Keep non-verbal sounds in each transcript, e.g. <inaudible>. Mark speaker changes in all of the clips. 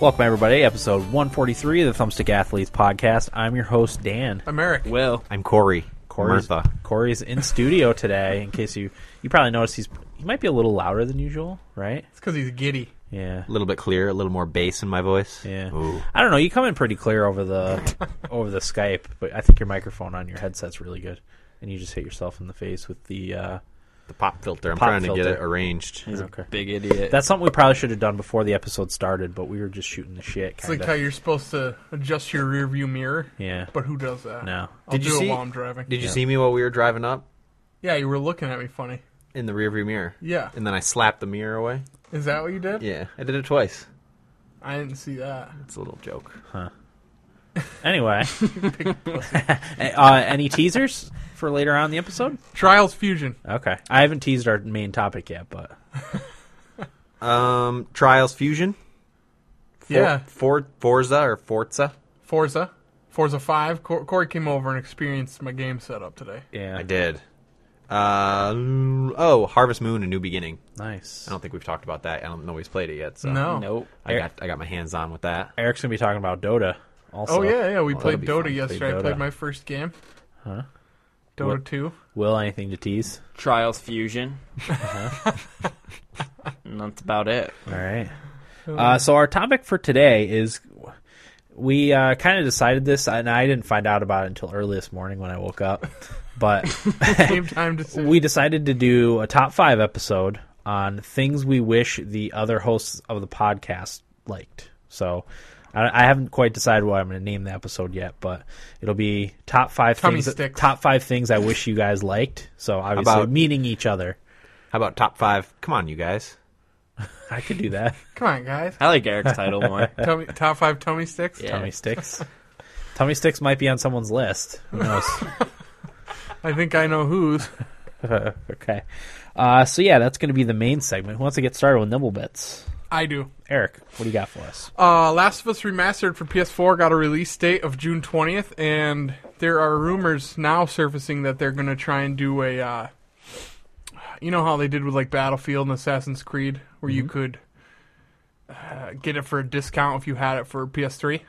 Speaker 1: Welcome, everybody. Episode 143 of the Thumbstick Athletes Podcast. I'm your host, Dan.
Speaker 2: I'm Eric.
Speaker 3: Will.
Speaker 4: I'm Corey.
Speaker 1: Corey's,
Speaker 4: Martha.
Speaker 1: Corey's in studio today, in case you you probably noticed he's he might be a little louder than usual, right?
Speaker 2: It's because he's giddy.
Speaker 1: Yeah.
Speaker 4: A little bit clearer, a little more bass in my voice.
Speaker 1: Yeah.
Speaker 4: Ooh.
Speaker 1: I don't know, you come in pretty clear over the over the Skype, but I think your microphone on your headset's really good. And you just hit yourself in the face with the uh
Speaker 4: The pop filter. I'm
Speaker 1: Pop
Speaker 4: trying to get it
Speaker 1: filter.
Speaker 4: arranged.
Speaker 1: okay.
Speaker 3: Big idiot.
Speaker 1: That's something we probably should have done before the episode started, but we were just shooting the shit
Speaker 2: It's like
Speaker 1: kind
Speaker 2: how
Speaker 1: of.
Speaker 2: you're supposed to adjust your rear view mirror.
Speaker 1: Yeah.
Speaker 2: But who does that?
Speaker 1: No.
Speaker 2: I'll
Speaker 4: Did
Speaker 2: do
Speaker 4: you
Speaker 2: it
Speaker 4: see-
Speaker 2: while I'm driving.
Speaker 4: Did you
Speaker 1: Yeah.
Speaker 4: see me while we were driving up
Speaker 2: Yeah, you were looking at me funny.
Speaker 4: in the rearview mirror?
Speaker 2: Yeah.
Speaker 4: And then I slapped the mirror away.
Speaker 2: Is that what you did?
Speaker 4: Yeah, I did it twice.
Speaker 2: I didn't see that.
Speaker 4: It's a little joke.
Speaker 2: <laughs>
Speaker 1: Anyway. uh, any teasers for later on in the episode?
Speaker 2: Trials Fusion.
Speaker 1: Okay. I haven't teased our main topic yet, but
Speaker 4: Um, Trials Fusion. For-
Speaker 2: Yeah.
Speaker 4: For Forza or Forza.
Speaker 2: Forza. Forza 5. Cor- Corey came over and experienced my game setup today.
Speaker 1: yeah.
Speaker 4: I did. Uh, oh, Harvest Moon: A New Beginning.
Speaker 1: Nice.
Speaker 4: I don't think we've talked about that. I don't know if he's played it yet. So
Speaker 2: No.
Speaker 3: Nope.
Speaker 4: I got I got my hands on with that.
Speaker 1: Eric's gonna be talking about Dota. Also,
Speaker 2: oh, yeah, yeah. We
Speaker 4: Well,
Speaker 2: played
Speaker 4: that'll
Speaker 2: Dota
Speaker 4: be fun.
Speaker 2: yesterday.
Speaker 1: Played
Speaker 2: I played
Speaker 1: Dota.
Speaker 2: my first game.
Speaker 1: Huh?
Speaker 2: Dota
Speaker 1: What-
Speaker 4: <laughs>
Speaker 2: 2.
Speaker 1: Will anything to tease?
Speaker 3: Trials Fusion. and <laughs> that's about it.
Speaker 1: All right.
Speaker 2: Oh,
Speaker 1: Uh, so our topic for today is we uh, kind of decided this, and I didn't find out about it until early this morning when I woke up.
Speaker 4: <laughs>
Speaker 1: But
Speaker 2: Game time decision.
Speaker 1: we decided to do a top five episode on things we wish the other hosts of the podcast liked. So I, I haven't quite decided what I'm going to name the episode yet, but it'll be top five
Speaker 2: Tummy
Speaker 1: things.
Speaker 2: sticks.
Speaker 1: Top five things I wish you guys liked. So obviously
Speaker 4: about-
Speaker 1: meeting each other.
Speaker 4: How about top five? Come on, you guys.
Speaker 1: I could do that.
Speaker 2: Come on, guys.
Speaker 3: I like Eric's title more.
Speaker 2: Tummy, top five tummy sticks.
Speaker 1: <laughs>
Speaker 3: Yeah.
Speaker 1: Tummy sticks. <laughs> Tummy sticks might be on someone's list. Who knows? <laughs>
Speaker 2: I think I know whose.
Speaker 1: okay. Uh, so yeah, that's going to be the main segment. Who wants to get started with Nimble Bits?
Speaker 2: I do.
Speaker 1: Eric, what do you got for us?
Speaker 2: Uh, Last of Us Remastered for PS4 got a release date of June 20th, and there are rumors now surfacing that they're going to try and do a. Uh, you know how they did with like Battlefield and Assassin's Creed, where
Speaker 1: Mm-hmm.
Speaker 2: you could uh, get it for a discount if you had it for PS3?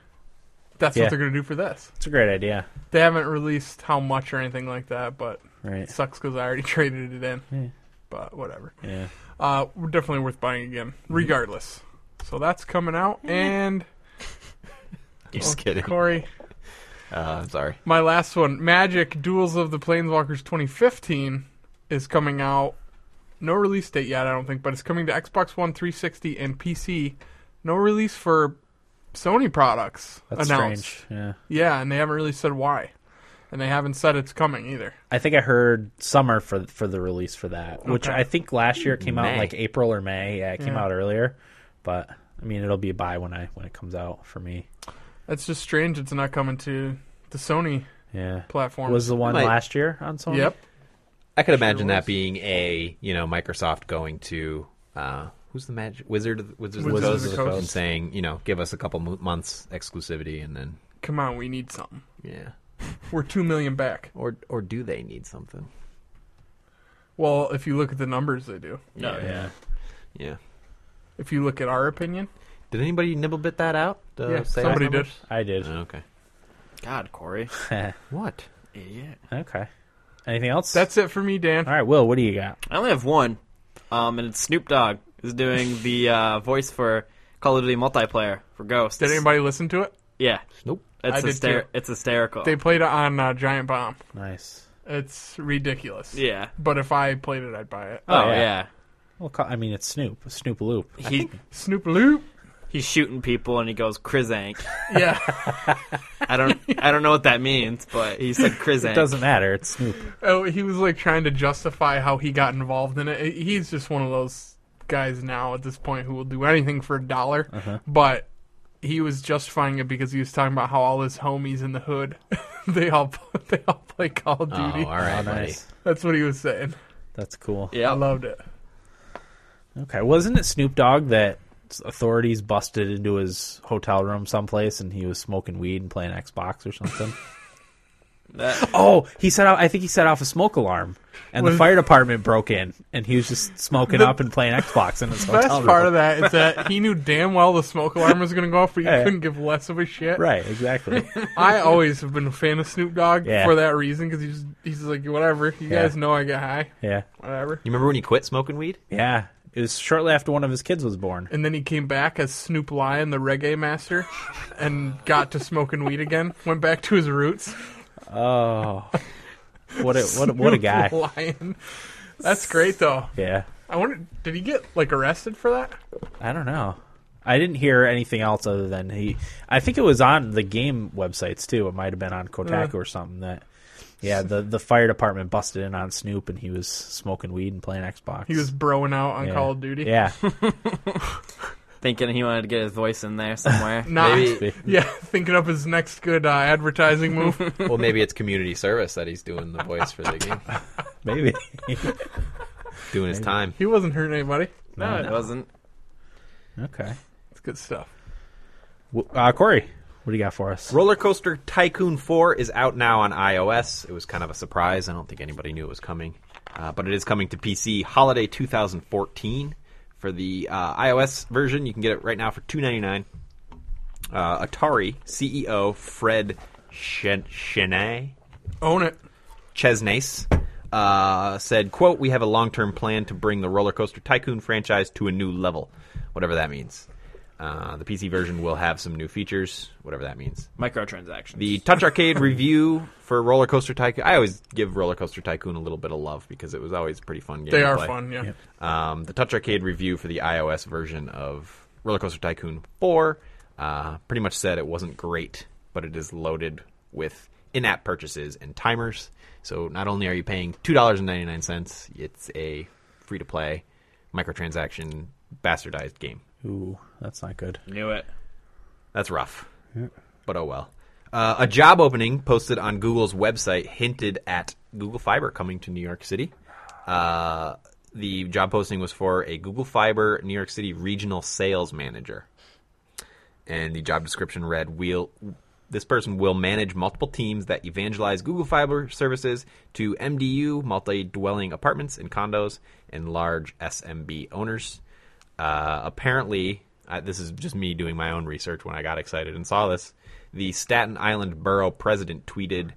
Speaker 2: That's
Speaker 1: Yeah.
Speaker 2: what they're going to do for this.
Speaker 1: It's a great idea.
Speaker 2: They haven't released how much or anything like that, but
Speaker 1: Right.
Speaker 2: it sucks because I already <laughs> traded it in.
Speaker 1: Yeah.
Speaker 2: But whatever.
Speaker 1: Yeah.
Speaker 2: Uh, we're definitely worth buying again, regardless. So that's coming out, and
Speaker 4: Just kidding.
Speaker 2: Corey.
Speaker 4: Uh, I'm sorry.
Speaker 2: My last one, Magic Duels of the Planeswalkers 2015 is coming out. No release date yet, I don't think, but it's coming to Xbox One 360 and PC. No release for Sony products
Speaker 1: That's
Speaker 2: announced.
Speaker 1: strange. Yeah.
Speaker 2: Yeah, and they haven't really said why. And they haven't said it's coming either.
Speaker 1: I think I heard summer for for the release for that, which
Speaker 2: Okay.
Speaker 1: I think last year it came out in
Speaker 4: May.
Speaker 1: like April or May. Yeah, it came
Speaker 2: Yeah.
Speaker 1: out earlier, but I mean it'll be a buy when I when it comes out for me.
Speaker 2: That's just strange it's not coming to the Sony
Speaker 1: Yeah,
Speaker 2: platform.
Speaker 1: was the one
Speaker 4: Might-
Speaker 1: last year on Sony.
Speaker 2: Yep.
Speaker 4: I could imagine
Speaker 2: was.
Speaker 4: that being a you know Microsoft going to uh, who's the magic wizard of the, Wizards,
Speaker 2: Wizards
Speaker 4: of
Speaker 2: of
Speaker 4: the
Speaker 2: the
Speaker 4: Coast, and
Speaker 2: Coast.
Speaker 4: saying you know give us a couple mo- months exclusivity and then
Speaker 2: Come on, we need something.
Speaker 4: yeah
Speaker 2: We're 2 million back.
Speaker 4: or or do they need something?
Speaker 2: Well, if you look at the numbers they do.
Speaker 3: No,
Speaker 4: Oh, yeah.
Speaker 1: Yeah.
Speaker 4: Yeah.
Speaker 2: If you look at our opinion,
Speaker 4: Did anybody nibble bit that out? Uh, The
Speaker 2: yeah,
Speaker 4: sales
Speaker 2: somebody did.
Speaker 4: numbers?
Speaker 1: I did.
Speaker 4: Oh, okay.
Speaker 3: God, Corey.
Speaker 4: What?
Speaker 3: Idiot.
Speaker 1: okay. Anything else?
Speaker 2: That's it for me, Dan.
Speaker 1: all right. Will, what do you got?
Speaker 3: I only have one. Um, and it's Snoop Dogg is doing the uh, voice for Call of Duty multiplayer for Ghosts.
Speaker 2: Did anybody listen to it?
Speaker 3: Yeah.
Speaker 4: Nope.
Speaker 3: It's,
Speaker 2: I did
Speaker 3: hyster-
Speaker 2: too.
Speaker 3: it's hysterical.
Speaker 2: They played it on uh, Giant Bomb.
Speaker 1: Nice.
Speaker 2: It's ridiculous.
Speaker 3: Yeah.
Speaker 2: But if I played it, I'd buy it.
Speaker 3: Oh,
Speaker 1: yeah.
Speaker 3: yeah.
Speaker 1: Well, co- I mean it's Snoop. Snoop Loop.
Speaker 3: He
Speaker 2: Snoop Loop.
Speaker 3: he's shooting people and he goes Krizank.
Speaker 2: <laughs> Yeah.
Speaker 3: I don't I don't know what that means, but he said Krizank.
Speaker 1: It doesn't matter. It's Snoop.
Speaker 2: oh, he was like trying to justify how he got involved in it. He's just one of those guys now at this point who will do anything for a dollar. But he was justifying it because he was talking about how all his homies in the hood <laughs> they all they all play Call of
Speaker 4: Oh,
Speaker 2: Duty.
Speaker 4: all right,
Speaker 1: Oh,
Speaker 4: buddy.
Speaker 1: nice.
Speaker 2: That's what he was saying.
Speaker 1: That's cool.
Speaker 2: I
Speaker 3: Yeah.
Speaker 2: loved it.
Speaker 1: Okay, wasn't it Snoop Dogg that authorities busted into
Speaker 2: <laughs>
Speaker 1: his hotel room someplace and he was smoking weed and playing Xbox or something?
Speaker 3: That,
Speaker 1: Oh, he set off. I think he set off a smoke alarm, and the
Speaker 2: Was-
Speaker 1: fire department broke in, and he was just smoking up and playing Xbox in his
Speaker 2: Best
Speaker 1: hotel room.
Speaker 2: part of that is that he knew damn well the smoke alarm was going to go off, but you
Speaker 1: Yeah.
Speaker 2: couldn't give less of a shit.
Speaker 1: Right, exactly.
Speaker 2: I always have been a fan of Snoop Dogg
Speaker 1: Yeah.
Speaker 2: for that reason because he's he's like whatever. You
Speaker 1: Yeah.
Speaker 2: guys know I get high,
Speaker 1: yeah,
Speaker 2: whatever.
Speaker 4: You remember when he quit smoking <laughs> weed?
Speaker 1: yeah. It was shortly after one of his kids was born.
Speaker 2: And then he came back as Snoop Lion, the reggae master, and got to smoking weed again. Went back to his roots.
Speaker 1: Oh, what a what a, what a
Speaker 2: Snoop <laughs>
Speaker 1: guy!
Speaker 2: Lion. That's great though.
Speaker 1: Yeah,
Speaker 2: I wonder, did he get like arrested for that?
Speaker 1: I don't know. I didn't hear anything else other than he. I think it was on the game websites too. It might have been on Kotaku
Speaker 2: Yeah.
Speaker 1: or something. That yeah, the the fire department busted in on Snoop, and he was smoking weed and playing Xbox.
Speaker 2: He was broing out on
Speaker 1: Yeah.
Speaker 2: Call of Duty. <laughs>
Speaker 1: yeah,
Speaker 3: thinking he wanted to get his voice in there somewhere.
Speaker 2: Nah.
Speaker 3: Maybe
Speaker 2: <laughs> Yeah, thinking up his next good uh, advertising move.
Speaker 4: <laughs> Well, maybe it's community service that he's doing the voice for the game,
Speaker 1: maybe. <laughs>
Speaker 4: doing his time.
Speaker 2: he wasn't hurting anybody.
Speaker 3: no, it wasn't.
Speaker 1: okay,
Speaker 2: It's good stuff.
Speaker 1: W- uh, Corey, what do you got for us?
Speaker 4: Roller Coaster Tycoon 4 is out now on iOS. It was kind of a surprise. I don't think anybody knew it was coming. Uh, but it is coming to PC holiday 2014. For the uh, iOS version, you can get it right now for $2.99. Uh, Atari CEO Fred Chen- Chenay
Speaker 2: Own it.
Speaker 4: Chesnace uh, said, "quote We have a long-term plan to bring the Roller Coaster Tycoon franchise to a new level, whatever that means. Uh, the PC version will have some new features, whatever that means.
Speaker 3: Microtransactions.
Speaker 4: The Touch Arcade review for Roller Coaster Tycoon. I always give Roller Coaster Tycoon a little bit of love because it was always a pretty fun game.
Speaker 2: They
Speaker 4: to
Speaker 2: are
Speaker 4: play.
Speaker 2: fun, yeah.
Speaker 4: Um, the Touch Arcade review for the iOS version of Roller Coaster Tycoon 4 uh, pretty much said it wasn't great, but it is loaded with in app purchases and timers. So not only are you paying $2.99, it's a free to play, microtransaction, bastardized game.
Speaker 1: Ooh, that's not good.
Speaker 3: Knew it.
Speaker 4: That's rough. But oh well. Uh, a job opening posted on Google's website hinted at Google Fiber coming to New York City. Uh, the job posting was for a Google Fiber New York City regional sales manager. And the job description read will this person will manage multiple teams that evangelize Google Fiber services to MDU, multi-dwelling apartments and condos, and large SMB owners. Uh, apparently, I, this is just me doing my own research when I got excited and saw this. The Staten Island borough president tweeted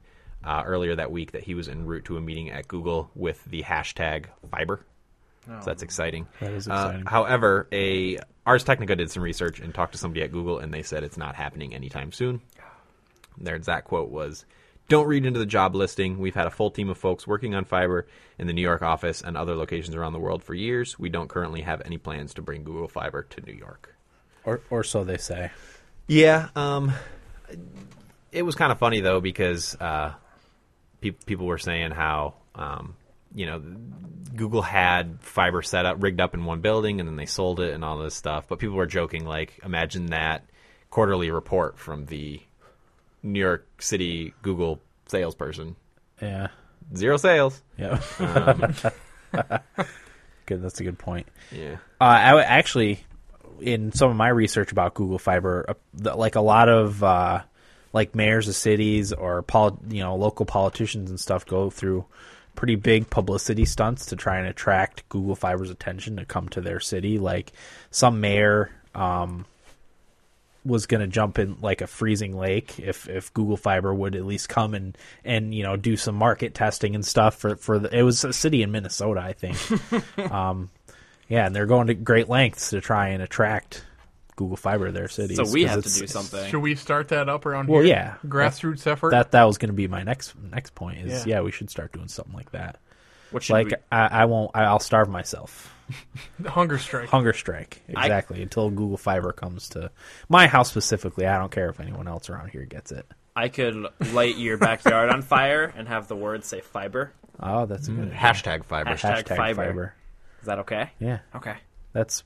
Speaker 4: uh, earlier that week that he was en route to a meeting at Google with the hashtag fiber. So that's exciting.
Speaker 1: That is
Speaker 4: Uh,
Speaker 1: exciting.
Speaker 4: however, a Ars Technica did some research and talked to somebody at Google, and they said it's not happening anytime soon. Their exact quote was, "Don't read into the job listing. We've had a full team of folks working on fiber in the New York office and other locations around the world for years. We don't currently have any plans to bring Google Fiber to New York."
Speaker 1: Or or so they say.
Speaker 4: Yeah, um, it was kind of funny though because uh, pe- people were saying how um, you know Google had fiber set up, rigged up in one building, and then they sold it and all this stuff. But people were joking like, imagine that quarterly report from the New York City Google salesperson:
Speaker 1: Yeah.
Speaker 4: zero <laughs> sales. Um,
Speaker 1: Yeah. <laughs> good. That's a good point.
Speaker 4: Yeah,
Speaker 1: Uh, I w- actually, in some of my research about Google Fiber, uh, the, like a lot of uh, like mayors of cities or pol- you know local politicians and stuff go through pretty big publicity stunts to try and attract Google Fiber's attention to come to their city. Like some mayor. Um, was going to jump in like a freezing lake if if Google Fiber would at least come and and you know do some market testing and stuff for for the, it was a city in Minnesota I
Speaker 3: <laughs>
Speaker 1: think. um yeah, and they're going to great lengths to try and attract Google Fiber to their cities.
Speaker 3: So we
Speaker 1: 'cause
Speaker 3: have to
Speaker 1: it's-
Speaker 3: do something.
Speaker 2: Should we start that up around
Speaker 1: Well,
Speaker 2: here?
Speaker 1: yeah.
Speaker 2: Grassroots effort.
Speaker 1: That that was going to be my next next point is yeah.
Speaker 2: Yeah.
Speaker 1: we should start doing something like that.
Speaker 3: What should
Speaker 1: Like
Speaker 3: we?
Speaker 1: I, I won't I, I'll starve myself.
Speaker 2: Hunger strike.
Speaker 1: Hunger strike exactly until Google Fiber comes to my house specifically. I don't care if anyone else around here gets it.
Speaker 3: I could
Speaker 1: <laughs>
Speaker 3: light your backyard on fire and have the words say fiber.
Speaker 1: Oh, that's a good idea.
Speaker 4: hashtag fiber.
Speaker 3: Mm. Hashtag- fiber. Is that okay?
Speaker 1: Yeah,
Speaker 3: Okay.
Speaker 1: that's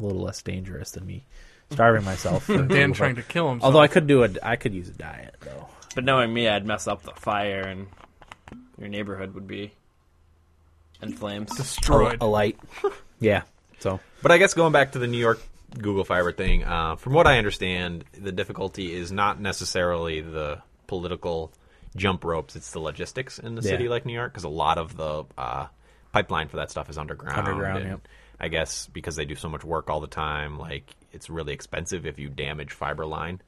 Speaker 1: a little less dangerous than me starving myself.
Speaker 3: <laughs>
Speaker 1: for
Speaker 2: Dan
Speaker 1: Google
Speaker 2: trying
Speaker 1: Fiber.
Speaker 2: to kill himself.
Speaker 1: Although I could do a, I could use a diet though.
Speaker 3: But knowing me, I'd mess up the fire and your neighborhood would be in flames.
Speaker 2: destroyed.
Speaker 1: A, a light. <laughs> yeah. So
Speaker 4: But I guess going back to the New York Google Fiber thing, uh, from what I understand, the difficulty is not necessarily the political jump ropes. It's the logistics in the
Speaker 1: Yeah.
Speaker 4: city like New York because a lot of the uh, pipeline for that stuff is underground.
Speaker 1: Underground,
Speaker 4: and
Speaker 1: yep.
Speaker 4: I guess because they do so much work all the time, like it's really expensive if you damage fiber line.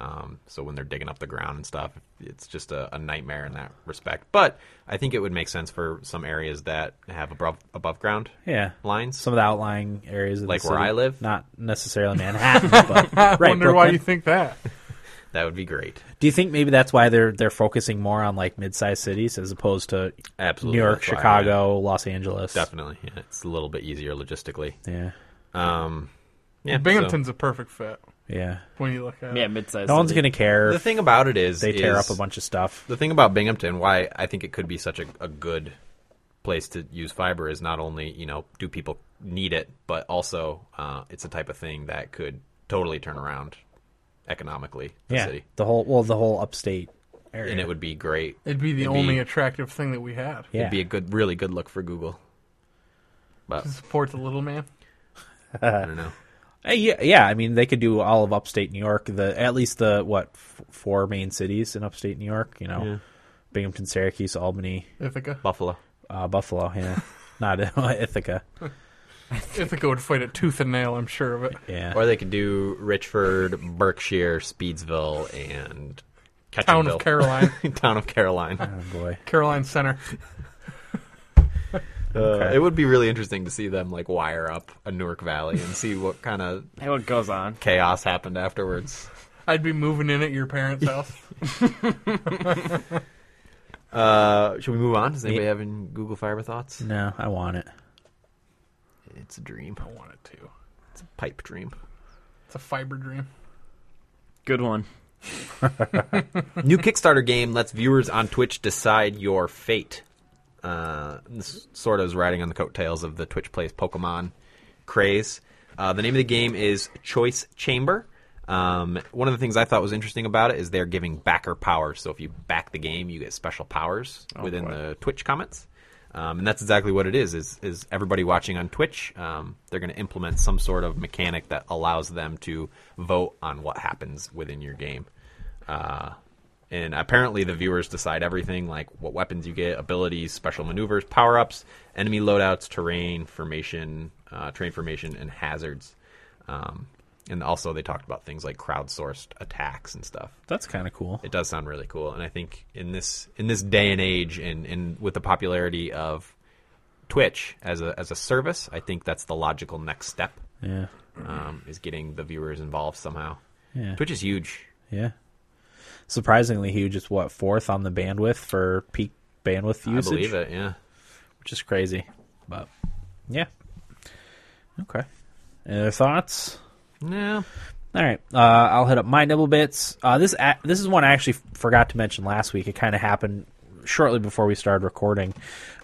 Speaker 4: Um, so when they're digging up the ground and stuff, it's just a, a nightmare in that respect. But I think it would make sense for some areas that have above above ground
Speaker 1: Yeah.
Speaker 4: lines.
Speaker 1: Some of the outlying areas, of
Speaker 4: Like
Speaker 1: the
Speaker 4: where
Speaker 1: city.
Speaker 4: I live?
Speaker 1: not necessarily Manhattan,
Speaker 4: <laughs>
Speaker 1: but right.
Speaker 2: I wonder why
Speaker 1: Brooklyn.
Speaker 2: you think that.
Speaker 4: That would be great.
Speaker 1: Do you think maybe that's why they're they're focusing more on like mid-sized cities as opposed to
Speaker 4: Absolutely,
Speaker 1: New York,
Speaker 4: that's why, yeah.
Speaker 1: Chicago, Los Angeles?
Speaker 4: Definitely, yeah, it's a little bit easier logistically.
Speaker 1: Yeah,
Speaker 4: Um, yeah, so-
Speaker 2: Binghamton's a perfect fit
Speaker 1: yeah.
Speaker 2: when you look at
Speaker 3: Yeah,
Speaker 2: it.
Speaker 3: mid-sized.
Speaker 1: No one's
Speaker 3: city.
Speaker 1: gonna care.
Speaker 4: the
Speaker 1: if
Speaker 4: thing about it is
Speaker 1: They tear
Speaker 4: is
Speaker 1: up a bunch of stuff.
Speaker 4: The thing about Binghamton, why I think it could be such a, a good place to use fiber, is not only you know do people need it, but also uh, it's a type of thing that could totally turn around economically the
Speaker 1: yeah,
Speaker 4: city,
Speaker 1: the whole well, the whole upstate area.
Speaker 4: and it would be great.
Speaker 2: It'd be the
Speaker 4: It'd be-
Speaker 2: only attractive thing that we had.
Speaker 1: yeah.
Speaker 4: It'd be a good, really good look for Google. But
Speaker 2: To support the little man.
Speaker 4: I don't know.
Speaker 1: Uh, yeah, yeah. I mean, they could do all of upstate New York. The at least the what f- four main cities in upstate New York. You know, Binghamton, Syracuse, Albany,
Speaker 2: Ithaca.
Speaker 4: Buffalo.
Speaker 1: uh, Buffalo.
Speaker 4: <laughs>
Speaker 1: Yeah, not <laughs> Ithaca.
Speaker 2: Ithaca would fight it tooth and nail, I'm sure of it.
Speaker 1: Yeah,
Speaker 4: <laughs> Or they could do Richford, Berkshire, Speedsville, and
Speaker 2: Town of
Speaker 4: Catchinville.
Speaker 2: Caroline.
Speaker 4: <laughs> Town of Caroline.
Speaker 1: oh, boy.
Speaker 2: Caroline Center.
Speaker 4: Uh, it would be really interesting to see them like wire up a Newark Valley and see what kind of
Speaker 3: Hey, what goes on?
Speaker 4: chaos happened afterwards.
Speaker 2: I'd be moving in at your parents' house.
Speaker 4: Uh, should we move on? Does anybody have any Google Fiber thoughts?
Speaker 1: No, I want it.
Speaker 4: It's a dream.
Speaker 2: I want it to.
Speaker 4: It's a pipe dream.
Speaker 2: It's a fiber dream.
Speaker 3: Good one.
Speaker 4: New Kickstarter game lets viewers on Twitch decide your fate. Uh, this sort of is riding on the coattails of the Twitch plays Pokemon craze. Uh, the name of the game is Choice Chamber. Um, one of the things I thought was interesting about it is they're giving backer powers. So if you back the game, you get special powers within
Speaker 3: boy.
Speaker 4: the Twitch comments. Um, and that's exactly what it is. Is is everybody watching on Twitch? Um, they're going to implement some sort of mechanic that allows them to vote on what happens within your game. Uh, and apparently, the viewers decide everything, like what weapons you get, abilities, special maneuvers, power ups, enemy loadouts, terrain formation, uh, terrain formation, and hazards. Um, and also, they talked about things like crowdsourced attacks and stuff
Speaker 1: That's kind of cool.
Speaker 4: it does sound really cool and i think in this in this day and age and, and with the popularity of twitch as a as a service i think that's the logical next step
Speaker 1: Yeah,
Speaker 4: um, is getting the viewers involved somehow
Speaker 1: yeah,
Speaker 4: twitch is huge
Speaker 1: yeah. Surprisingly huge. It's what fourth on the bandwidth for peak bandwidth usage,
Speaker 4: i believe it yeah
Speaker 1: which is crazy. But yeah, okay. Any other thoughts?
Speaker 4: no
Speaker 1: All right, uh, I'll hit up my nibble bits. Uh, this a- this is one I actually f- forgot to mention last week. It kind of happened shortly before we started recording.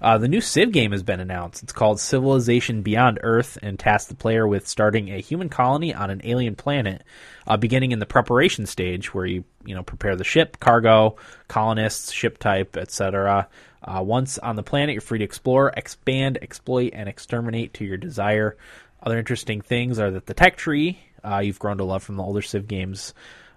Speaker 1: Uh, the new Civ game has been announced. It's called Civilization Beyond Earth, and tasks the player with starting a human colony on an alien planet, uh, beginning in the preparation stage, where you you know prepare the ship, cargo, colonists, ship type, etc. Uh, once on the planet, you're free to explore, expand, exploit, and exterminate to your desire. Other interesting things are that the tech tree uh, you've grown to love from the older Civ games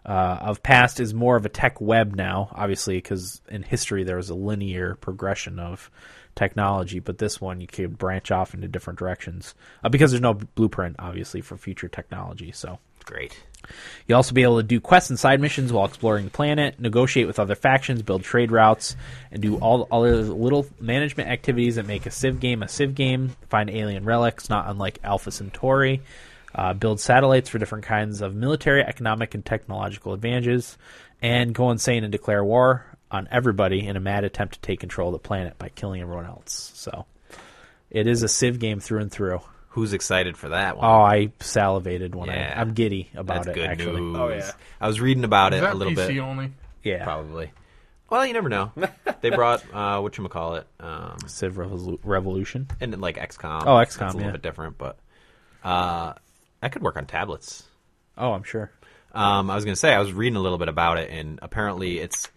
Speaker 1: uh, of past is more of a tech web now, obviously, because in history there was a linear progression of technology, but this one you could branch off into different directions uh, because there's no blueprint, obviously, for future technology. So.
Speaker 4: it's great
Speaker 1: You'll also be able to do quests and side missions while exploring the planet, negotiate with other factions, build trade routes, and do all all those little management activities that make a Civ game a Civ game. Find alien relics, not unlike Alpha Centauri. Uh, build satellites for different kinds of military, economic, and technological advantages, and go insane and declare war on everybody in a mad attempt to take control of the planet by killing everyone else. So, it is a Civ game through and through.
Speaker 4: who's excited for that one
Speaker 1: Oh, I salivated when
Speaker 4: Yeah.
Speaker 1: I. I'm giddy about
Speaker 4: that's
Speaker 1: it.
Speaker 4: good
Speaker 1: actually,
Speaker 4: news
Speaker 3: Oh, yeah.
Speaker 4: i was reading about
Speaker 2: Is
Speaker 4: it
Speaker 2: that
Speaker 4: a little
Speaker 2: PC
Speaker 4: bit
Speaker 2: only?
Speaker 1: yeah.
Speaker 4: probably well you never
Speaker 2: <laughs>
Speaker 4: know they brought uh whatchamacallit um
Speaker 1: Civ Revolu- Revolution.
Speaker 4: and then, like XCOM.
Speaker 1: Oh,
Speaker 4: that's
Speaker 1: XCOM,
Speaker 4: a little
Speaker 1: yeah.
Speaker 4: bit different, but uh, I could work on tablets.
Speaker 1: Oh, I'm sure.
Speaker 4: Um, I was gonna say I was reading a little bit about it, and apparently it's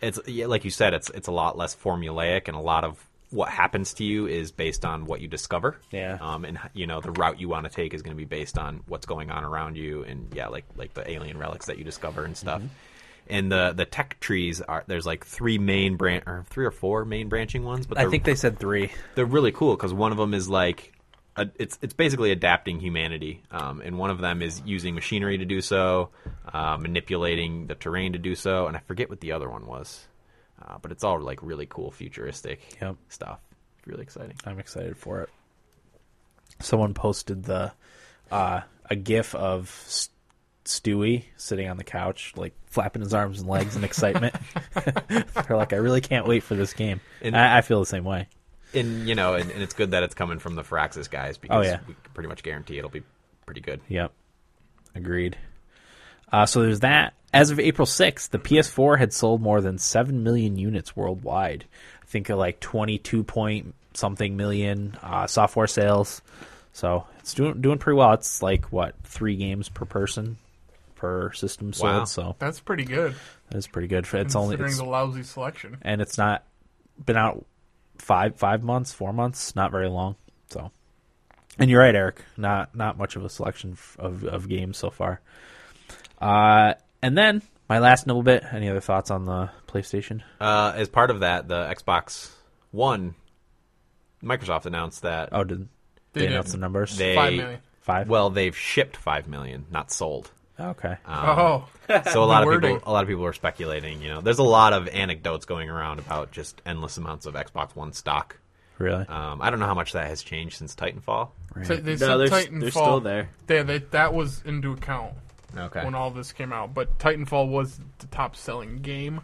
Speaker 4: it's yeah, like you said, it's it's a lot less formulaic, and a lot of what happens to you is based on what you discover.
Speaker 1: Yeah.
Speaker 4: Um, and you know the route you want to take is going to be based on what's going on around you, and yeah, like like the alien relics that you discover and stuff.
Speaker 1: Mm-hmm.
Speaker 4: And the the tech trees are there's like three main branch or three or four main branching ones, but
Speaker 1: I
Speaker 4: they're,
Speaker 1: think they said three.
Speaker 4: they're really cool because one of them is like a, it's it's basically adapting humanity, um, and one of them is using machinery to do so, uh, manipulating the terrain to do so, and I forget what the other one was, uh, but it's all like really cool futuristic
Speaker 1: Yep.
Speaker 4: stuff. It's really exciting.
Speaker 1: I'm excited for it. Someone posted the uh, a gif of S- Stewie sitting on the couch, like flapping his arms and <laughs> legs in excitement. They're like, I really can't wait for this game.
Speaker 4: And-
Speaker 1: I, I feel the same way.
Speaker 4: and you know, and, and it's good that it's coming from the Firaxis guys
Speaker 1: Oh,
Speaker 4: because
Speaker 1: yeah.
Speaker 4: we can pretty much guarantee it'll be pretty good.
Speaker 1: Yep. Agreed. Uh, so there's that. As of April 6th, the PS4 had sold more than 7 million units worldwide. I think of like 22 point something million uh, software sales. So it's doing doing pretty well. It's like what three games per person per system sold.
Speaker 4: Wow.
Speaker 1: So
Speaker 2: That's pretty good.
Speaker 1: that's pretty good. For, it's only
Speaker 2: considering
Speaker 1: it's,
Speaker 2: the lousy selection.
Speaker 1: and it's not been out five five months, four months, not very long. So, and you're right, Eric. Not not much of a selection f- of of games so far. Uh, and then my last nibble bit. Any other thoughts on the PlayStation?
Speaker 4: Uh, as part of that, the Xbox One, Microsoft announced that
Speaker 1: Oh, did they
Speaker 2: They did.
Speaker 1: announce the numbers?
Speaker 4: they
Speaker 2: Five million.
Speaker 1: five.
Speaker 4: well they've shipped five million, not sold.
Speaker 1: okay.
Speaker 4: Um,
Speaker 2: Oh,
Speaker 4: so a lot of
Speaker 2: wording.
Speaker 4: people, a lot of people are speculating. You know, there's a lot of anecdotes going around about just endless amounts of Xbox One stock.
Speaker 1: Really?
Speaker 4: Um, I don't know how much that has changed since Titanfall.
Speaker 2: so they said
Speaker 3: No, they're, s-
Speaker 2: Titanfall.
Speaker 3: they're still there.
Speaker 2: They, they, that was into account
Speaker 4: Okay.
Speaker 2: when all this came out, but Titanfall was the top selling game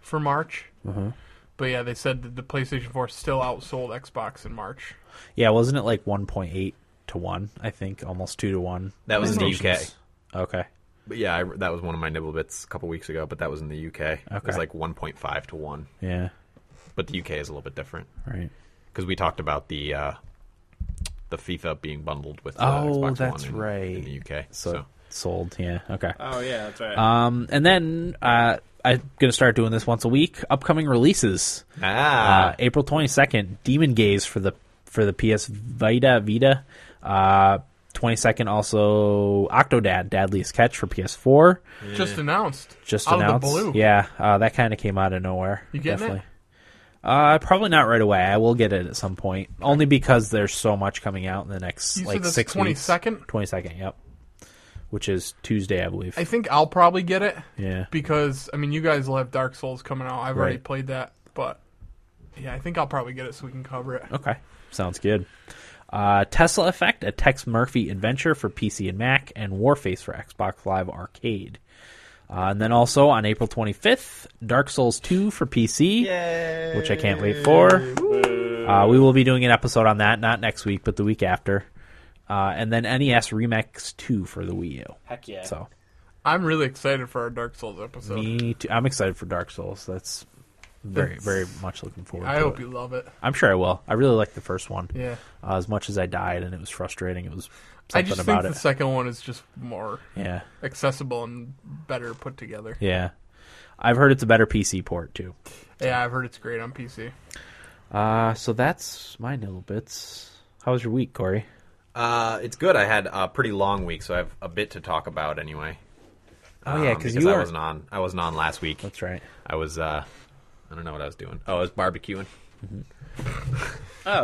Speaker 2: for March.
Speaker 1: Mm-hmm.
Speaker 2: But yeah, they said that the PlayStation 4 still outsold Xbox in March.
Speaker 1: Yeah, wasn't it like one point eight to one? I think almost two to one.
Speaker 4: That was in the UK.
Speaker 1: PlayStations. Okay.
Speaker 4: But yeah, I, that was one of my nibble bits a couple weeks ago, but that was in the UK. It
Speaker 1: Okay.
Speaker 4: was like 1.5 to 1.
Speaker 1: Yeah.
Speaker 4: But the UK is a little bit different
Speaker 1: Right.
Speaker 4: because we talked about the uh, the FIFA being bundled with the
Speaker 1: Oh,
Speaker 4: Xbox
Speaker 1: that's
Speaker 4: One in,
Speaker 1: right.
Speaker 4: in the UK.
Speaker 1: So,
Speaker 4: So,
Speaker 1: sold. Yeah. Okay.
Speaker 3: Oh yeah, that's right.
Speaker 1: Um, and then uh, I'm gonna start doing this once a week. Upcoming releases:
Speaker 4: ah,
Speaker 1: uh, April 22nd, Demon Gaze for the for the PS Vita Vita. Uh, 22nd, also Octodad, Dadliest Catch for PS4.
Speaker 2: Just announced.
Speaker 1: Just
Speaker 2: out
Speaker 1: announced.
Speaker 2: of the blue.
Speaker 1: Yeah, uh, that kind of came out of nowhere.
Speaker 2: You getting it?
Speaker 1: Uh, probably not right away. I will get it at some point, only because there's so much coming out in the next
Speaker 2: You
Speaker 1: like
Speaker 2: said that's
Speaker 1: six
Speaker 2: twenty
Speaker 1: weeks.
Speaker 2: second.
Speaker 1: 22nd, yep. Which is Tuesday, I believe.
Speaker 2: I think I'll probably get it
Speaker 1: yeah.
Speaker 2: because I mean, you guys will have Dark Souls coming out. I've already
Speaker 1: Right.
Speaker 2: played that, but yeah, I think I'll probably get it so we can cover it.
Speaker 1: Okay, sounds good. Uh, Tesla Effect, a Tex Murphy adventure for PC and Mac, and Warface for Xbox Live Arcade. Uh, and then also on April 25th, Dark Souls 2 for PC, which I can't wait for. Uh, we will be doing an episode on that, not next week, but the week after. Uh, and then NES Remix 2 for the Wii U.
Speaker 3: Heck yeah.
Speaker 1: So,
Speaker 2: I'm really excited for our Dark Souls episode.
Speaker 1: me too. I'm excited for Dark Souls. That's very,
Speaker 2: That's-
Speaker 1: very much looking forward
Speaker 2: I
Speaker 1: to it.
Speaker 2: hope you love it.
Speaker 1: I'm sure I will. I really like the first one.
Speaker 2: Yeah,
Speaker 1: uh, as much as I died and it was frustrating. It was
Speaker 2: I
Speaker 1: something
Speaker 2: just think
Speaker 1: about
Speaker 2: the
Speaker 1: it.
Speaker 2: second one is just more
Speaker 1: yeah,
Speaker 2: accessible and better put together.
Speaker 1: yeah. I've heard it's a better PC port too.
Speaker 2: Yeah, I've heard it's great on PC.
Speaker 1: Uh, so that's my little bits. How was your week, Corey?
Speaker 4: uh, it's good. I had a pretty long week, so I have a bit to talk about anyway.
Speaker 1: Oh, yeah,
Speaker 4: Um,
Speaker 1: 'cause
Speaker 4: because
Speaker 1: you
Speaker 4: I
Speaker 1: were-
Speaker 4: wasn't on. I wasn't on last week.
Speaker 1: That's right.
Speaker 4: I was. Uh, I don't know what I was doing. Oh, I was barbecuing.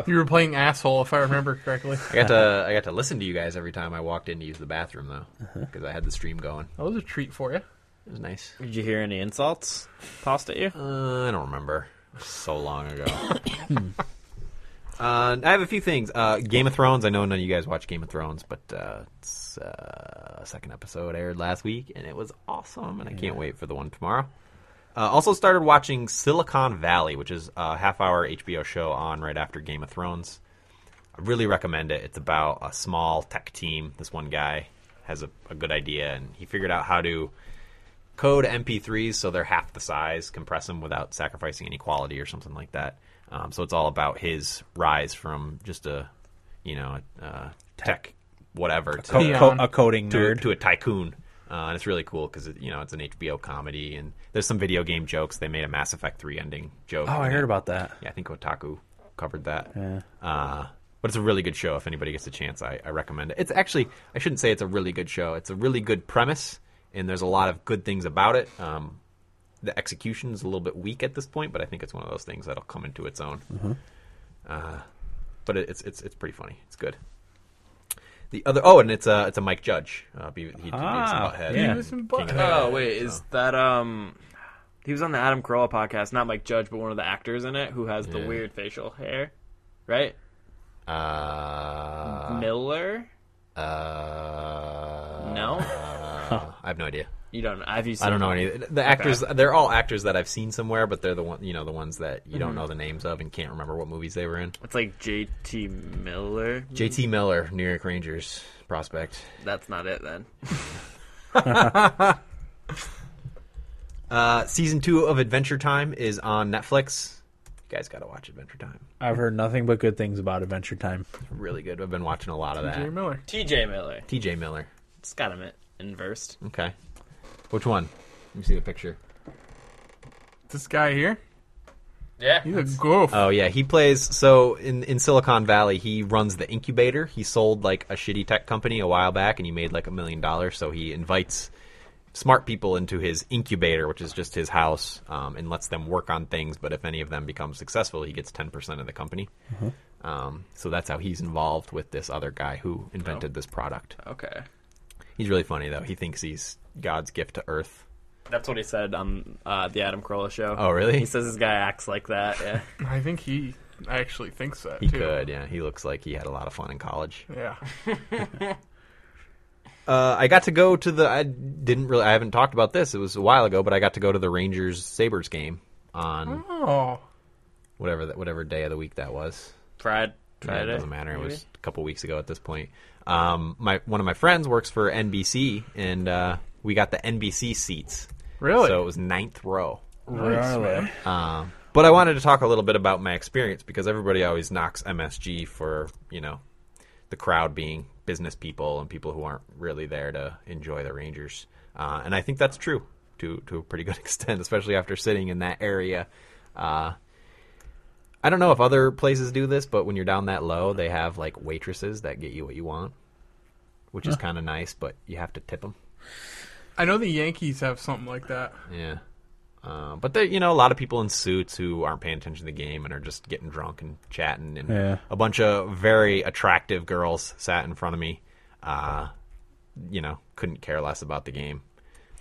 Speaker 2: You were playing asshole, if I remember correctly.
Speaker 4: I got to. I got to listen to you guys every time I walked in to use the bathroom though, because I had the stream going.
Speaker 2: That was a treat for you.
Speaker 4: It was nice.
Speaker 3: Did you hear any insults tossed at you?
Speaker 4: Uh, I don't remember. So long ago. uh, I have a few things. Uh, Game of Thrones. I know none of you guys watch Game of Thrones, but uh, it's uh, second episode aired last week, and it was awesome. And I can't wait for the one tomorrow. Uh, also started watching Silicon Valley, which is a half-hour HBO show on right after Game of Thrones. I really recommend it. It's about a small tech team. This one guy has a, a good idea, and he figured out how to code MP3s so they're half the size, compress them without sacrificing any quality or something like that. Um, so it's all about his rise from just a, you know, uh, tech whatever to,
Speaker 1: Co-
Speaker 2: Yeah.
Speaker 1: co- a coding
Speaker 4: to,
Speaker 1: nerd.
Speaker 4: to a tycoon. Uh, and it's really cool because you know it's an HBO comedy, and there's some video game jokes. They made a Mass Effect three ending joke.
Speaker 1: Oh, I
Speaker 4: in
Speaker 1: heard
Speaker 4: it.
Speaker 1: about that.
Speaker 4: Yeah, I think Otaku covered that.
Speaker 1: Yeah.
Speaker 4: Uh, but it's a really good show. If anybody gets a chance, I, I recommend it. It's actually, I shouldn't say it's a really good show. It's a really good premise, and there's a lot of good things about it. Um, the execution is a little bit weak at this point, but I think it's one of those things that'll come into its own. Uh, but it, it's it's it's pretty funny. It's good. The other oh, and it's a it's a Mike Judge. Uh, Be- he, he did
Speaker 1: Ah,
Speaker 4: Beavis and Butthead
Speaker 1: yeah.
Speaker 4: and
Speaker 2: Beavis and
Speaker 4: King of the
Speaker 2: Butthead.
Speaker 4: Hill.
Speaker 3: Oh wait, is that um? He was on the Adam Carolla podcast, not Mike Judge, but one of the actors in it who has the
Speaker 4: Yeah.
Speaker 3: weird facial hair, right?
Speaker 4: Uh,
Speaker 3: Miller?
Speaker 4: Uh,
Speaker 3: No?
Speaker 4: uh, I have no idea.
Speaker 3: You don't. Have you seen?
Speaker 4: I don't know any. The actors, they're all actors that I've seen somewhere, but they're the one, you know, the ones that you don't know the names of and can't remember what movies they were in.
Speaker 3: It's like J.T. Miller.
Speaker 4: J.T. Miller, New York Rangers prospect.
Speaker 3: That's not it then.
Speaker 4: Uh, season two of Adventure Time is on Netflix. You guys got to watch Adventure Time.
Speaker 1: I've heard nothing but good things about Adventure Time.
Speaker 4: Really good. I've been watching a lot of
Speaker 2: Jerry
Speaker 4: that.
Speaker 2: Miller.
Speaker 3: T.J. Miller.
Speaker 4: T.J. Miller.
Speaker 3: It's got him inversed.
Speaker 4: Okay. Which one? Let me see the picture.
Speaker 2: This guy here,
Speaker 3: Yeah.
Speaker 2: he's a goof.
Speaker 4: Oh yeah, he plays. So in in Silicon Valley, he runs the incubator. He sold like a shitty tech company a while back, and he made like a million dollars. So he invites smart people into his incubator, which is just his house, um, and lets them work on things. But if any of them become successful, he gets ten percent of the company. Um, so that's how he's involved with this other guy who
Speaker 2: Oh.
Speaker 4: invented this product.
Speaker 3: Okay.
Speaker 4: He's really funny though. He thinks he's God's gift to Earth.
Speaker 3: That's what he said on uh, the Adam Carolla show.
Speaker 4: Oh really?
Speaker 3: He says this guy acts like that.
Speaker 4: <laughs>
Speaker 3: Yeah.
Speaker 2: I think he actually thinks that
Speaker 4: he
Speaker 2: too.
Speaker 4: could. Yeah, he looks like he had a lot of fun in college.
Speaker 2: Yeah.
Speaker 4: Uh, I got to go to the. I didn't really. I haven't talked about this. It was a while ago, but I got to go to the Rangers Sabers game on
Speaker 2: Oh,
Speaker 4: whatever that whatever day of the week that was.
Speaker 3: Fried.
Speaker 4: Yeah, it
Speaker 3: Friday,
Speaker 4: doesn't matter. It
Speaker 3: maybe?
Speaker 4: was a couple weeks ago at this point. Um, my one of my friends works for NBC, and uh, we got the NBC seats.
Speaker 2: really?
Speaker 4: So it was ninth row.
Speaker 1: Really?
Speaker 2: man.
Speaker 4: Um, but I wanted to talk a little bit about my experience because everybody always knocks MSG for you know the crowd being business people and people who aren't really there to enjoy the Rangers, uh, and I think that's true to to a pretty <laughs> good extent, especially after sitting in that area. Uh, I don't know if other places do this, but when you're down that low, they have like waitresses that get you what you want, which is kind of nice, but you have to tip them.
Speaker 2: I know the Yankees have something like that.
Speaker 4: Yeah. Uh, but there, you know, a lot of people in suits who aren't paying attention to the game and are just getting drunk and chatting, and
Speaker 1: Yeah.
Speaker 4: a bunch of very attractive girls sat in front of me. Uh, you know, couldn't care less about the game.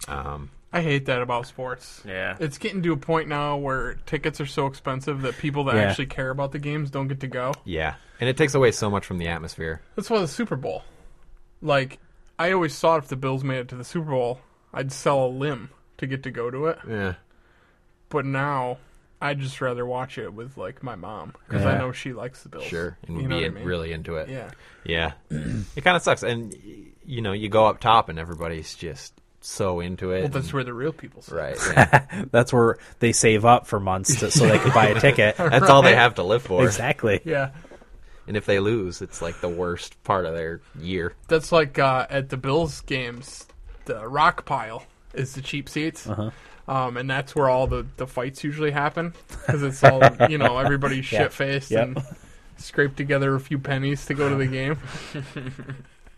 Speaker 4: Um,
Speaker 2: I hate that about sports.
Speaker 3: Yeah.
Speaker 2: It's getting to a point now where tickets are so expensive that people that
Speaker 1: Yeah.
Speaker 2: actually care about the games don't get to go.
Speaker 4: yeah, and it takes away so much from the atmosphere.
Speaker 2: That's why the Super Bowl. Like, I always thought if the Bills made it to the Super Bowl, I'd sell a limb to get to go to it.
Speaker 4: Yeah,
Speaker 2: But now, I'd just rather watch it with like my mom because I
Speaker 1: Yeah.
Speaker 2: know she likes the Bills.
Speaker 4: sure, and
Speaker 2: You
Speaker 4: would
Speaker 2: know
Speaker 4: be
Speaker 2: what I
Speaker 4: in-
Speaker 2: mean?
Speaker 4: really into it. <laughs>
Speaker 2: Yeah.
Speaker 4: Yeah. it kind of sucks, and y- you know, you go up top, and everybody's just so into it.
Speaker 2: Well, that's
Speaker 4: and-
Speaker 2: where the real people. Sit.
Speaker 4: right. yeah. <laughs>
Speaker 1: That's where they save up for months to, so they can
Speaker 4: <laughs>
Speaker 1: buy a ticket.
Speaker 4: That's all they have to live for.
Speaker 1: Exactly.
Speaker 2: Yeah.
Speaker 4: And if they lose, it's like the worst part of their year.
Speaker 2: That's like uh, at the Bills games, the rock pile is the cheap seats.
Speaker 1: Uh-huh.
Speaker 2: Um, and that's where all the, the fights usually happen
Speaker 1: <laughs>
Speaker 2: because it's all, you know, everybody's
Speaker 1: Yeah.
Speaker 2: shit faced
Speaker 1: Yep.
Speaker 2: and scrape together a few pennies to go to the game.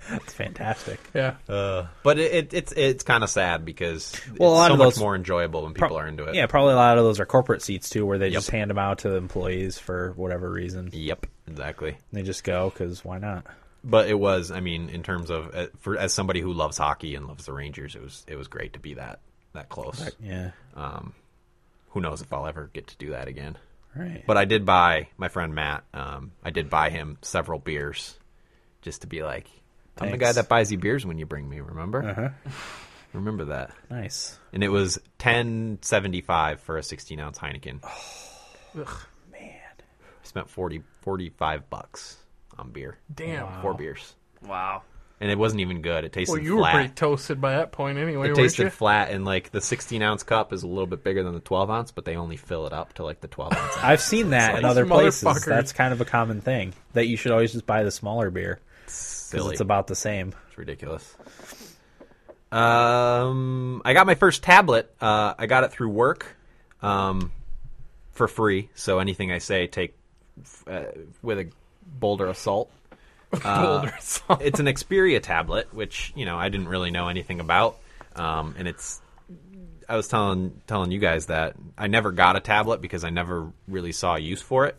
Speaker 1: It's fantastic.
Speaker 2: Yeah.
Speaker 4: <laughs> Oh, But it, it, it's it's kind of sad because
Speaker 1: Well, a
Speaker 4: it's
Speaker 1: lot
Speaker 4: so
Speaker 1: of
Speaker 4: much
Speaker 1: those-
Speaker 4: more enjoyable when people are into it.
Speaker 1: Yeah, probably a lot of those are corporate seats too, where they just
Speaker 4: Yep.
Speaker 1: hand them out to the employees for whatever reason.
Speaker 4: Yep. Exactly.
Speaker 1: They just go because why not?
Speaker 4: But it was, I mean, in terms of uh, for as somebody who loves hockey and loves the Rangers, it was it was great to be that that close.
Speaker 1: Yeah,
Speaker 4: Um, who knows if I'll ever get to do that again?
Speaker 1: right.
Speaker 4: But I did buy my friend Matt. Um, I did buy him several beers, just to be like, I'm the
Speaker 1: Thanks.
Speaker 4: guy that buys you beers when you bring me. Remember?
Speaker 1: Uh-huh.
Speaker 4: Remember that.
Speaker 1: Nice.
Speaker 4: and it was ten seventy five for a sixteen ounce
Speaker 2: <sighs>
Speaker 4: Heineken. I
Speaker 1: Man,
Speaker 4: spent 40, 45 bucks on beer,
Speaker 2: Damn.
Speaker 4: four beers,
Speaker 3: Wow.
Speaker 4: and it wasn't even good. It tasted
Speaker 2: Well, you were pretty
Speaker 4: flat.
Speaker 2: toasted by that point anyway, weren't
Speaker 4: it tasted
Speaker 2: <laughs> you?
Speaker 4: flat, and like the sixteen ounce cup is a little bit bigger than the twelve ounce, but they only fill it up to like the twelve
Speaker 2: <laughs>
Speaker 4: ounce.
Speaker 1: I've seen that in
Speaker 4: These
Speaker 1: other places.
Speaker 2: motherfuckers.
Speaker 1: That's kind of a common thing that you should always just buy the smaller beer because
Speaker 4: Silly,
Speaker 1: it's about the same.
Speaker 4: It's ridiculous. Um, I got my first tablet. Uh, I got it through work, um, for free. So anything I say, take f- uh, with a boulder of salt. Uh,
Speaker 2: Boulder salt.
Speaker 4: <laughs> it's an Xperia tablet, which you know I didn't really know anything about, um, and it's I was telling telling you guys that I never got a tablet because I never really saw a use for it.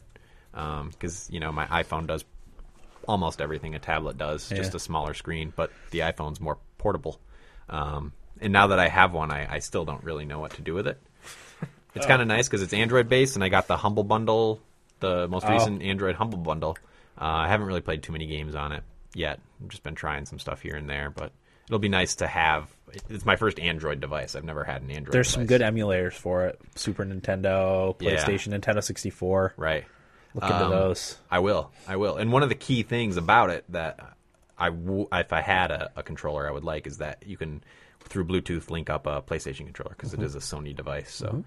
Speaker 4: Because you know my iPhone does almost everything a tablet does, just
Speaker 1: Yeah.
Speaker 4: a smaller screen. But the iPhone's more portable. Um, and now that I have one, I, I still don't really know what to do with it. It's
Speaker 1: Oh.
Speaker 4: kind of nice because it's Android based, and I got the Humble Bundle, the most
Speaker 1: Oh.
Speaker 4: recent Android Humble Bundle. Uh, I haven't really played too many games on it yet. I've just been trying some stuff here and there, but it'll be nice to have. It's my first Android device. I've never had an Android.
Speaker 1: There's some
Speaker 4: device.
Speaker 1: good emulators for it. Super Nintendo,
Speaker 4: Yeah.
Speaker 1: PlayStation, Nintendo 64.
Speaker 4: right.
Speaker 1: Look into
Speaker 4: Um,
Speaker 1: those.
Speaker 4: I will. I will. And one of the key things about it that I, w- if I had a, a controller, I would like is that you can through Bluetooth link up a PlayStation controller because is a Sony device, so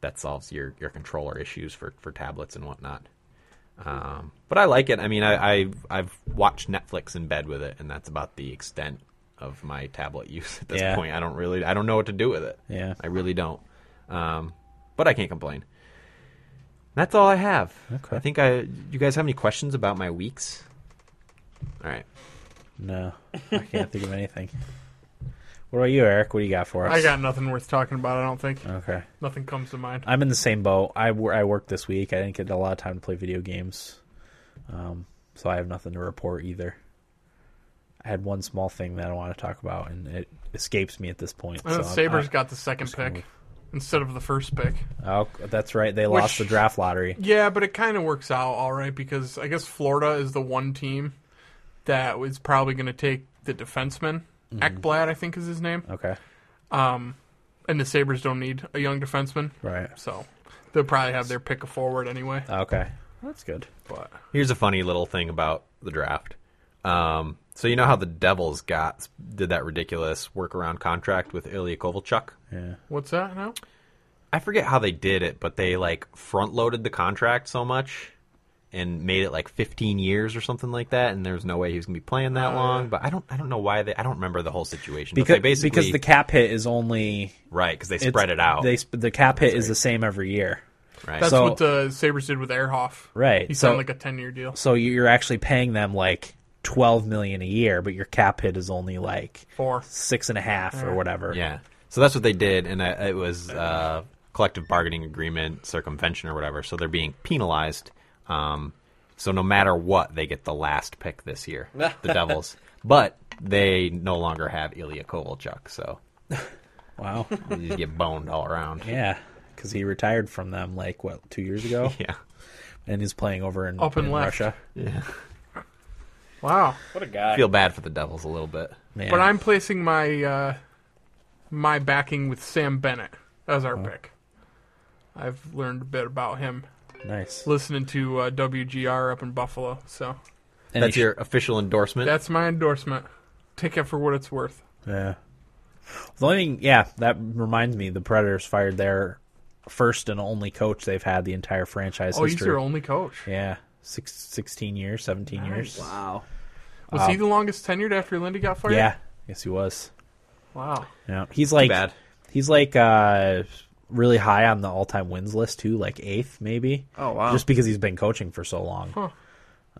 Speaker 4: that solves your your controller issues for for tablets and whatnot. Um, but I like it. I mean, I, I I've watched Netflix in bed with it, and that's about the extent of my tablet <laughs> use at this
Speaker 1: Yeah.
Speaker 4: point. I don't really, I don't know what to do with it.
Speaker 1: Yeah.
Speaker 4: I really don't. Um, but I can't complain. That's all I have.
Speaker 1: Okay.
Speaker 4: I think I. You guys have any questions about my weeks? All right.
Speaker 1: No, I can't think of anything. What about you, Eric? What do you got for us?
Speaker 2: I got nothing worth talking about. I don't think
Speaker 1: Okay.
Speaker 2: nothing comes to mind.
Speaker 1: I'm in the same boat. I, wor- I worked this week. I didn't get a lot of time to play video games. Um, so I have nothing to report either. I had one small thing that I want to talk about, and it escapes me at this point. so
Speaker 2: And then
Speaker 1: I'm-
Speaker 2: Oh, Sabres
Speaker 1: I-
Speaker 2: got the second
Speaker 1: gonna
Speaker 2: pick instead of the first pick.
Speaker 1: oh, that's right. They lost the
Speaker 2: Which-
Speaker 1: draft lottery.
Speaker 2: Yeah, but it kind of works out all right because I guess Florida is the one team that is probably going to take the defenseman.
Speaker 1: Mm-hmm.
Speaker 2: Ekblad, I think, is his name.
Speaker 1: Okay.
Speaker 2: Um, and the Sabres don't need a young defenseman,
Speaker 1: Right.
Speaker 2: so they'll probably have their pick a forward anyway.
Speaker 1: Okay. That's good.
Speaker 2: But
Speaker 4: Here's a funny little thing about the draft. Um, so you know how the Devils got did that ridiculous workaround contract with Ilya Kovalchuk?
Speaker 1: Yeah.
Speaker 2: what's that now?
Speaker 4: I forget how they did it, but they like front loaded the contract so much and made it like 15 years or something like that, and there was no way he was gonna be playing that
Speaker 1: Oh,
Speaker 4: long. But I don't, I don't know why they. I don't remember the whole situation. but
Speaker 1: Because,
Speaker 4: they basically
Speaker 1: because the cap hit is only
Speaker 4: right because they
Speaker 1: it's-
Speaker 4: spread it out.
Speaker 1: They sp- the cap hit is
Speaker 4: right.
Speaker 1: the same every year.
Speaker 4: right.
Speaker 2: That's
Speaker 1: So-
Speaker 2: what the Sabres did with Erhoff.
Speaker 1: Right,
Speaker 2: He
Speaker 1: so-
Speaker 2: signed like a ten-year deal,
Speaker 1: So you- you're actually paying them like twelve million a year, but your cap hit is only like
Speaker 2: four.
Speaker 1: six and a half or whatever.
Speaker 4: Yeah. So that's what they did, and I- it was uh, collective bargaining agreement circumvention or whatever. So they're being penalized. Um, so no matter what, they get the last pick this year, the Devils. But they no longer have Ilya Kovalchuk, so
Speaker 1: Wow. <laughs>
Speaker 4: you just get boned all around.
Speaker 1: yeah, because he retired from them like what two years
Speaker 2: <laughs>
Speaker 1: ago,
Speaker 4: <laughs> Yeah.
Speaker 1: and he's playing over in,
Speaker 2: Up and
Speaker 1: in
Speaker 2: left.
Speaker 1: Russia.
Speaker 2: Wow.
Speaker 3: What a guy.
Speaker 4: I feel bad for the Devils a little bit.
Speaker 1: Man.
Speaker 2: But I'm placing my uh, my backing with Sam Bennett as
Speaker 1: Oh.
Speaker 2: our pick. I've learned a bit about him
Speaker 1: nice.
Speaker 2: listening to uh, WGR up in Buffalo, so
Speaker 1: And
Speaker 4: that's
Speaker 1: he-
Speaker 4: your official endorsement.
Speaker 2: that's my endorsement. Take it for what it's worth.
Speaker 1: Yeah. The only thing, yeah, that reminds me. The Predators fired their first and only coach they've had the entire franchise
Speaker 2: Oh, he's
Speaker 1: history.
Speaker 2: their only coach.
Speaker 1: yeah, six, 16 years, seventeen years.
Speaker 3: Wow.
Speaker 2: Was he the longest tenured after Lindy got fired?
Speaker 1: Yeah, yes, he was.
Speaker 2: Wow.
Speaker 1: Yeah, he's like
Speaker 4: bad.
Speaker 1: he's like uh, really high on the all-time wins list too, like eighth maybe.
Speaker 3: Oh, wow.
Speaker 1: Just because he's been coaching for so long.
Speaker 2: Huh.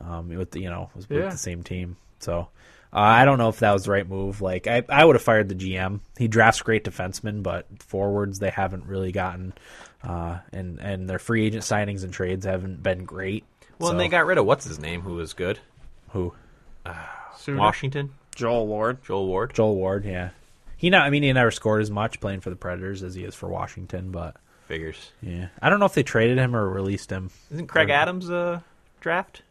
Speaker 1: Um, with the, you know was
Speaker 2: Yeah.
Speaker 1: with the same team, so uh, I don't know if that was the right move. Like I, I would have fired the GM. He drafts great defensemen, but forwards they haven't really gotten, uh, and and their free agent signings and trades haven't been great.
Speaker 4: well, and
Speaker 1: So-
Speaker 4: they got rid of what's his name, who was good.
Speaker 1: who
Speaker 2: Suter.
Speaker 4: Washington,
Speaker 3: Joel Ward.
Speaker 4: Joel Ward.
Speaker 1: Mm-hmm. Joel Ward, yeah. He not, I mean, he never scored as much playing for the Predators as he is for Washington, but
Speaker 4: Figures.
Speaker 1: yeah, I don't know if they traded him or released him.
Speaker 4: Isn't Craig Adams a draft?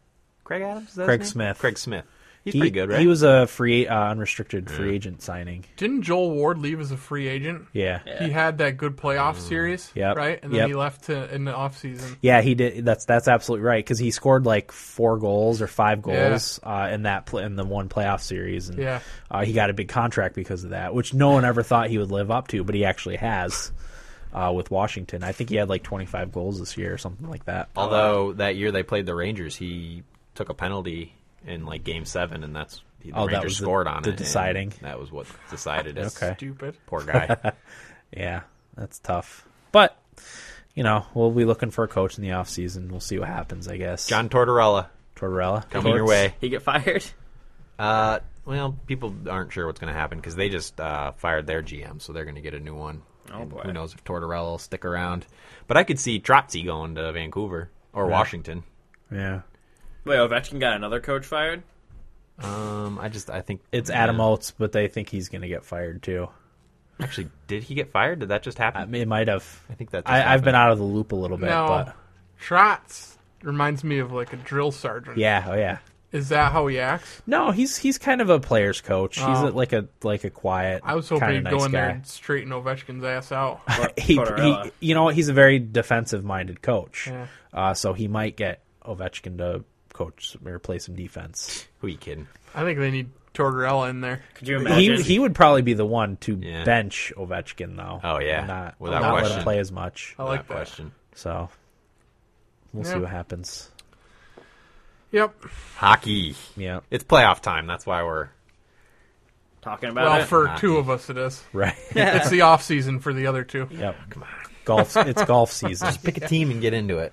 Speaker 4: Craig Adams? Is that his
Speaker 1: Craig
Speaker 4: name?
Speaker 1: Smith.
Speaker 4: Craig Smith. He's
Speaker 1: he,
Speaker 4: pretty good, right?
Speaker 1: He was a free, uh, unrestricted free agent signing.
Speaker 2: Didn't Joel Ward leave as a free agent?
Speaker 1: Yeah.
Speaker 3: Eh,
Speaker 1: yeah, Mm.
Speaker 2: He had that good playoff series,
Speaker 1: Yep.
Speaker 2: right? And then
Speaker 1: Yep.
Speaker 2: he left to, in the offseason.
Speaker 1: he did. That's that's absolutely right because he scored like four goals or five
Speaker 2: Yeah.
Speaker 1: goals uh, in that pl- in the one playoff series, and
Speaker 2: Yeah.
Speaker 1: uh, he got a big contract because of that, which no one ever thought he would live up to, but he actually has. Uh, with Washington, I think he had like 25 goals this year or something like that.
Speaker 4: Although that year they played the Rangers, he took a penalty in like Game Seven, and that's the
Speaker 1: Oh, that
Speaker 4: Rangers
Speaker 1: was the-
Speaker 4: scored on
Speaker 1: the
Speaker 4: it. and
Speaker 1: deciding.
Speaker 4: That was what
Speaker 1: <laughs>
Speaker 4: decided it.
Speaker 1: Okay.
Speaker 2: Stupid.
Speaker 4: Poor guy.
Speaker 1: <laughs> Yeah, that's tough. But you know, we'll be looking for a coach in the offseason. We'll see what happens, I guess.
Speaker 4: John Tortorella
Speaker 1: Tortorella
Speaker 4: coming your
Speaker 1: Torts?
Speaker 4: way.
Speaker 3: He get fired?
Speaker 4: Uh, well, people aren't sure what's going to happen because they just uh, fired their GM, so they're going to get a new one
Speaker 3: Oh boy.
Speaker 4: Who knows if Tortorella will stick around? But I could see Trotzi going to Vancouver or Washington.
Speaker 1: Yeah.
Speaker 3: Wait, oh, Ovechkin got another coach <laughs> fired.
Speaker 4: Um, I just I think
Speaker 1: It's
Speaker 4: Yeah.
Speaker 1: Adam Oates, but they think he's going to get fired too.
Speaker 4: Actually, did he get fired? Did that just happen?
Speaker 1: I mean, it might have.
Speaker 4: I think that. Just
Speaker 1: I, I've
Speaker 4: happened.
Speaker 1: been out of the loop a little bit,
Speaker 2: No.
Speaker 1: but
Speaker 2: Trotz reminds me of like a drill sergeant.
Speaker 1: yeah, oh yeah.
Speaker 2: Is that how he acts?
Speaker 1: No, he's he's kind of a player's coach. He's
Speaker 2: Oh.
Speaker 1: a, like a like a quiet.
Speaker 2: I was
Speaker 1: kinda
Speaker 2: hoping he'd
Speaker 1: nice
Speaker 2: go in there
Speaker 1: guy.
Speaker 2: and straighten Ovechkin's ass out.
Speaker 1: he,
Speaker 3: Tortorella.
Speaker 1: he, you know what? He's a very defensive minded coach.
Speaker 2: Yeah.
Speaker 1: Uh, so he might get Ovechkin to coach or play some defense.
Speaker 4: Who you kidding?
Speaker 2: I think they need Tortorella in there.
Speaker 3: Could you
Speaker 1: He,
Speaker 3: imagine?
Speaker 1: he would probably be the one to
Speaker 4: Yeah.
Speaker 1: bench Ovechkin though.
Speaker 4: Oh, yeah.
Speaker 1: And not,
Speaker 4: Without
Speaker 1: not let
Speaker 4: question.
Speaker 1: him play as much.
Speaker 2: I like
Speaker 4: That
Speaker 2: that.
Speaker 4: question.
Speaker 1: So we'll
Speaker 2: Yeah.
Speaker 1: see what happens.
Speaker 2: Yep.
Speaker 4: Hockey.
Speaker 1: Yeah,
Speaker 4: It's playoff time. That's why we're
Speaker 3: Talking about
Speaker 2: Well,
Speaker 3: it.
Speaker 2: for
Speaker 4: Hockey.
Speaker 2: two of us, it is.
Speaker 4: <laughs>
Speaker 1: right.
Speaker 2: It's the off season for the other two.
Speaker 1: <laughs> yep. Come on. Golf. It's golf
Speaker 4: <laughs>
Speaker 1: season.
Speaker 4: pick a team and get into it.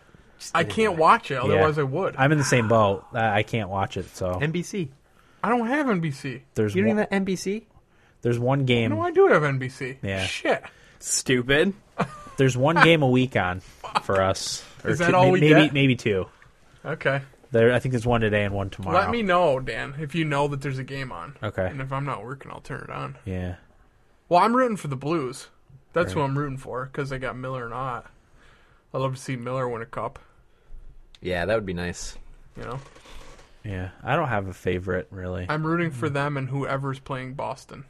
Speaker 2: I can't watch it, otherwise
Speaker 1: Yeah.
Speaker 2: I would. I
Speaker 1: I'm in the same boat. I I can't watch it. So
Speaker 4: NBC.
Speaker 2: don't have NBC.
Speaker 1: there's
Speaker 4: You don't
Speaker 1: one,
Speaker 4: even have NBC.
Speaker 1: there's one game.
Speaker 2: No, I do have NBC.
Speaker 1: Yeah.
Speaker 2: Shit.
Speaker 3: Stupid.
Speaker 1: There's one game a week on for us. Or
Speaker 2: Is that
Speaker 1: two-
Speaker 2: all
Speaker 1: may-
Speaker 2: we
Speaker 1: maybe,
Speaker 2: get?
Speaker 1: Maybe two.
Speaker 2: Okay.
Speaker 1: There, I think there's one today and one tomorrow.
Speaker 2: Let me know, Dan, if you know that there's a game on.
Speaker 1: Okay.
Speaker 2: And if I'm not working, I'll turn it on.
Speaker 1: Yeah.
Speaker 2: Well, I'm rooting for the Blues. That's who I'm rooting for because they got Miller and Ott. I'd love to see Miller win a cup.
Speaker 4: Yeah, that would be nice.
Speaker 2: You know,
Speaker 1: Yeah. I don't have a favorite really.
Speaker 2: I'm rooting for them and whoever's playing Boston.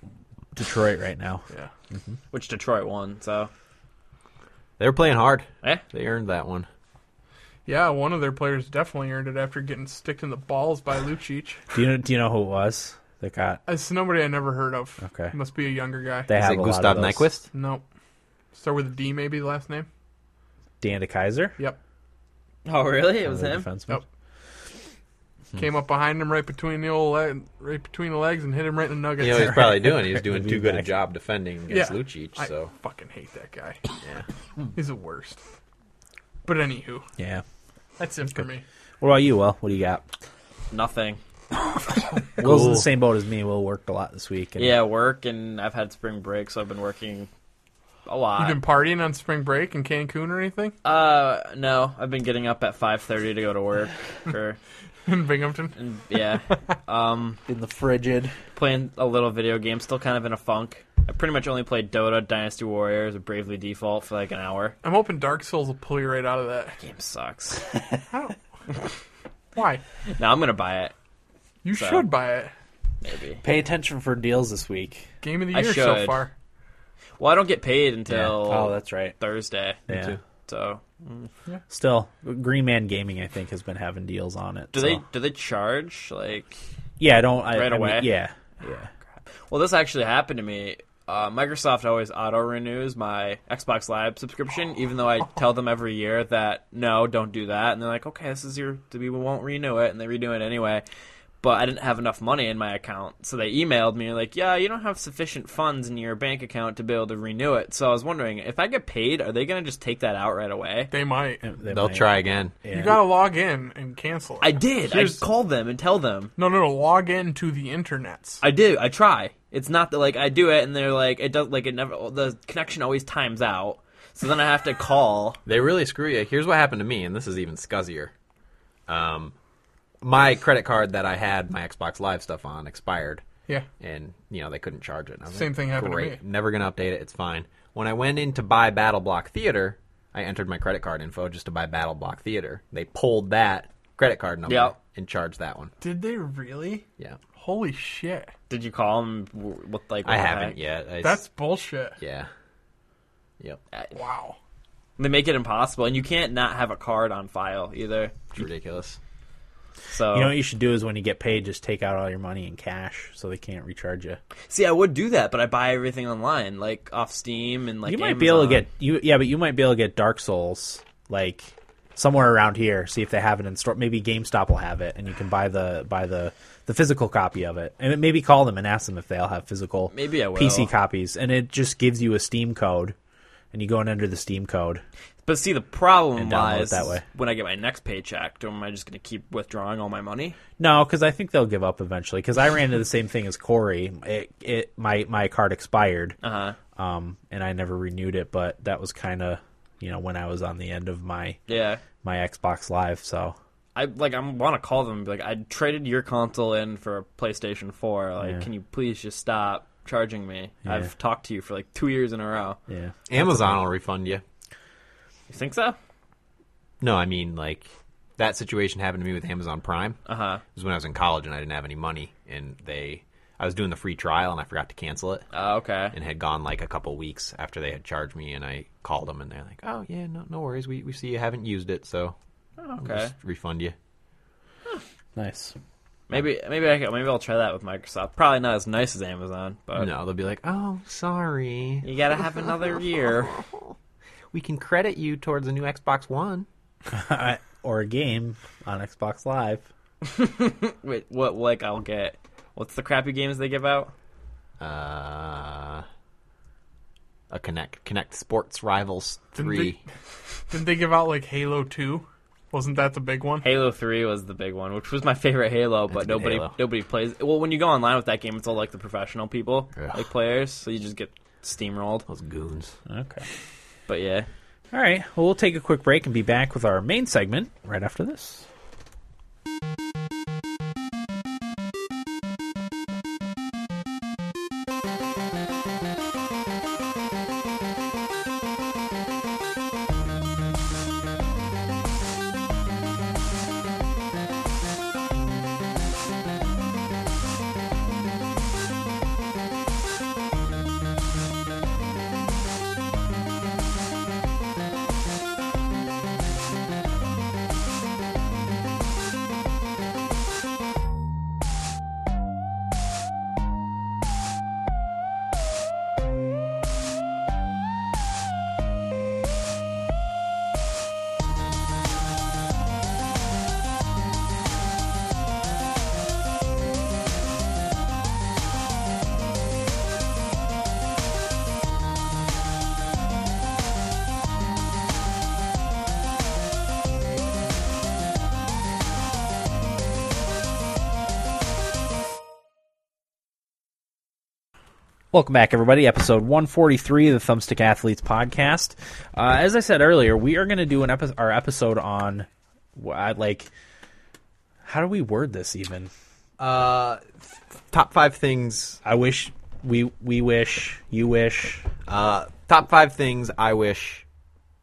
Speaker 1: Detroit right now.
Speaker 2: Yeah,
Speaker 3: Which Detroit won, so
Speaker 4: They were playing hard.
Speaker 3: eh.
Speaker 4: They earned that one.
Speaker 2: yeah. One of their players definitely earned it after getting sticked in the balls by Lucic.
Speaker 1: Do you know, do you know who it was that got?
Speaker 2: It's somebody I never heard of.
Speaker 1: Okay.
Speaker 2: must be a younger guy.
Speaker 1: They
Speaker 4: Is
Speaker 1: have
Speaker 4: it
Speaker 1: a lot
Speaker 4: Gustav
Speaker 1: of those.
Speaker 4: Nyquist?
Speaker 2: nope. Start with a D, maybe the last name.
Speaker 1: Dan De Kaiser.
Speaker 2: Yep.
Speaker 3: Oh really? It was him.
Speaker 1: Defenseman.
Speaker 2: Yep. Came up behind him right between the old leg, right between the legs, and hit him right in the nuggets.
Speaker 4: You know what he's probably doing? He's doing too good a
Speaker 1: Back.
Speaker 4: job defending against Lucic.
Speaker 2: I
Speaker 4: So
Speaker 2: fucking hate that guy. <laughs> He's the worst. But anywho,
Speaker 1: Yeah.
Speaker 2: that's it for me.
Speaker 1: What about you, Will? What do you got?
Speaker 3: Nothing.
Speaker 1: Will's in the same boat as me. Will worked a lot this week. And
Speaker 3: Yeah, work, and I've had spring break, so I've been working a lot.
Speaker 2: You been partying on spring break in Cancun or anything?
Speaker 3: Uh, no, I've been getting up at five thirty to go to work. For
Speaker 2: <laughs> in Binghamton?
Speaker 3: and yeah, um,
Speaker 1: In the frigid.
Speaker 3: playing a little video game, still kind of in a funk. I pretty much only played Dota, Dynasty Warriors, and Bravely Default for like an hour.
Speaker 2: I'm hoping Dark Souls will pull you right out of that.
Speaker 3: Game sucks.
Speaker 2: <laughs> Why?
Speaker 3: now I'm gonna buy it.
Speaker 2: You
Speaker 3: So.
Speaker 2: should buy it.
Speaker 3: Maybe.
Speaker 1: Pay attention for deals this week.
Speaker 2: Game of the
Speaker 3: I
Speaker 2: year so
Speaker 3: should.
Speaker 2: far.
Speaker 3: Well, I don't get paid until
Speaker 1: Oh, that's right.
Speaker 3: Thursday.
Speaker 1: Yeah.
Speaker 4: too.
Speaker 3: So
Speaker 1: Still, Green Man Gaming, I think, has been having deals on it.
Speaker 3: do
Speaker 1: so-
Speaker 3: they do they charge like?
Speaker 1: Yeah, I don't. I,
Speaker 3: Right
Speaker 1: I mean,
Speaker 3: away?
Speaker 1: yeah, yeah.
Speaker 3: Well, this actually happened to me. Uh, Microsoft always auto renews my Xbox Live subscription, even though I tell them every year that no, don't do that. And they're like, okay, this is your, we won't renew it, and they renew it anyway. But I didn't have enough money in my account, so they emailed me like, yeah, you don't have sufficient funds in your bank account to be able to renew it. So I was wondering if I get paid, are they gonna just take that out right away?
Speaker 2: They might.
Speaker 1: They
Speaker 4: they'll
Speaker 1: might-
Speaker 4: try again.
Speaker 1: yeah.
Speaker 2: You gotta log in and cancel it.
Speaker 3: I did.
Speaker 2: Here's-
Speaker 3: I called them and tell them.
Speaker 2: no, no, no. Log in to the internets.
Speaker 3: I do. I try. It's not that like I do it and they're like it does like it never the connection always times out. So then I have to call. <laughs>
Speaker 4: They really screw you. Here's what happened to me, and this is even scuzzier. Um, my credit card that I had my Xbox Live stuff on expired,
Speaker 2: Yeah.
Speaker 4: and you know they couldn't charge it. And I was
Speaker 2: Same
Speaker 4: like,
Speaker 2: thing happened to
Speaker 4: Great,
Speaker 2: me.
Speaker 4: never gonna update it. It's fine. When I went in to buy Battle Block Theater, I entered my credit card info just to buy Battle Block Theater. They pulled that credit card number
Speaker 3: Yep.
Speaker 4: and charged that one.
Speaker 2: Did they really?
Speaker 4: Yeah,
Speaker 2: Holy shit.
Speaker 3: Did you call them? W- What like
Speaker 4: I
Speaker 3: what the
Speaker 4: haven't
Speaker 3: heck?
Speaker 4: yet. I s-
Speaker 2: That's bullshit.
Speaker 4: yeah, yep.
Speaker 2: Wow.
Speaker 3: They make it impossible, and you can't not have a card on file either.
Speaker 4: It's ridiculous.
Speaker 3: So
Speaker 1: You know what you should do is when you get paid, just take out all your money in cash so they can't recharge you.
Speaker 3: see, I would do that, but I buy everything online, like off Steam and like
Speaker 1: you might be able to
Speaker 3: Amazon.
Speaker 1: get you yeah, but you might be able to get Dark Souls like somewhere around here. See if they have it in store. Maybe GameStop will have it, and you can buy the buy the the physical copy of it. And maybe call them and ask them if they'll have physical
Speaker 3: Maybe I will.
Speaker 1: PC copies. And it just gives you a Steam code, and you go and enter the Steam code.
Speaker 3: But see, the problem
Speaker 1: and download it
Speaker 3: lies
Speaker 1: that way.
Speaker 3: when I get my next paycheck. do- Am I just going to keep withdrawing all my money?
Speaker 1: No, because I think they'll give up eventually. Because I ran into the same thing as Corey. It, it my my card expired,
Speaker 3: Uh huh.
Speaker 1: um, and I never renewed it. But that was kind of you know when I was on the end of my
Speaker 3: Yeah.
Speaker 1: my Xbox Live. So
Speaker 3: I like I want to call them and be like I traded your console in for a PlayStation 4. Like
Speaker 1: Yeah.
Speaker 3: can you please just stop charging me?
Speaker 1: Yeah.
Speaker 3: I've talked to you for like 2 years in a row.
Speaker 1: yeah,
Speaker 4: Amazon will refund you.
Speaker 3: You think so?
Speaker 4: No, I mean like that situation happened to me with Amazon Prime.
Speaker 3: Uh-huh.
Speaker 4: It was when I was in college and I didn't have any money, and they I was doing the free trial and I forgot to cancel it,
Speaker 3: Uh, okay.
Speaker 4: and had gone like a couple weeks after they had charged me, and I called them and they're like, "Oh yeah, no, no worries, we we see you haven't used it, so we'll
Speaker 3: Okay.
Speaker 4: just refund you."
Speaker 1: nice.
Speaker 3: Maybe maybe I can, maybe I'll try that with Microsoft. Probably not as nice as Amazon,
Speaker 2: Uh,
Speaker 3: but
Speaker 4: no, they'll be like, "Oh, sorry,
Speaker 3: you got to have another year.
Speaker 4: we can credit you towards a new Xbox One."
Speaker 1: or a game on Xbox Live.
Speaker 3: Wait, what like I'll get What's the crappy games they give out?
Speaker 4: Uh, a Connect Connect Sports Rivals
Speaker 2: Didn't they-
Speaker 4: three.
Speaker 2: Didn't they give out like Halo Two? Wasn't that the big one?
Speaker 3: Halo 3 was the big one, which was my favorite Halo,
Speaker 4: That's a
Speaker 3: but
Speaker 4: good
Speaker 3: nobody
Speaker 4: Halo.
Speaker 3: nobody plays. Well, when you go online with that game, it's all like the professional people,
Speaker 4: Ugh.
Speaker 3: like players, so you just get steamrolled.
Speaker 4: Those goons.
Speaker 1: Okay.
Speaker 3: But yeah.
Speaker 1: All right. Well, we'll take a quick break and be back with our main segment right after this. Welcome back, everybody. Episode 143 of the Thumbstick Athletes podcast. Uh, as I said earlier, we are going to do an epi- our episode on wh- I- like how do we word this even?
Speaker 4: Uh, top five things
Speaker 1: I wish we we wish you wish
Speaker 4: Uh, top five things I wish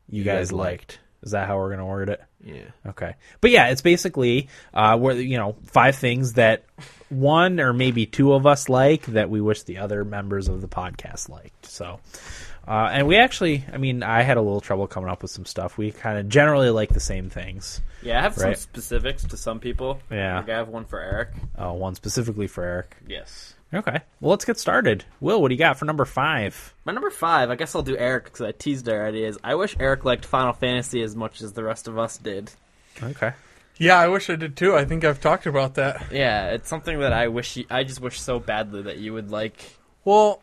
Speaker 1: you,
Speaker 4: guys liked.
Speaker 1: Is that how we're going to word it?
Speaker 4: Yeah.
Speaker 1: Okay, but yeah, it's basically uh, where you know five things that one or maybe two of us like that we wish the other members of the podcast liked. So, uh, and we actually, I mean, I had a little trouble coming up with some stuff. We kind of generally like the same things.
Speaker 3: Yeah, I have some
Speaker 1: Right.
Speaker 3: specifics to some people.
Speaker 1: Yeah.
Speaker 3: Like I have one for Eric.
Speaker 1: Uh, one specifically for Eric.
Speaker 3: Yes.
Speaker 1: Okay, well, let's get started. Will, what do you got for number five?
Speaker 3: My number five, I guess I'll do Eric because I teased it already. Is I wish Eric liked Final Fantasy as much as the rest of us did.
Speaker 1: Okay,
Speaker 2: Yeah, I wish I did too. I think I've talked about that.
Speaker 3: Yeah, it's something that I wish you, I just wish so badly that you would like.
Speaker 2: Well,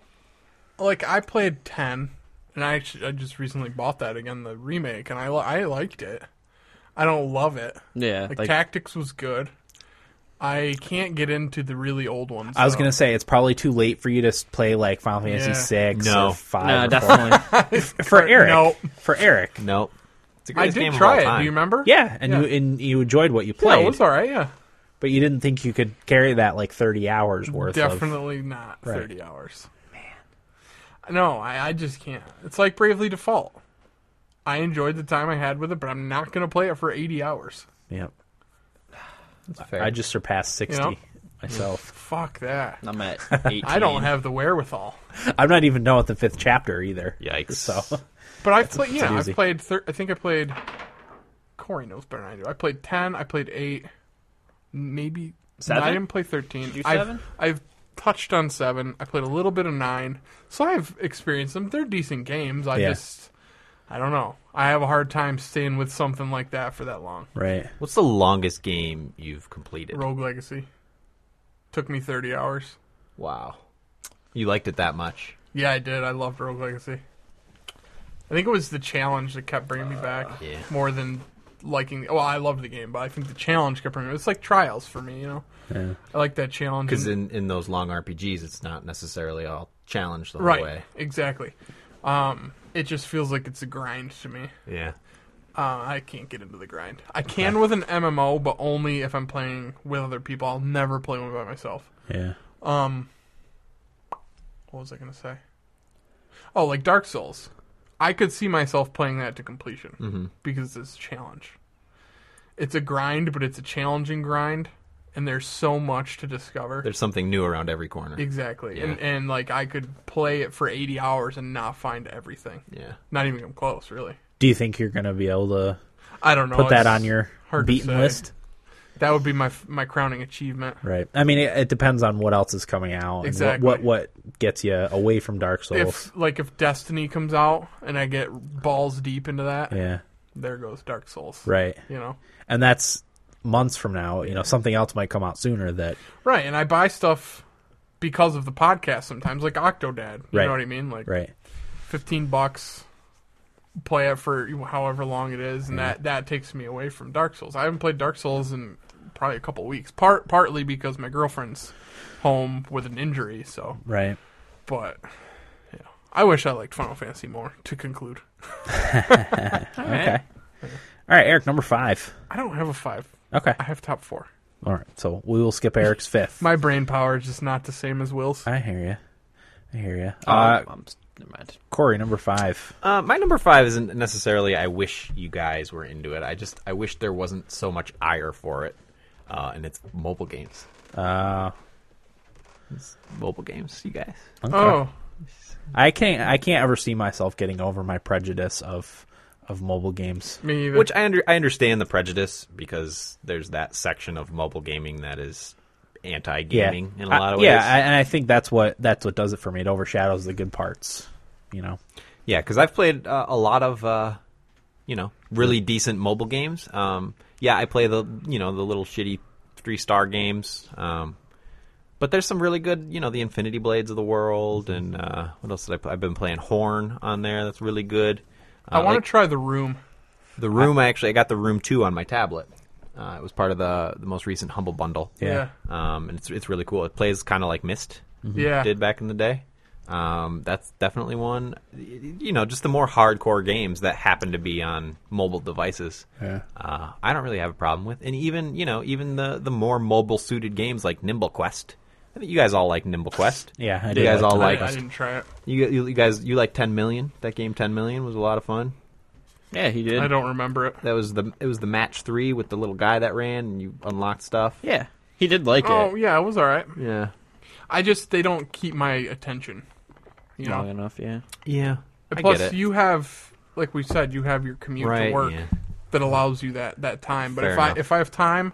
Speaker 2: like I played ten, and I actually, I just recently bought that again, the remake, and I li- I liked it. I don't love it.
Speaker 3: Yeah,
Speaker 2: Like, tactics was good. I can't get into the really old ones.
Speaker 1: I was
Speaker 2: though.
Speaker 1: gonna say it's probably too late for you to s- play like Final Fantasy
Speaker 2: Yeah.
Speaker 1: six
Speaker 4: No.
Speaker 1: or five.
Speaker 3: no,
Speaker 1: or
Speaker 3: definitely.
Speaker 1: four. <laughs>
Speaker 3: <laughs>
Speaker 1: for Eric.
Speaker 2: No.
Speaker 1: For Eric.
Speaker 4: Nope. It's
Speaker 2: I
Speaker 4: the greatest
Speaker 2: did
Speaker 4: game of
Speaker 2: try
Speaker 4: all
Speaker 2: it.
Speaker 4: time.
Speaker 2: Do you remember?
Speaker 1: Yeah, and
Speaker 2: Yeah.
Speaker 1: you and you enjoyed what you
Speaker 2: Yeah,
Speaker 1: played,
Speaker 2: it was all right. Yeah,
Speaker 1: but you didn't think you could carry that like thirty hours worth. Of,
Speaker 2: definitely not
Speaker 1: Right.
Speaker 2: thirty hours. Man, no, I, I just can't. It's like Bravely Default. I enjoyed the time I had with it, but I'm not gonna play it for eighty hours.
Speaker 1: yeah,
Speaker 4: That's fair.
Speaker 1: I just surpassed sixty
Speaker 2: You know?
Speaker 1: myself.
Speaker 2: Fuck that.
Speaker 3: I'm <laughs> at eighteen.
Speaker 2: I don't have the wherewithal.
Speaker 1: I'm not even done with the fifth chapter either.
Speaker 4: Yikes.
Speaker 1: So <laughs>
Speaker 2: But I've played, yeah,
Speaker 1: a
Speaker 2: I've
Speaker 1: doozy.
Speaker 2: played. Thir- I think I played. Corey knows better than I do. I played ten. I played eight. Maybe
Speaker 3: Seven?
Speaker 2: I didn't play thirteen.
Speaker 3: Did you
Speaker 2: I've,
Speaker 3: seven?
Speaker 2: I've touched on seven. I played a little bit of nine, so I've experienced them. They're decent games. I
Speaker 1: Yeah.
Speaker 2: just, I don't know. I have a hard time staying with something like that for that long.
Speaker 1: right,
Speaker 4: What's the longest game you've completed?
Speaker 2: Rogue Legacy took me thirty hours.
Speaker 4: Wow. You liked it that much.
Speaker 2: Yeah, I did. I loved Rogue Legacy. I think it was the challenge that kept bringing me back
Speaker 4: Uh, yeah.
Speaker 2: more than liking. Well, I loved the game, but I think the challenge kept bringing. It's like trials for me, you know.
Speaker 1: Yeah.
Speaker 2: I like that challenge.
Speaker 4: Because
Speaker 1: Mm.
Speaker 2: and-
Speaker 4: in, in those long RPGs, it's not necessarily all challenge the whole
Speaker 2: right,
Speaker 4: way.
Speaker 2: exactly. Um, it just feels like it's a grind to me.
Speaker 4: Yeah.
Speaker 2: Uh, I can't get into the grind. I can with an MMO, but only if I'm playing with other people. I'll never play one by myself.
Speaker 1: Yeah.
Speaker 2: Um, what was I gonna say? Oh, like Dark Souls. I could see myself playing that to completion
Speaker 1: Mm-hmm.
Speaker 2: because it's a challenge. It's a grind, but it's a challenging grind, and there's so much to discover.
Speaker 4: There's something new around every corner.
Speaker 2: exactly, and
Speaker 4: Yeah.
Speaker 2: and like I could play it for 80 hours and not find everything.
Speaker 4: Yeah.
Speaker 2: Not even come close, really.
Speaker 1: Do you think you're gonna be able to
Speaker 2: I don't know.
Speaker 1: put that
Speaker 2: Oh, it's-
Speaker 1: on your
Speaker 2: hard to
Speaker 1: beaten
Speaker 2: say.
Speaker 1: list?
Speaker 2: That would be my my crowning achievement.
Speaker 1: Right. I mean, it, it depends on what else is coming out. and
Speaker 2: Exactly.
Speaker 1: what, what what gets you away from Dark Souls?
Speaker 2: If like if Destiny comes out and I get balls deep into that,
Speaker 1: yeah.
Speaker 2: there goes Dark Souls.
Speaker 1: Right.
Speaker 2: You know.
Speaker 1: And that's months from now. You know, something else might come out sooner. That
Speaker 2: Right, and I buy stuff because of the podcast sometimes, like Octodad. You
Speaker 1: Right.
Speaker 2: know what I mean? Like
Speaker 1: right.
Speaker 2: fifteen bucks, play it for however long it is,
Speaker 1: Mm-hmm.
Speaker 2: and that that takes me away from Dark Souls. I haven't played Dark Souls in probably a couple weeks. Part partly because my girlfriend's home with an injury, so
Speaker 1: Right.
Speaker 2: but yeah. I wish I liked Final Fantasy more,
Speaker 1: <laughs>
Speaker 2: to conclude.
Speaker 1: Okay. All right, Eric, number five.
Speaker 2: I don't have a five.
Speaker 1: Okay.
Speaker 2: I have top four.
Speaker 1: All right. So we will skip
Speaker 2: <laughs>
Speaker 1: Eric's fifth.
Speaker 2: My brain power is just not the same as Will's.
Speaker 1: I hear you. I hear you.
Speaker 3: Oh,
Speaker 1: Uh,
Speaker 3: I'm s- never mind.
Speaker 1: Corey, number five.
Speaker 4: Uh, my number five isn't necessarily I wish you guys were into it. I just I wish there wasn't so much ire for it. Uh, and it's mobile games.
Speaker 1: Uh,
Speaker 4: Mobile games, you guys.
Speaker 2: Oh,
Speaker 1: I can't. I can't ever see myself getting over my prejudice of of mobile games.
Speaker 2: me either.
Speaker 4: Which I under I understand the prejudice because there's that section of mobile gaming that is anti gaming in a lot of
Speaker 1: I,
Speaker 4: ways.
Speaker 1: yeah, I, and I think that's what that's what does it for me. It overshadows the good parts. You know.
Speaker 4: Yeah, because I've played uh, a lot of, uh, you know, really decent mobile games. Um, yeah, I play the, you know, the little shitty three star games. Um, but there's some really good, you know, the Infinity Blades of the world, and uh, what else did I play? I've been playing Horn on there. That's really good. Uh,
Speaker 2: I want to
Speaker 4: like
Speaker 2: try the room.
Speaker 4: the room. I actually I got the room two on my tablet. Uh, it was part of the the most recent Humble Bundle.
Speaker 1: Yeah.
Speaker 4: Um, and it's it's really cool. It plays kind of like Mist
Speaker 2: Yeah.
Speaker 4: did back in the day. Um, that's definitely one. You know, just the more hardcore games that happen to be on mobile devices.
Speaker 1: Yeah.
Speaker 4: Uh, I don't really have a problem with, and even you know, even the the more mobile suited games like Nimble Quest. I think you guys all like Nimble Quest.
Speaker 1: Yeah, I
Speaker 4: you
Speaker 1: did
Speaker 4: guys
Speaker 1: like
Speaker 4: all
Speaker 2: I,
Speaker 4: like.
Speaker 2: I didn't try it.
Speaker 4: You, you you guys you like Ten Million? That game Ten Million was a lot of fun.
Speaker 3: Yeah, he did.
Speaker 2: I don't remember it.
Speaker 4: That was the it was the match three with the little guy that ran and you unlocked stuff.
Speaker 3: Yeah, he did like
Speaker 2: Oh
Speaker 3: it
Speaker 2: yeah, it was all right.
Speaker 4: Yeah,
Speaker 2: I just they don't keep my attention. You know.
Speaker 3: long enough. Yeah,
Speaker 4: yeah. I
Speaker 2: Plus,
Speaker 4: get it.
Speaker 2: you have like we said, you have your commute
Speaker 4: right?
Speaker 2: to work
Speaker 4: Yeah.
Speaker 2: that allows you that that time. But
Speaker 4: Fair
Speaker 2: if
Speaker 4: enough.
Speaker 2: I if I have time,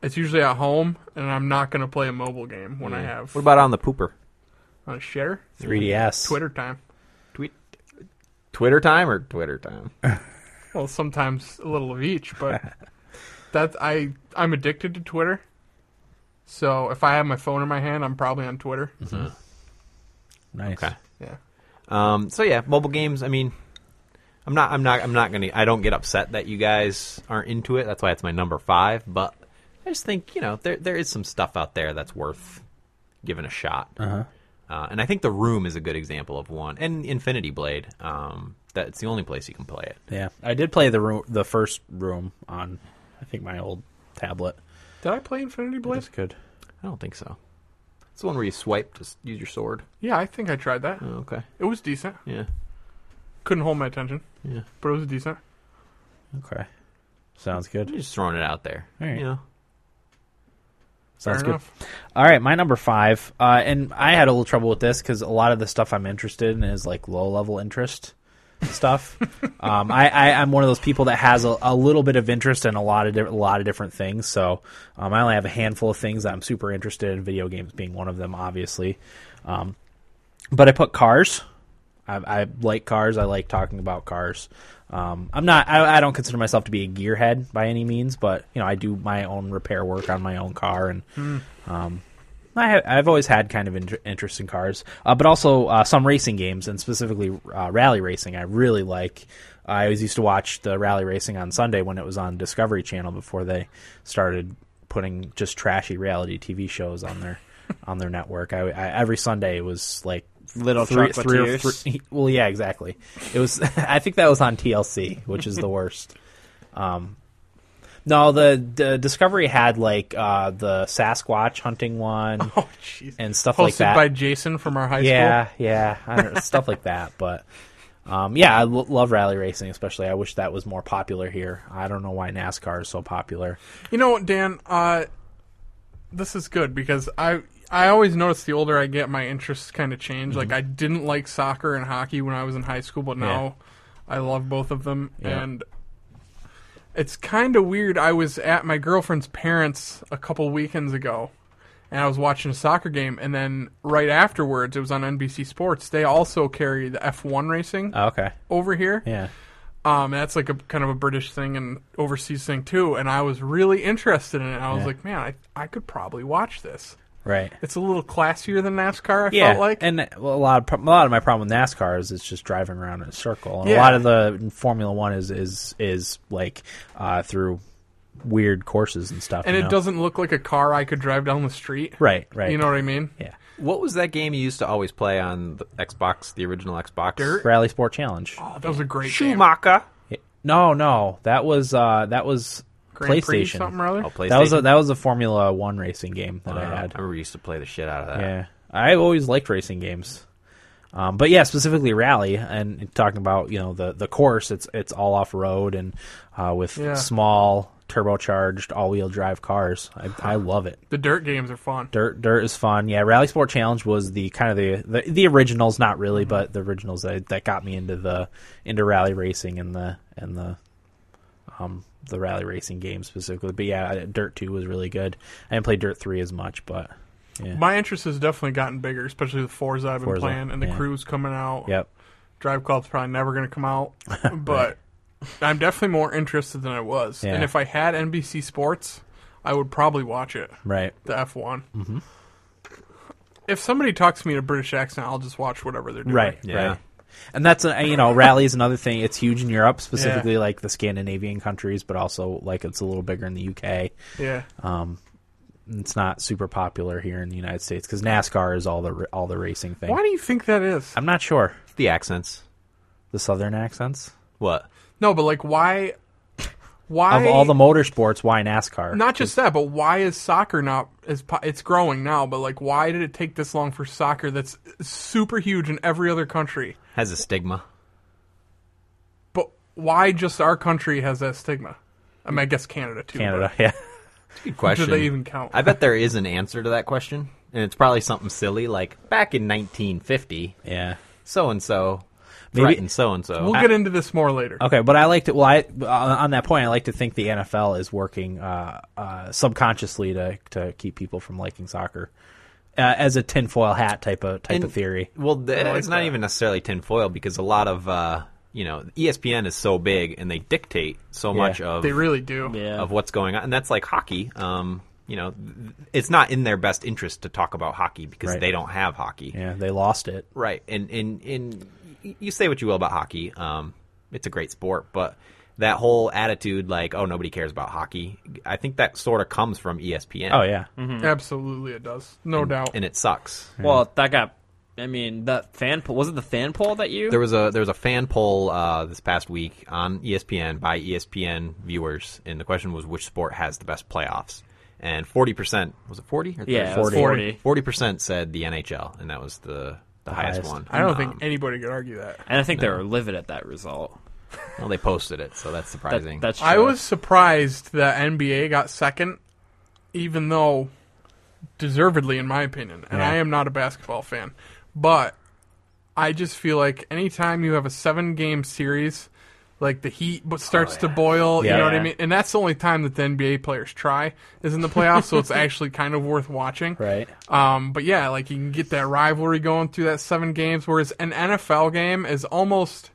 Speaker 2: it's usually at home, and I'm not going to play a mobile game when I
Speaker 4: Yeah.
Speaker 2: have
Speaker 4: What about on the pooper?
Speaker 2: on a share
Speaker 1: 3ds.
Speaker 2: Twitter time.
Speaker 4: Tweet. Twitter time or Twitter time?
Speaker 2: Well, sometimes a little of each,
Speaker 4: <laughs>
Speaker 2: but that's I I'm addicted to Twitter. So if I have my phone in my hand, I'm probably on Twitter.
Speaker 1: Nice.
Speaker 4: Okay.
Speaker 2: Yeah.
Speaker 4: Um, so yeah, mobile games. I mean, I'm not. I'm not. I'm not gonna. I don't get upset that you guys aren't into it. That's why it's my number five. But I just think you know there there is some stuff out there that's worth giving a shot. Uh-huh. and I think the room is a good example of one. And Infinity Blade. Um, that's the only place you can play it.
Speaker 1: Yeah, I did play the room, the first room on, I think my old tablet.
Speaker 2: Did I play Infinity Blade?
Speaker 1: That's good.
Speaker 4: I don't think so. It's the one where you swipe to s- use your sword.
Speaker 2: Yeah, I think I tried that.
Speaker 4: Oh, okay.
Speaker 2: It was decent.
Speaker 4: Yeah.
Speaker 2: Couldn't hold my attention,
Speaker 4: Yeah.
Speaker 2: but it was decent.
Speaker 1: Okay. Sounds
Speaker 4: I'm
Speaker 1: good.
Speaker 4: just throwing it out there.
Speaker 1: All right.
Speaker 4: You know.
Speaker 1: Sounds
Speaker 2: Fair
Speaker 1: good.
Speaker 2: enough. <laughs>
Speaker 1: All right, my number five, uh, and I had a little trouble with this because a lot of the stuff I'm interested in is like low level interest stuff. um, I, I I'm one of those people that has a, a little bit of interest in a lot of di- a lot of different things. So um, I only have a handful of things that I'm super interested in. Video games being one of them, obviously. Um, but I put cars. I, I like cars. I like talking about cars. Um, I'm not. I, I don't consider myself to be a gearhead by any means, but you know, I do my own repair work on my own car, and um, I have, I've always had kind of inter- interest in cars, uh, but also uh, some racing games and specifically uh, rally racing. I really like. I always used to watch the rally racing on Sunday when it was on Discovery Channel before they started putting just trashy reality TV shows on their on their network. I, I every Sunday was like
Speaker 3: Little
Speaker 1: or
Speaker 3: Chocolatiers.
Speaker 1: three- Well, yeah, exactly. It was. <laughs> I think that was on TLC, which is the worst. No, the, the Discovery had like uh, the Sasquatch hunting one
Speaker 2: Oh, jeez.
Speaker 1: and stuff
Speaker 2: Hosted
Speaker 1: like that.
Speaker 2: by Jason from our high
Speaker 1: yeah,
Speaker 2: school.
Speaker 1: yeah, I don't know, stuff like that. <laughs> But um, yeah, I lo- love rally racing, especially. I wish that was more popular here. I don't know why NASCAR is so popular.
Speaker 2: You know what, Dan? Uh, this is good because I I always notice the older I get, my interests kind of change. Like
Speaker 1: Mm-hmm.
Speaker 2: I didn't like soccer and hockey when I was in high school, but now I love both of them.
Speaker 1: Yeah.
Speaker 2: And it's kind of weird. I was at my girlfriend's parents a couple weekends ago, and I was watching a soccer game, and then right afterwards, it was on NBC Sports. They also carry the F1 racing
Speaker 1: Oh, okay,
Speaker 2: over here.
Speaker 1: yeah,
Speaker 2: Um, that's like a kind of a British thing and overseas thing too. And I was really interested in it. I was
Speaker 1: Yeah.
Speaker 2: like, man, I, I could probably watch this.
Speaker 1: right.
Speaker 2: It's a little classier than NASCAR. I
Speaker 1: Yeah,
Speaker 2: felt like.
Speaker 1: and uh, well, a lot of pro- a lot of my problem with NASCAR is it's just driving around in a circle, and a
Speaker 2: Yeah.
Speaker 1: lot of the Formula One is is is like uh, through weird courses and stuff.
Speaker 2: and
Speaker 1: you
Speaker 2: it
Speaker 1: know?
Speaker 2: doesn't look like a car I could drive down the street.
Speaker 1: Right, right.
Speaker 2: You know what I mean?
Speaker 1: yeah.
Speaker 4: What was that game you used to always play on the Xbox, the original Xbox?
Speaker 2: Dirt?
Speaker 1: Rally Sport Challenge.
Speaker 2: Oh, that was a great game.
Speaker 4: Schumacher.
Speaker 1: No, no, that was uh, that was
Speaker 2: Grand Prix,
Speaker 1: PlayStation.
Speaker 2: something or other.
Speaker 4: Oh, PlayStation.
Speaker 1: that was a, that was a Formula One racing game that
Speaker 4: Wow.
Speaker 1: I
Speaker 4: I
Speaker 1: had.
Speaker 4: remember we used to play the shit out of that.
Speaker 1: Yeah, I always liked racing games, um, but yeah, specifically rally and talking about you know the the course. It's it's all off road and uh, with
Speaker 2: Yeah.
Speaker 1: small turbocharged all wheel drive cars. I, I love it.
Speaker 2: The dirt games are fun.
Speaker 1: Dirt dirt is fun. Yeah, Rally Sport Challenge was the kind of the the, the originals, not really, but the originals that that got me into the into rally racing and the and the um the rally racing game specifically. But yeah, I- Dirt Two was really good. I didn't play Dirt Three as much, but yeah.
Speaker 2: My interest has definitely gotten bigger, especially the Forza I've been
Speaker 1: Forza,
Speaker 2: playing and the
Speaker 1: yeah.
Speaker 2: Cruise coming out.
Speaker 1: yep.
Speaker 2: Drive Club's probably never going to
Speaker 1: <laughs>
Speaker 2: come out, but I'm definitely more interested than I was.
Speaker 1: Yeah.
Speaker 2: And if I had NBC Sports, I would probably watch it.
Speaker 1: Right.
Speaker 2: the F1.
Speaker 1: Mm-hmm.
Speaker 2: If somebody talks to me in a British accent, I'll just watch whatever they're doing.
Speaker 1: Right.
Speaker 4: Yeah.
Speaker 1: Right. And that's a, you know rally is another thing. It's huge in Europe, specifically like the Scandinavian countries, but also like it's a little bigger in the UK.
Speaker 2: Yeah.
Speaker 1: Um, It's not super popular here in the United States because NASCAR is all the ra- all the racing thing.
Speaker 2: Why do you think that is?
Speaker 1: I'm not sure.
Speaker 4: The accents.
Speaker 1: the southern accents
Speaker 4: What?
Speaker 2: No, but like why? Why
Speaker 1: of all the motorsports why nascar
Speaker 2: Not just that, but why is soccer not as po- it's growing now? But like, why did it take this long for soccer? That's super huge in every other country.
Speaker 4: Has a stigma.
Speaker 2: But why just our country has that stigma? I mean, I guess Canada too. but
Speaker 1: canada <laughs> yeah
Speaker 4: Good question.
Speaker 2: Do they even count?
Speaker 4: I bet there is an answer to that question, and it's probably something silly like back in 1950,
Speaker 1: yeah
Speaker 4: so and so
Speaker 1: Maybe-
Speaker 4: threatened so and
Speaker 2: we'll
Speaker 4: so.
Speaker 2: get into this more later.
Speaker 1: okay but i like to well i on- on that point i like to think the nfl is working uh, uh, subconsciously to, to keep people from liking soccer uh, as a tinfoil hat type of type of theory
Speaker 4: Well, th-
Speaker 2: like
Speaker 4: it's not
Speaker 2: that.
Speaker 4: even necessarily tinfoil because a lot of uh, you know ESPN is so big and they dictate so much of
Speaker 2: They really do.
Speaker 3: Yeah.
Speaker 4: of what's going on, and that's like hockey. Um, you know, th- it's not in their best interest to talk about hockey because
Speaker 1: Right.
Speaker 4: they don't have hockey.
Speaker 1: yeah they lost it
Speaker 4: Right, and and and y- you say what you will about hockey. Um, it's a great sport, but that whole attitude, like, oh, nobody cares about hockey. I think that sort of comes from E ESPN.
Speaker 1: oh yeah
Speaker 2: Absolutely, it does. No doubt.
Speaker 4: and it sucks.
Speaker 3: Well, that got. I mean, that fan poll was it the fan poll that you?
Speaker 4: There was a there was a fan poll uh, this past week on E ESPN by ESPN viewers, and the question was which sport has the best playoffs. And forty percent was it forty?
Speaker 3: yeah,
Speaker 1: 40.
Speaker 3: 40. forty.
Speaker 4: forty percent said the NHL, and that was the the highest,
Speaker 1: highest.
Speaker 4: one.
Speaker 2: I don't
Speaker 4: Um,
Speaker 2: think anybody could argue that.
Speaker 3: And I think they were livid at that result.
Speaker 4: well, they posted it, so that's
Speaker 3: That,
Speaker 4: surprising.
Speaker 3: that's true.
Speaker 2: I was surprised that NBA got second, even though deservedly, in my opinion, and
Speaker 1: Yeah.
Speaker 2: I am not a basketball fan, but I just feel like anytime you have a seven game series, like the heat but starts to boil,
Speaker 1: Oh, Yeah.
Speaker 2: you know what I
Speaker 3: Yeah.
Speaker 2: mean? And that's the only time that the NBA players try is in the playoffs,
Speaker 1: <laughs>
Speaker 2: so it's actually kind of worth watching.
Speaker 1: right
Speaker 2: Um, but yeah, like you can get that rivalry going through that seven games, whereas an NFL game is almost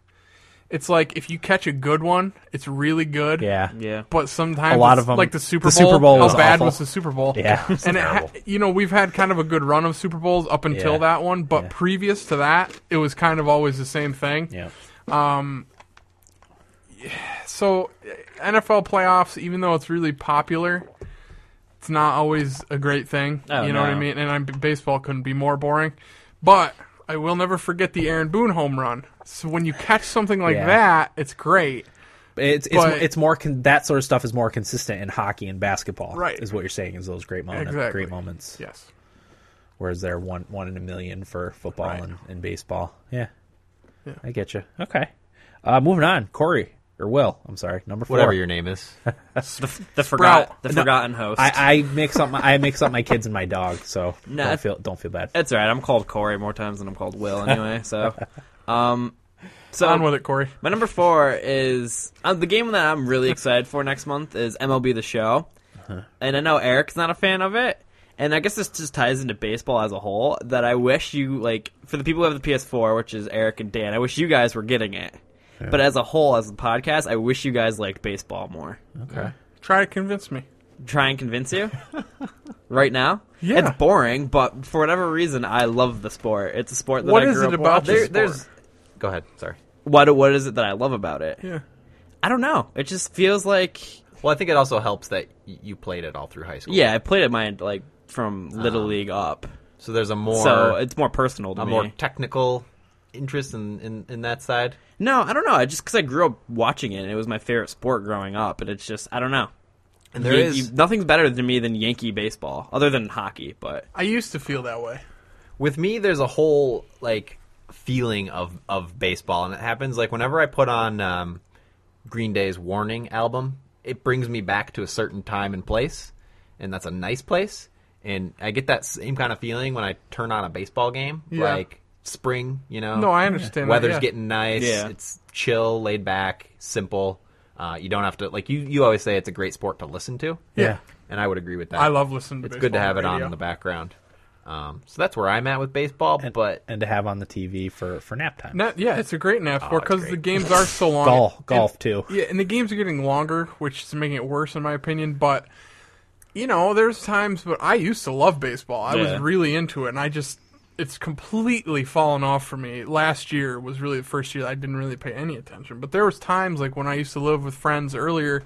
Speaker 2: It's like if you catch a good one, it's really good.
Speaker 1: Yeah.
Speaker 3: Yeah.
Speaker 2: But sometimes
Speaker 1: A lot
Speaker 2: it's
Speaker 1: of 'em-
Speaker 2: like the Super Bowl.
Speaker 1: the Super Bowl
Speaker 2: how
Speaker 1: was
Speaker 2: bad
Speaker 1: awful.
Speaker 2: was the Super Bowl?
Speaker 1: Yeah. It was
Speaker 2: and it ha-
Speaker 4: terrible.
Speaker 2: you know we've had kind of a good run of Super Bowls up until
Speaker 1: Yeah.
Speaker 2: that one, but
Speaker 1: Yeah.
Speaker 2: previous to that, it was kind of always the same thing.
Speaker 1: Yeah.
Speaker 2: So uh, NFL playoffs, even though it's really popular, it's not always a great thing.
Speaker 3: Oh,
Speaker 2: you know what I
Speaker 3: no.
Speaker 2: mean? And I'm, baseball couldn't be more boring. But I will never forget the Aaron Boone home run. So when you catch something like
Speaker 1: Yeah.
Speaker 2: that, it's great.
Speaker 1: It's it's,
Speaker 2: But-
Speaker 1: it's more con- that sort of stuff is more consistent in hockey and basketball.
Speaker 2: Right.
Speaker 1: Is what you're saying is those great moments,
Speaker 2: Exactly.
Speaker 1: great moments.
Speaker 2: Yes.
Speaker 1: Whereas they're one one in a million for football
Speaker 2: Right.
Speaker 1: and, and baseball. Yeah. I get you. Okay. Uh, moving on, Corey or Will. I'm sorry, number four.
Speaker 4: Whatever your name is.
Speaker 3: The, f- the, forgot, the
Speaker 1: No,
Speaker 3: forgotten host.
Speaker 1: I, I mix up my I mix up my kids and my dog, so
Speaker 3: Nah.
Speaker 1: don't feel don't feel bad.
Speaker 3: <laughs> it's all right. I'm called Corey more times than I'm called Will anyway. <laughs> So, um, so
Speaker 2: On with it, Corey.
Speaker 3: My number four is uh, the game that I'm really excited for next month is MLB The Show, and I know Eric's not a fan of it, and I guess this just ties into baseball as a whole. That I wish you like for the people who have the PS4, which is Eric and Dan. I wish you guys were getting it, but as a whole, as a podcast, I wish you guys liked baseball more.
Speaker 2: Try to convince me.
Speaker 3: Try and convince you right now.
Speaker 2: Yeah.
Speaker 3: It's boring, but for whatever reason, I love the sport. It's a sport that
Speaker 2: What
Speaker 3: I
Speaker 2: is
Speaker 3: grew
Speaker 2: it
Speaker 3: up
Speaker 2: about
Speaker 3: There-
Speaker 2: the sport?
Speaker 3: There's
Speaker 4: Go ahead. Sorry.
Speaker 3: what? What is it that I love about it?
Speaker 2: Yeah.
Speaker 3: I don't know. It just feels like
Speaker 4: Well, I think it also helps that y- you played it all through high school.
Speaker 3: Yeah, I played it mine like from
Speaker 2: Ah.
Speaker 3: Little League up,
Speaker 4: So there's a more
Speaker 3: so it's more personal to
Speaker 4: a
Speaker 3: me.
Speaker 4: more technical interest in, in, in that side.
Speaker 3: No, I don't know. I just because I grew up watching it, and it was my favorite sport growing up, and it's just I don't know.
Speaker 4: And there
Speaker 3: Yan-
Speaker 4: is
Speaker 3: you- nothing's better to me than Yankee baseball, other than hockey. But
Speaker 2: I used to feel that way.
Speaker 4: with me there's a whole like feeling of of baseball and it happens like whenever i put on um, green day's warning album it brings me back to a certain time and place and that's a nice place and i get that same kind of feeling when i turn on a baseball game
Speaker 2: Yeah.
Speaker 4: like spring you know
Speaker 2: No, I understand that,
Speaker 4: weather's
Speaker 2: yeah.
Speaker 4: getting nice
Speaker 3: Yeah.
Speaker 4: it's chill laid back simple uh, you don't have to like you you always say it's a great sport to listen to
Speaker 2: Yeah.
Speaker 4: and i would agree with that
Speaker 2: I love listening to
Speaker 4: it's good to
Speaker 2: baseball
Speaker 4: have it on
Speaker 2: radio.
Speaker 4: in the background. Um, so that's where I'm at with baseball. but
Speaker 1: and to have on the TV for for nap time.
Speaker 2: Not, yeah, it's a great nap for
Speaker 4: Oh, it's
Speaker 2: because the
Speaker 4: great.
Speaker 2: games are
Speaker 4: <laughs>
Speaker 2: so long.
Speaker 1: golf,
Speaker 2: And-
Speaker 1: golf too.
Speaker 2: Yeah, and the games are getting longer, which is making it worse in my opinion. But you know, there's times. But I used to love baseball. I
Speaker 3: Yeah.
Speaker 2: was really into it, and I just it's completely fallen off for me. Last year was really the first year that I didn't really pay any attention. But there was times like when I used to live with friends earlier.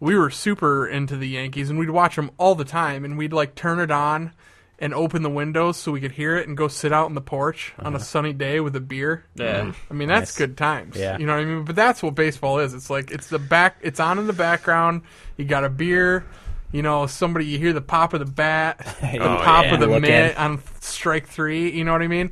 Speaker 2: We were super into the Yankees, and we'd watch them all the time. And we'd like turn it on and open the windows so we could hear it, and go sit out on the porch on
Speaker 1: Uh-huh.
Speaker 2: a sunny day with a beer.
Speaker 3: yeah,
Speaker 2: I mean, that's good times.
Speaker 1: Mm. Yeah.
Speaker 2: You know what I mean? But that's what baseball is. It's like it's the back it's on in the background. You got a beer, you know, somebody you hear the pop of the
Speaker 1: <laughs>
Speaker 2: bat, the
Speaker 1: Oh,
Speaker 2: pop
Speaker 1: yeah.
Speaker 2: of the
Speaker 1: Look
Speaker 2: mitt
Speaker 1: in.
Speaker 2: on strike 3, you know what I mean?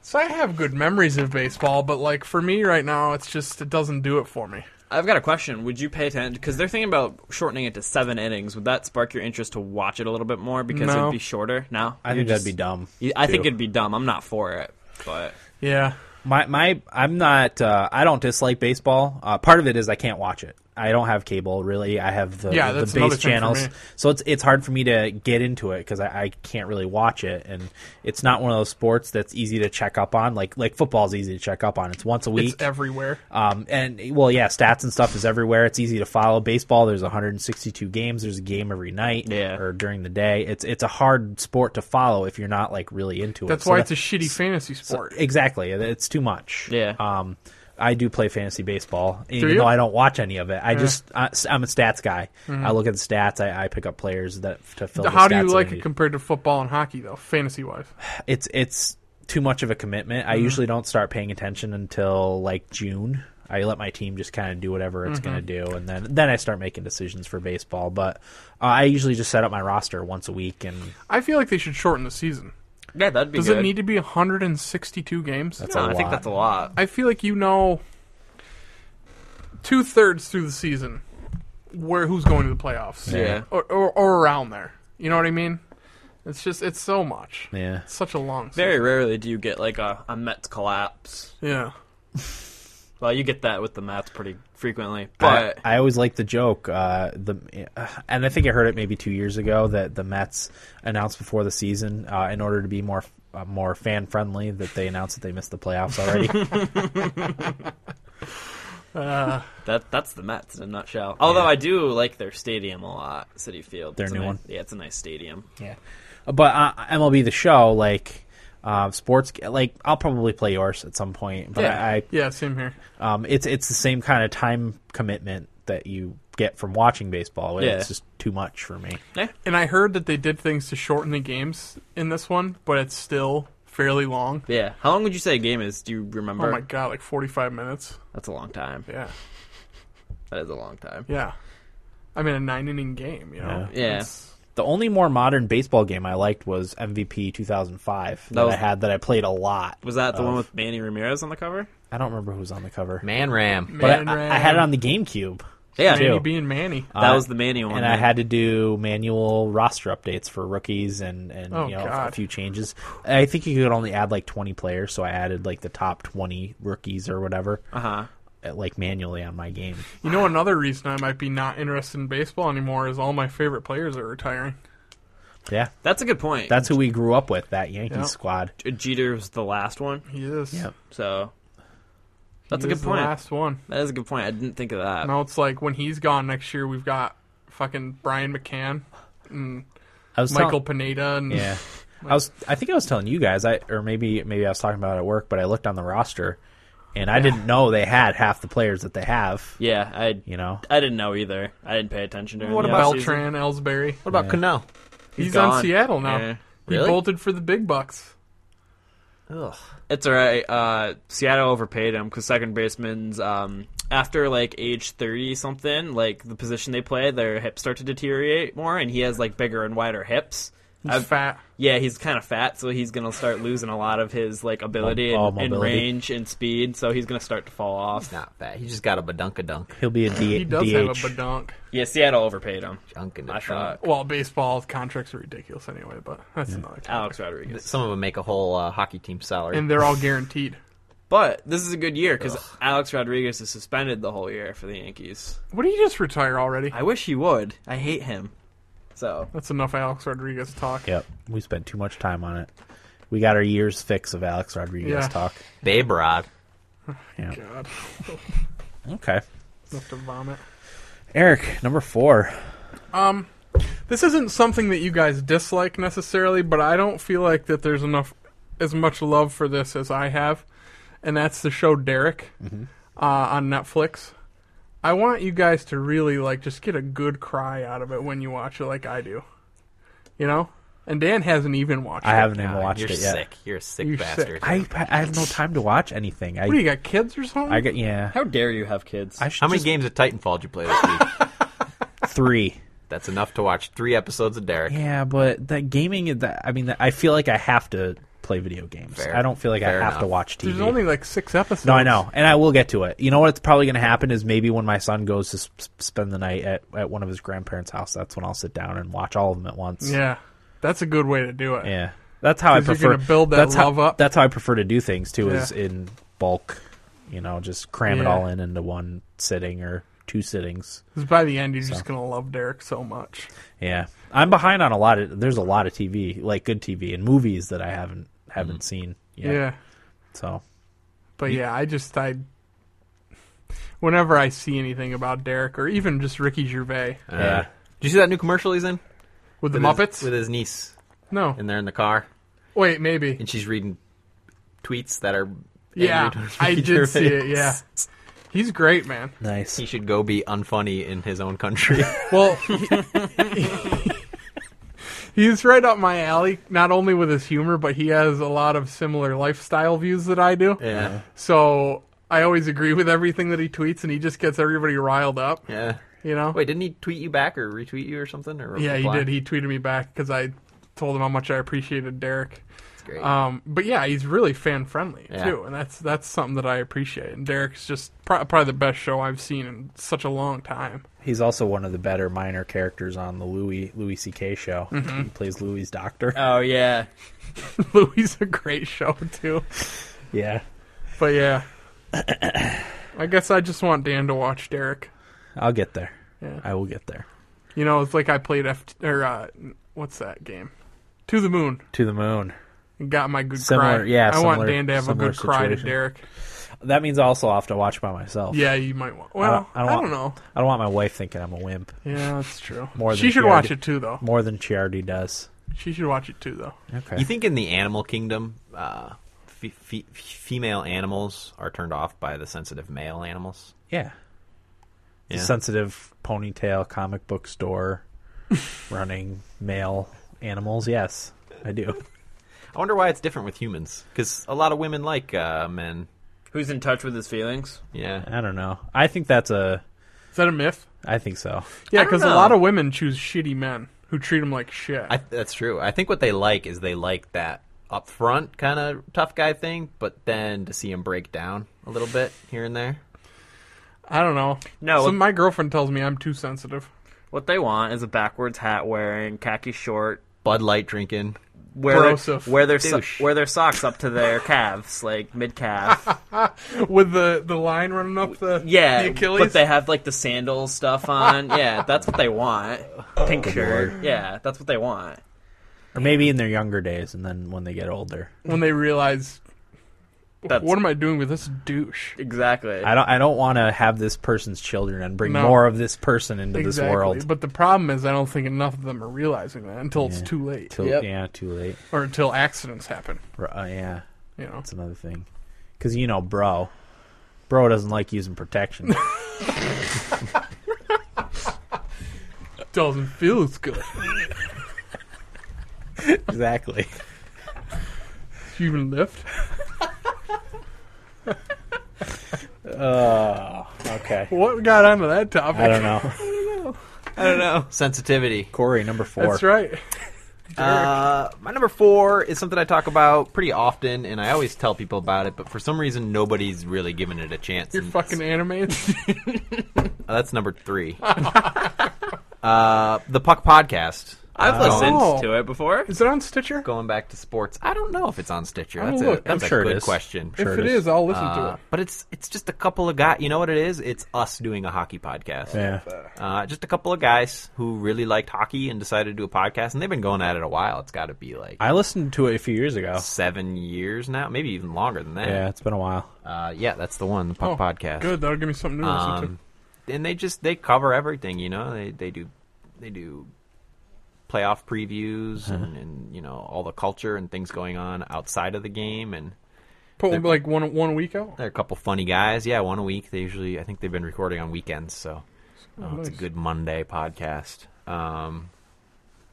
Speaker 2: So I have good memories of baseball, but like for me right now, it's just it doesn't do it for me.
Speaker 3: I've got a question. Would you pay attention? Because they're thinking about shortening it to seven innings. Would that spark your interest to watch it a little bit more because
Speaker 2: No.
Speaker 3: it'd be shorter? No,
Speaker 1: I think that'd be dumb.
Speaker 3: You- I think
Speaker 1: too.
Speaker 3: it'd be dumb. I'm not for it, but
Speaker 2: Yeah.
Speaker 1: my my I'm not uh, I don't dislike baseball. Uh, part of it is I can't watch it. I don't have cable really. I have the
Speaker 2: Yeah,
Speaker 1: the
Speaker 2: that's another
Speaker 1: base
Speaker 2: thing for
Speaker 1: channels,
Speaker 2: me.
Speaker 1: so it's it's hard for me to get into it because I, I can't really watch it, and it's not one of those sports that's easy to check up on. Like like football's easy to check up on. It's once a week.
Speaker 2: It's everywhere.
Speaker 1: Um, and well, yeah, stats and stuff is everywhere. It's easy to follow. Baseball, there's 162 games. There's a game every night
Speaker 3: Yeah.
Speaker 1: or during the day. It's it's a hard sport to follow if you're not like really into it.
Speaker 2: That's
Speaker 1: So
Speaker 2: why
Speaker 1: that-
Speaker 2: it's a shitty fantasy sport.
Speaker 1: exactly. It's too much.
Speaker 3: Yeah.
Speaker 1: Um, I do play fantasy baseball, even
Speaker 2: you?
Speaker 1: though I don't watch any of it. I just I, I'm a stats guy. I look at the stats. I, I pick up players that to fill.
Speaker 2: Mm-hmm. How do
Speaker 1: the
Speaker 2: you
Speaker 1: stats that I
Speaker 2: like it
Speaker 1: need.
Speaker 2: compared to football and hockey though, fantasy wise?
Speaker 1: it's it's too much of a commitment.
Speaker 2: Mm-hmm.
Speaker 1: I usually don't start paying attention until like June. I let my team just kind of do whatever it's
Speaker 2: Mm-hmm.
Speaker 1: going to do, and then then I start making decisions for baseball. But uh, I usually just set up my roster once a week, and
Speaker 2: I feel like they should shorten the season.
Speaker 3: yeah, that'd be
Speaker 2: Does
Speaker 3: good.
Speaker 2: it need to be 162 games?
Speaker 1: that's
Speaker 3: no,
Speaker 1: a
Speaker 3: I
Speaker 1: lot.
Speaker 3: think that's a lot.
Speaker 2: I feel like you know two thirds through the season where who's going to the playoffs.
Speaker 3: Yeah.
Speaker 2: Or, or, or around there. You know what I mean? It's just it's so much.
Speaker 1: yeah.
Speaker 2: It's such a long
Speaker 3: Very
Speaker 2: season.
Speaker 3: rarely do you get like a, a Mets collapse.
Speaker 2: Yeah.
Speaker 3: Well, you get that with the Mets pretty frequently,
Speaker 1: I-
Speaker 3: but
Speaker 1: I, always like the joke. Uh, the uh, and I think I heard it maybe two years ago that the Mets announced before the season uh, in order to be more
Speaker 3: <laughs>
Speaker 1: uh, more fan friendly that they announced that they missed the playoffs already.
Speaker 3: That that's the Mets in a nutshell. Although I do like their stadium a lot, City Field.
Speaker 1: Their
Speaker 3: It's a
Speaker 1: new
Speaker 3: nice-
Speaker 1: one.
Speaker 3: Yeah, it's a nice stadium.
Speaker 1: Yeah, but uh, MLB the show, like uh, sports, like I'll probably play yours at some point. But
Speaker 3: Yeah.
Speaker 1: I,
Speaker 2: Yeah, same here.
Speaker 1: um, it's it's the same kind of time commitment that you get from watching baseball.
Speaker 3: Yeah.
Speaker 1: It's just too much for me.
Speaker 3: Yeah.
Speaker 2: And I heard that they did things to shorten the games in this one, but it's still fairly long.
Speaker 3: Yeah. How long would you say a game is? Do you remember?
Speaker 2: Oh my god, like 45 minutes.
Speaker 3: That's a long time.
Speaker 2: Yeah.
Speaker 3: That is a long time.
Speaker 2: Yeah. I mean, a nine inning game, you know?
Speaker 3: Yeah. Yeah.
Speaker 2: It's-
Speaker 1: The only more modern baseball game I liked was MVP 2005 that,
Speaker 3: That was-
Speaker 1: I had that I played a lot.
Speaker 3: Was that the
Speaker 1: of.
Speaker 3: one with Manny Ramirez on the cover?
Speaker 1: I don't remember who was on the cover,
Speaker 4: Man Ram.
Speaker 1: but I,
Speaker 2: Man
Speaker 1: I,
Speaker 2: Ram,
Speaker 1: I had it on the GameCube.
Speaker 3: Yeah.
Speaker 1: Manny
Speaker 2: Manny
Speaker 1: too.
Speaker 2: being Manny.
Speaker 3: That
Speaker 1: Uh,
Speaker 3: was the Manny one.
Speaker 1: and I
Speaker 3: right?
Speaker 1: had to do manual roster updates for rookies and and
Speaker 2: Oh,
Speaker 1: you know a
Speaker 2: God.
Speaker 1: few changes. I think you could only add like twenty players, so I added like the top twenty rookies or whatever,
Speaker 3: Uh-huh.
Speaker 1: uh, like manually on my game.
Speaker 2: You know, another reason I might be not interested in baseball anymore is all my favorite players are retiring.
Speaker 1: Yeah,
Speaker 3: That's a good point.
Speaker 1: that's who we grew up with. That Yankee
Speaker 2: Yeah.
Speaker 1: squad.
Speaker 3: J- Jeter was the last one,
Speaker 2: He is.
Speaker 1: Yeah.
Speaker 3: so that's
Speaker 2: He
Speaker 3: a
Speaker 2: is
Speaker 3: good point. Uh,
Speaker 2: The last one.
Speaker 3: That is a good point. I didn't think of that.
Speaker 2: Now it's like when he's gone next year, we've got fucking Brian McCann and
Speaker 1: I was
Speaker 2: Michael
Speaker 1: Tell-
Speaker 2: Pineda and
Speaker 1: yeah, <laughs> I was. I think I was telling you guys. I or maybe maybe I was talking about it at work, but I looked on the roster, and I didn't know they had half the players that they have.
Speaker 3: Yeah, I
Speaker 1: You know,
Speaker 3: I didn't know either. I didn't pay attention to.
Speaker 4: What
Speaker 3: the
Speaker 4: about-
Speaker 3: offseason.
Speaker 2: Beltran, Ellsbury.
Speaker 4: What about Cano?
Speaker 2: He's,
Speaker 3: gone.
Speaker 2: on Seattle now.
Speaker 3: Yeah.
Speaker 2: He
Speaker 4: Really?
Speaker 2: bolted for the big bucks.
Speaker 4: Ugh.
Speaker 3: It's all right. Uh, Seattle overpaid him because second baseman's um, after like age thirty something, like the position they play, their hips start to deteriorate more, and he has like bigger and wider hips.
Speaker 2: He's
Speaker 3: I've-
Speaker 2: fat.
Speaker 3: Yeah, he's kind of fat, so he's gonna start losing a lot of his like ability
Speaker 1: Oh,
Speaker 3: and, and
Speaker 1: mobility.
Speaker 3: range and speed. So he's gonna start to fall off.
Speaker 4: Not bad. He just got a badunka dunk.
Speaker 1: he'll be a D-
Speaker 2: He does have a
Speaker 1: DH.
Speaker 2: badonk.
Speaker 3: Yeah, Seattle overpaid him.
Speaker 4: Junk in the
Speaker 3: I
Speaker 4: trunk.
Speaker 1: Uh,
Speaker 3: thought
Speaker 2: Well, baseball contracts are ridiculous anyway, but that's another. Topic.
Speaker 3: Alex Rodriguez.
Speaker 4: Some of them make a whole uh, hockey team salary.
Speaker 2: And they're all guaranteed.
Speaker 3: But this is a good year because Alex Rodriguez is suspended the whole year for the Yankees.
Speaker 2: What did he just retire already?
Speaker 3: I wish he would. I hate him. So
Speaker 2: That's enough Alex Rodriguez talk.
Speaker 1: Yep. We spent too much time on it. We got our year's fix of Alex Rodriguez
Speaker 2: Yeah.
Speaker 1: talk.
Speaker 4: Babe Rod.
Speaker 2: God,
Speaker 1: Okay.
Speaker 2: enough to vomit.
Speaker 1: Eric, number four.
Speaker 2: Um, this isn't something that you guys dislike necessarily, but I don't feel like that there's enough as much love for this as I have, and that's the show Derek
Speaker 1: Mm-hmm.
Speaker 2: uh, on Netflix. I want you guys to really like just get a good cry out of it when you watch it, like I do. You know, and Dan hasn't even watched.
Speaker 1: I
Speaker 2: it.
Speaker 1: haven't even
Speaker 4: God,
Speaker 1: watched
Speaker 4: you're
Speaker 1: it yet.
Speaker 4: sick. You're a sick
Speaker 2: You're sick.
Speaker 4: bastard.
Speaker 2: <laughs>
Speaker 1: I I have no time to watch anything. I
Speaker 2: What do you got? Kids or something?
Speaker 1: I got yeah.
Speaker 3: how dare you have kids?
Speaker 1: I should
Speaker 4: How many
Speaker 1: just-
Speaker 4: games of Titanfall did you play this
Speaker 2: <laughs>
Speaker 4: week?
Speaker 1: three?
Speaker 4: That's enough to watch three episodes of Derek.
Speaker 1: Yeah, but that gaming. is That I mean, that, I feel like I have to play video games.
Speaker 4: Fair.
Speaker 1: I don't feel like I
Speaker 4: Fair
Speaker 1: have to
Speaker 4: enough.
Speaker 1: watch TV.
Speaker 2: There's only like six episodes.
Speaker 1: no, I know, and I will get to it. You know what's probably going to happen is maybe when my son goes to sp- spend the night at, at one of his grandparents' house, that's when I'll sit down and watch all of them at once.
Speaker 2: Yeah, that's a good way to do it.
Speaker 1: Yeah, that's how I
Speaker 2: 'Cause you're
Speaker 1: prefer
Speaker 2: gonna build that
Speaker 1: that's
Speaker 2: love
Speaker 1: how,
Speaker 2: up.
Speaker 1: That's how I prefer to do things too, is
Speaker 2: Yeah.
Speaker 1: in bulk. You know, just cram it
Speaker 2: Yeah.
Speaker 1: all in into one sitting or two sittings.
Speaker 2: 'Cause by the end, you're just gonna love Derek so much.
Speaker 1: Yeah, I'm behind on a lot of. There's a lot of TV, like good TV and movies that I haven't haven't seen.
Speaker 2: Mm. Yeah.
Speaker 1: Yet. So
Speaker 2: But yeah, I just I whenever I see anything about Derek or even just Ricky Gervais
Speaker 4: Uh,
Speaker 1: Yeah.
Speaker 4: Did you see that new commercial he's in?
Speaker 2: with the
Speaker 4: With
Speaker 2: Muppets,
Speaker 4: His, with his niece.
Speaker 2: no,
Speaker 4: And they're in the car.
Speaker 2: wait, maybe,
Speaker 4: And she's reading tweets that are.
Speaker 2: yeah,
Speaker 4: angry towards <laughs>
Speaker 2: I
Speaker 4: Ricky
Speaker 2: did see
Speaker 4: Gervais.
Speaker 2: it. Yeah, he's great, man.
Speaker 1: nice.
Speaker 4: He should go be unfunny in his
Speaker 2: <laughs>
Speaker 4: own country.
Speaker 2: Well, he- he's right up my alley. Not only with his humor, but he has a lot of similar lifestyle views that I do.
Speaker 4: yeah.
Speaker 2: So I always agree with everything that he tweets, and he just gets everybody riled up.
Speaker 4: Yeah.
Speaker 2: You know,
Speaker 4: Wait, didn't he tweet you back or retweet you or something? Or
Speaker 2: yeah, he
Speaker 4: reply?
Speaker 2: did. He tweeted me back because I told him how much I appreciated Derek.
Speaker 4: That's great.
Speaker 2: Um, but yeah, he's really fan friendly
Speaker 4: Yeah.
Speaker 2: too, and that's that's something that I appreciate. And Derek's just pro- probably the best show I've seen in such a long time. <laughs>
Speaker 1: He's also one of the better minor characters on the Louis Louis C.K. show. He plays Louis' doctor.
Speaker 3: oh yeah,
Speaker 2: Louis a great show too,
Speaker 1: <laughs> yeah,
Speaker 2: but yeah, I guess I just want Dan to watch Derek.
Speaker 1: I'll get there.
Speaker 2: Yeah.
Speaker 1: I will get there.
Speaker 2: You know, it's like I played F or uh, what's that game? To the Moon
Speaker 1: To the moon.
Speaker 2: and got my good
Speaker 1: Similar-
Speaker 2: cry.
Speaker 1: yeah,
Speaker 2: I want
Speaker 1: similar-
Speaker 2: Dan to have a
Speaker 1: similar
Speaker 2: good cry to
Speaker 1: situation.
Speaker 2: Derek.
Speaker 1: That means I also I'll have to watch by myself.
Speaker 2: Yeah, you might want. Well, I don't,
Speaker 1: want-
Speaker 2: know.
Speaker 1: I don't want my wife thinking I'm a wimp
Speaker 2: Yeah, that's true.
Speaker 1: More than
Speaker 2: she should
Speaker 1: she
Speaker 2: watch
Speaker 1: already-
Speaker 2: it too, though.
Speaker 1: more than she already does.
Speaker 2: She should watch it too, though.
Speaker 1: Okay.
Speaker 4: You think in the animal kingdom, uh, fe- fe- female animals are turned off by the sensitive male animals?
Speaker 1: yeah. The
Speaker 4: Yeah.
Speaker 1: sensitive ponytail comic book store running male animals. Yes, I do.
Speaker 4: I wonder why it's different with humans. Because a lot of women like uh, men.
Speaker 3: Who's in touch with his feelings?
Speaker 4: Yeah.
Speaker 1: I don't know. I think that's a.
Speaker 2: Is that a myth?
Speaker 1: I think so.
Speaker 2: Yeah,
Speaker 3: I don't
Speaker 2: because a
Speaker 3: know.
Speaker 2: lot of women choose shitty men who treat them like shit.
Speaker 4: I, that's true. I think what they like is they like that upfront kind of tough guy thing, but then to see him break down a little bit here and there.
Speaker 2: I don't know.
Speaker 3: No.
Speaker 2: so my girlfriend tells me I'm too sensitive. <laughs>
Speaker 3: What they want is a backwards hat wearing, khaki short,
Speaker 4: Bud Light drinking.
Speaker 3: wear their,
Speaker 2: Corrosive
Speaker 3: wear their so-
Speaker 4: douche.
Speaker 3: wear their socks up to their calves, like mid calf.
Speaker 2: With the, the line running up the
Speaker 3: Yeah,
Speaker 2: the Achilles.
Speaker 3: but they have like the sandal stuff <laughs> on. Yeah, that's what they want. Pink shirt. Yeah, that's what they want.
Speaker 1: Or maybe in their younger days, and then when they get older,
Speaker 2: when they realize
Speaker 3: That's
Speaker 2: what am I doing with this douche?
Speaker 3: exactly.
Speaker 1: I don't. I don't want to have this person's children and bring
Speaker 2: No.
Speaker 1: more of this person into
Speaker 2: Exactly.
Speaker 1: this world.
Speaker 2: But the problem is, I don't think enough of them are realizing that until it's
Speaker 1: Yeah.
Speaker 2: too late,
Speaker 1: Till,
Speaker 3: Yep.
Speaker 1: Yeah, too late.
Speaker 2: or until accidents happen.
Speaker 1: R- Uh, yeah,
Speaker 2: You know,
Speaker 1: that's another thing. Because you know, bro, bro doesn't like using
Speaker 2: <laughs>
Speaker 1: protection.
Speaker 2: doesn't feel as
Speaker 1: <laughs>
Speaker 2: good.
Speaker 1: exactly.
Speaker 2: Human lift.
Speaker 1: Uh, okay.
Speaker 2: What got onto that topic?
Speaker 1: I don't know.
Speaker 4: I don't know. Sensitivity.
Speaker 1: Corey, number four.
Speaker 2: That's right.
Speaker 4: Uh, my number four is something I talk about pretty often, and I always tell people about it, but for some reason nobody's really giving it a chance.
Speaker 2: You're
Speaker 4: and
Speaker 2: fucking anime. <laughs>
Speaker 4: Uh, that's number three. uh, the Puck Podcast.
Speaker 3: I've listened
Speaker 2: Oh.
Speaker 3: to it before.
Speaker 2: Is it on Stitcher?
Speaker 4: Going back to sports, I don't know if it's on Stitcher.
Speaker 2: I'm
Speaker 4: That's
Speaker 2: gonna
Speaker 4: a,
Speaker 2: look.
Speaker 4: that's
Speaker 1: I'm
Speaker 4: a
Speaker 1: sure it
Speaker 4: good
Speaker 1: is.
Speaker 4: question.
Speaker 1: Sure
Speaker 2: if
Speaker 1: it
Speaker 2: it
Speaker 1: is.
Speaker 2: is, I'll listen to
Speaker 4: Uh,
Speaker 2: it.
Speaker 4: but it's it's just a couple of guys. You know what it is? It's us doing a hockey podcast.
Speaker 1: Yeah.
Speaker 4: Uh, just a couple of guys who really liked hockey and decided to do a podcast, and they've been going at it a while. It's got to be like
Speaker 1: I listened to it a few years ago.
Speaker 4: seven years now, maybe even longer than that.
Speaker 1: Yeah, it's been a while.
Speaker 4: Uh, yeah, that's the one, the
Speaker 2: Oh,
Speaker 4: Puck Podcast.
Speaker 2: Good, that'll give me something to listen
Speaker 4: Um, and they just they cover everything, you know. They they do they do playoff previews
Speaker 2: Uh-huh.
Speaker 4: and, and you know all the culture and things going on outside of the game, and
Speaker 2: to. Put
Speaker 4: they're-
Speaker 2: like one one week out.
Speaker 4: they're a couple funny guys. Yeah, one a week. They usually I think they've been recording on weekends, so uh, it's a
Speaker 2: Oh, nice.
Speaker 4: good Monday podcast. Um,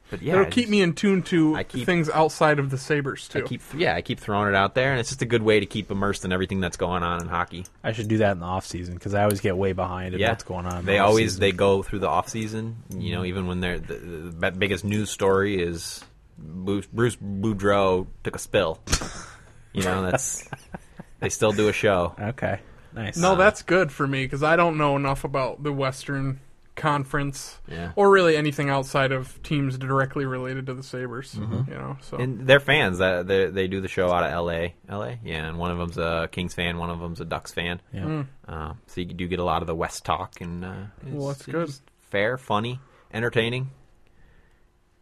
Speaker 4: but yeah,
Speaker 2: It'll
Speaker 4: I
Speaker 2: keep
Speaker 4: just-
Speaker 2: me in tune to
Speaker 4: I keep-
Speaker 2: things outside of the Sabers
Speaker 4: I
Speaker 2: too.
Speaker 4: keep yeah, I keep throwing it out there, and it's just a good way to keep immersed in everything that's going on in hockey.
Speaker 1: I should do that in the off season because I always get way behind in what's going on. in the
Speaker 4: They
Speaker 1: off
Speaker 4: always
Speaker 1: season. Mm-hmm.
Speaker 4: they go through the off season. You know, even when they're the, the b- biggest news story is Bruce, Bruce Boudreau took a spill. <laughs> You know, that's they still do a show.
Speaker 1: Okay. Nice.
Speaker 4: uh,
Speaker 2: no, that's good for me because I don't know enough about the Western Conference
Speaker 4: Yeah.
Speaker 2: or really anything outside of teams directly related to the Sabers. You know, so
Speaker 4: Mm-hmm. And they're fans. Uh, they they do the show out of L.A. L.A. Yeah, and one of them's a Kings fan, one of them's a Ducks fan.
Speaker 1: Yeah.
Speaker 2: Mm.
Speaker 4: Uh, so you do get a lot of the West talk, and uh, it's,
Speaker 2: Well, that's
Speaker 4: it's
Speaker 2: good.
Speaker 4: just fair, funny, entertaining.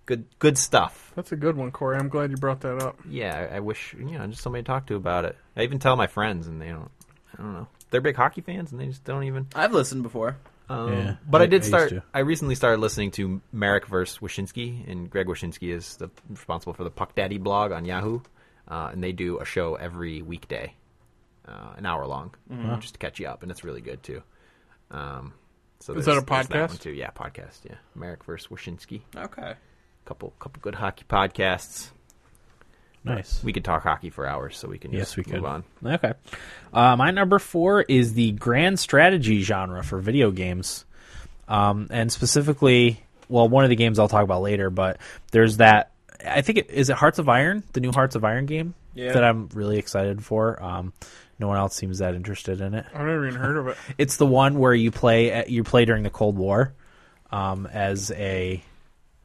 Speaker 4: Good good stuff.
Speaker 2: that's a good one, Corey. I'm glad you brought that up.
Speaker 4: yeah, I, I wish you know just somebody to talk to about it. I even tell my friends, and they don't. I don't know. They're big hockey fans, and they just don't even.
Speaker 3: I've listened before.
Speaker 4: Um,
Speaker 1: Yeah,
Speaker 4: but I,
Speaker 1: I- I
Speaker 4: did
Speaker 1: used
Speaker 4: start.
Speaker 1: to.
Speaker 4: I recently started listening to Merrick versus Wyshynski, and Greg Wyshynski is the, responsible for the Puck Daddy blog on Yahoo, uh, and they do a show every weekday, uh, an hour long,
Speaker 2: Mm-hmm.
Speaker 4: just to catch you up, and it's really good too. Um, so
Speaker 2: Is
Speaker 4: there's-
Speaker 2: that a
Speaker 4: there's
Speaker 2: podcast?
Speaker 4: one, too, yeah, podcast. Yeah, Merrick versus Wyshynski.
Speaker 3: Okay.
Speaker 4: Couple, couple good hockey podcasts.
Speaker 1: nice.
Speaker 4: We could talk hockey for hours, so we can
Speaker 1: Yes,
Speaker 4: just
Speaker 1: we
Speaker 4: move
Speaker 1: could.
Speaker 4: on.
Speaker 1: Okay. Uh, my number four is the grand strategy genre for video games. Um, and specifically, well, one of the games I'll talk about later, but there's that. I think it is it Hearts of Iron, the new Hearts of Iron game
Speaker 3: Yeah.
Speaker 1: that I'm really excited for. Um, no one else seems that interested in it.
Speaker 2: I've never even heard of
Speaker 4: <laughs>
Speaker 2: it.
Speaker 1: It's the one where you play uh, you play during the Cold War um, as a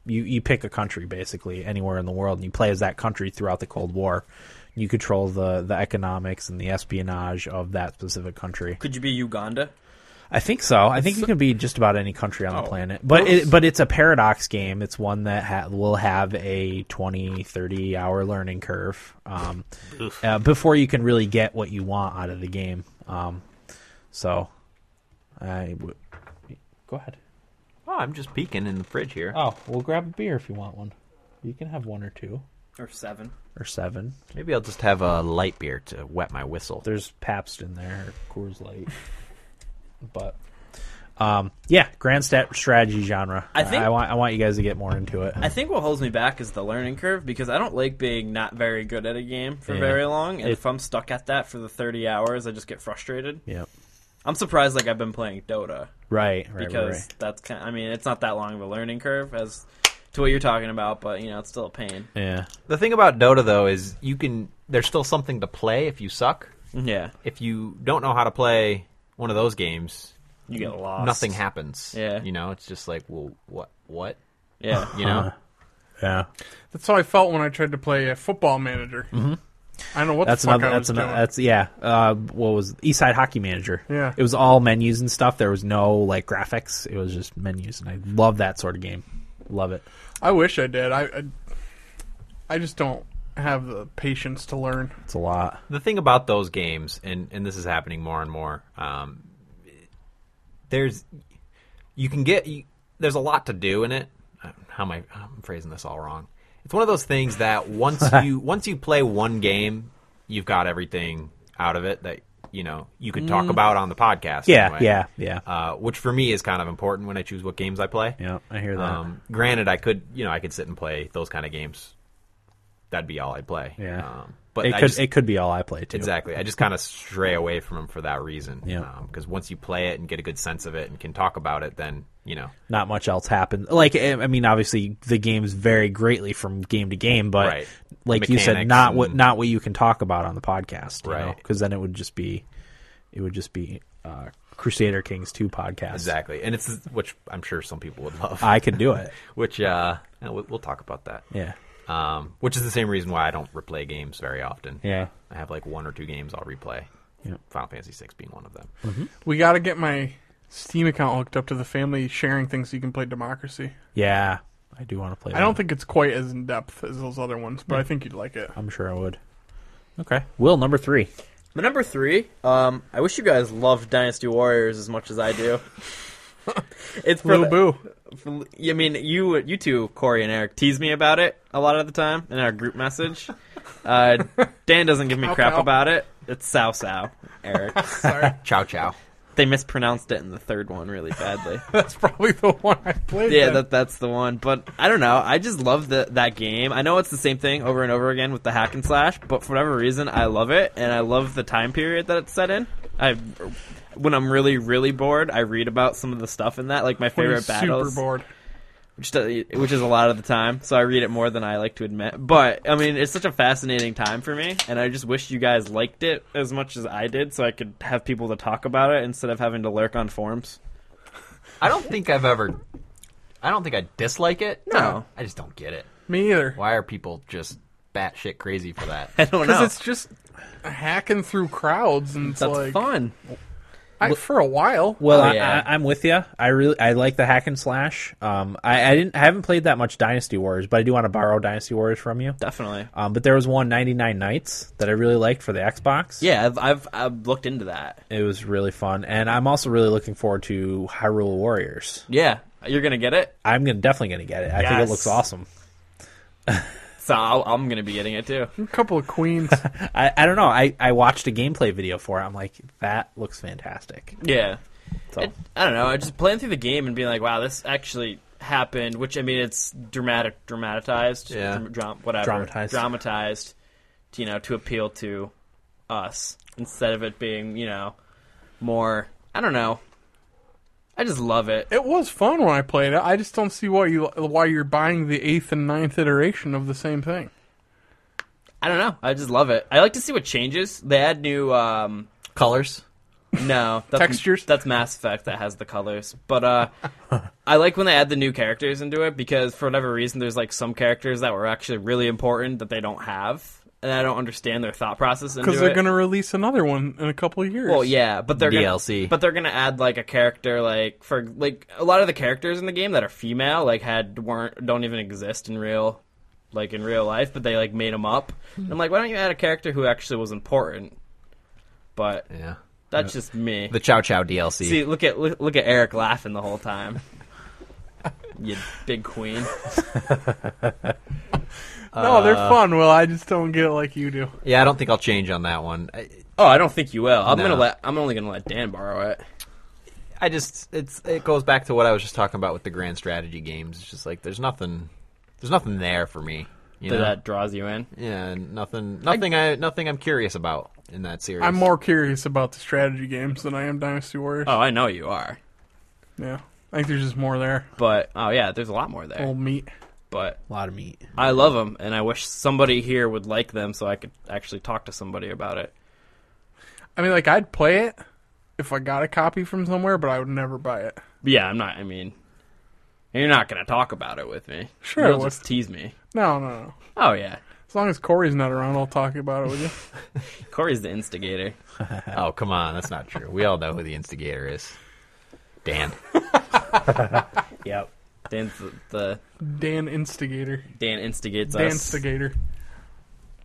Speaker 1: you you pick a country basically anywhere in the world and you play as that country throughout the Cold War. You control the the economics and the espionage of that specific country.
Speaker 3: Could you be Uganda?
Speaker 1: I think so. I think you can be just about any country on the
Speaker 3: Oh.
Speaker 1: planet. But it, but it's a paradox game. It's one that ha- will have a 20, 30 hour learning curve um, uh, before you can really get what you want out of the game. Um, so I would go ahead.
Speaker 4: Oh, I'm just peeking in the fridge here.
Speaker 1: Oh, we'll grab a beer if you want one. You can have one or two
Speaker 3: Or seven.
Speaker 1: or seven.
Speaker 4: Maybe I'll just have a light beer to wet my whistle.
Speaker 1: There's Pabst in there, Coors
Speaker 3: <laughs>
Speaker 1: Light, but um, yeah, grand stat strategy genre.
Speaker 3: I think-
Speaker 1: I, want I want you guys to get more into it.
Speaker 3: I think what holds me back is the learning curve because I don't like being not very good at a game for
Speaker 1: Yeah.
Speaker 3: very long. And
Speaker 1: It-
Speaker 3: if I'm stuck at that for the 30 hours, I just get frustrated.
Speaker 1: Yep.
Speaker 3: I'm surprised like I've been playing Dota
Speaker 1: Right. Right.
Speaker 3: because
Speaker 1: right.
Speaker 3: that's kind I mean, it's not that long of a learning curve as to what you're talking about, but you know, it's still a pain.
Speaker 1: right. Yeah.
Speaker 4: The thing about Dota though is you can there's still something to play if you suck.
Speaker 3: Yeah.
Speaker 4: If you don't know how to play one of those games,
Speaker 3: You get lost.
Speaker 4: nothing happens.
Speaker 3: Yeah.
Speaker 4: You know, it's just like, well, what what?
Speaker 2: <laughs>
Speaker 3: Yeah.
Speaker 4: You know?
Speaker 1: Yeah.
Speaker 2: That's how I felt when I tried to play a football manager. Mm-hmm. I don't know what
Speaker 1: That's
Speaker 2: the fuck
Speaker 1: another.
Speaker 2: I
Speaker 1: That's
Speaker 2: was
Speaker 1: another.
Speaker 2: doing.
Speaker 1: That's yeah. Uh, what was Eastside Hockey Manager?
Speaker 2: Yeah.
Speaker 1: It was all menus and stuff. There was no like graphics. It was just menus, and I love that sort of game. Love it.
Speaker 2: I wish I did. I, I I just don't have the patience to learn.
Speaker 1: It's a lot.
Speaker 4: The thing about those games, and, and this is happening more and more, um, there's you can get you, there's a lot to do in it. Uh, How am I? I'm phrasing this all wrong. It's one of those things that once
Speaker 1: <laughs>
Speaker 4: you once you play one game, you've got everything out of it that you know you could talk about on the podcast.
Speaker 1: Yeah.
Speaker 4: anyway.
Speaker 1: Yeah. Yeah.
Speaker 4: Uh, which for me is kind of important when I choose what games I play.
Speaker 1: yeah. I hear that.
Speaker 4: Um, granted, I could you know I could sit and play those kind of games. That'd be all I play.
Speaker 1: Yeah.
Speaker 4: Um, but
Speaker 1: it
Speaker 4: I
Speaker 1: could.
Speaker 4: just-
Speaker 1: it could be all I play too.
Speaker 4: Exactly. I just kind of stray away from them for that reason.
Speaker 1: Yeah.
Speaker 4: Because once you play it and get a good sense of it and can talk about it, then you know.
Speaker 1: Not much else happened. Like eh, I I mean, obviously the games vary greatly from game to game, but
Speaker 4: Right.
Speaker 1: like you said,
Speaker 4: Mechanics
Speaker 1: not what
Speaker 4: and-
Speaker 1: not what you can talk about on the podcast, you
Speaker 4: Right.
Speaker 1: Because then it would just be, it would just be uh, Crusader Kings two podcast.
Speaker 4: Exactly. And it's which I'm sure some people would love.
Speaker 1: I could do it.
Speaker 4: <laughs> which uh, yeah, we'll, we'll talk about that.
Speaker 1: Yeah.
Speaker 4: Um, which is the same reason why I don't replay games very often.
Speaker 1: Yeah.
Speaker 4: I have like one or two games I'll replay.
Speaker 1: Yeah.
Speaker 4: Final Fantasy VI being one of them.
Speaker 2: We got to get my Steam account hooked up to the family sharing thing so you can play Democracy.
Speaker 1: Yeah, I do want to play.
Speaker 2: I don't think it's quite as in depth as those other ones, but I think you'd like it.
Speaker 1: I'm sure I would. Okay. Will number three.
Speaker 3: But number three, um, I wish you guys loved Dynasty Warriors as much as
Speaker 2: <laughs>
Speaker 3: I do. it's for
Speaker 2: Little
Speaker 3: the-
Speaker 2: boo. <laughs>
Speaker 3: I mean, you you two, Corey and Eric, tease me about it a lot of the time in our group message. Uh, Dan doesn't give me crap
Speaker 2: pow.
Speaker 3: about it. It's Sow Sow,
Speaker 2: <laughs>
Speaker 3: Eric.
Speaker 2: Sorry,
Speaker 4: Chow Chow.
Speaker 3: they mispronounced it in the third one really badly.
Speaker 2: that's probably the one I played. <laughs>
Speaker 3: yeah,
Speaker 2: then.
Speaker 3: that that's the one. But I don't know. I just love the, that game. I know it's the same thing over and over again with the hack and slash, but for whatever reason, I love it, and I love the time period that it's set in. I when I'm really really bored, I read about some of the stuff in that, like my
Speaker 2: When you're
Speaker 3: favorite battles
Speaker 2: Super bored.
Speaker 3: which, do- which is a lot of the time. So I read it more than I like to admit. But I mean, it's such a fascinating time for me, and I just wish you guys liked it as much as I did, so I could have people to talk about it instead of having to lurk on forums. <laughs>
Speaker 4: I don't think I've ever. I don't think I dislike it.
Speaker 3: No.
Speaker 4: I just don't get it.
Speaker 2: Me either.
Speaker 4: Why are people just batshit crazy for that?
Speaker 3: I don't
Speaker 2: Because
Speaker 3: know.
Speaker 2: it's just hacking through crowds, and it's
Speaker 3: That's
Speaker 2: like
Speaker 3: fun.
Speaker 2: I, for a while.
Speaker 1: Well,
Speaker 3: Oh,
Speaker 1: I,
Speaker 3: yeah.
Speaker 1: I, I'm with you. I really I like the hack and slash. Um, I, I didn't I haven't played that much Dynasty Warriors, but I do want to borrow Dynasty Warriors from you.
Speaker 3: Definitely.
Speaker 1: Um, but there was one 99 Nights that I really liked for the Xbox.
Speaker 3: Yeah, I've, I've I've looked into that.
Speaker 1: it was really fun, and I'm also really looking forward to Hyrule Warriors.
Speaker 3: Yeah, you're gonna get it.
Speaker 1: I'm gonna definitely gonna get it. I think it
Speaker 3: Yes.
Speaker 1: looks awesome.
Speaker 3: So I'll, I'm gonna be getting it <laughs> too.
Speaker 2: a couple of
Speaker 3: <laughs>
Speaker 2: queens.
Speaker 1: I, I don't know. I, I watched a gameplay video for it. I'm like, that looks fantastic.
Speaker 3: Yeah.
Speaker 1: So
Speaker 3: It- I don't know. I just playing through the game and being like, wow, this actually happened. Which I mean, it's dramatic, dramatized,
Speaker 4: Yeah.
Speaker 3: dram- dram- whatever,
Speaker 1: Dramatized.
Speaker 3: dramatized, to, you know, to appeal to us instead of it being, you know, more. I don't know. I just love it.
Speaker 2: it was fun when I played it. I just don't see why you why you're buying the eighth and ninth iteration of the same thing.
Speaker 3: I don't know. I just love it. I like to see what changes. They add new. um
Speaker 4: <laughs> Colors.
Speaker 3: No that's,
Speaker 2: Textures?
Speaker 3: That's Mass Effect that has the colors. But uh, I like when they add the new characters into it because for whatever reason, there's like some characters that were actually really important that they don't have, and I don't understand their thought process into
Speaker 2: Because they're
Speaker 3: it.
Speaker 2: going to release another one in a couple of years.
Speaker 3: Well, yeah, but they're
Speaker 4: DLC.
Speaker 3: Gonna, but they're gonna add like a character like for like a lot of the characters in the game that are female like had weren't don't even exist in real like in real life, but they like made them up. And I'm like, why don't you add a character who actually was important? But
Speaker 4: Yeah.
Speaker 3: That's just me.
Speaker 4: The Chow Chow DLC.
Speaker 3: See, look at look, look at Eric laughing the whole <laughs> time. you big queen.
Speaker 2: No, they're
Speaker 3: Uh,
Speaker 2: fun. Well, I just don't get it like you do.
Speaker 4: Yeah, I don't think I'll change on that one. I,
Speaker 3: Oh, I don't think you will. I'm
Speaker 4: No.
Speaker 3: gonna let. I'm only gonna let Dan borrow it.
Speaker 4: I just it's it goes back to what I was just talking about with the grand strategy games. It's just like there's nothing there's nothing there for me. You
Speaker 3: So
Speaker 4: know?
Speaker 3: that draws you in.
Speaker 4: yeah, nothing nothing I, nothing I'm curious about in that series.
Speaker 2: I'm more curious about the strategy games than I am Dynasty Warriors.
Speaker 3: Oh, I know you are.
Speaker 2: Yeah, I think there's just more there.
Speaker 3: But oh yeah, there's a lot more there.
Speaker 2: Old meat.
Speaker 3: But
Speaker 1: A lot of meat.
Speaker 3: I love them, and I wish somebody here would like them so I could actually talk to somebody about it.
Speaker 2: I mean, like I'd play it if I got a copy from somewhere, but I would never buy it.
Speaker 3: But yeah, I'm not. I mean, you're not gonna talk about it with me.
Speaker 2: Sure I
Speaker 3: You'll
Speaker 2: would.
Speaker 3: just tease me.
Speaker 2: No, no, no.
Speaker 3: Oh yeah,
Speaker 2: As long as Corey's not around, I'll talk about it with you.
Speaker 3: <laughs> Corey's the instigator.
Speaker 4: oh come on, that's not true. We all know who the instigator is.
Speaker 2: <laughs>
Speaker 4: Dan.
Speaker 1: Yep.
Speaker 3: Dan's the, the
Speaker 2: Dan Instigator.
Speaker 3: Dan instigates
Speaker 2: Dan
Speaker 3: us.
Speaker 2: Instigator.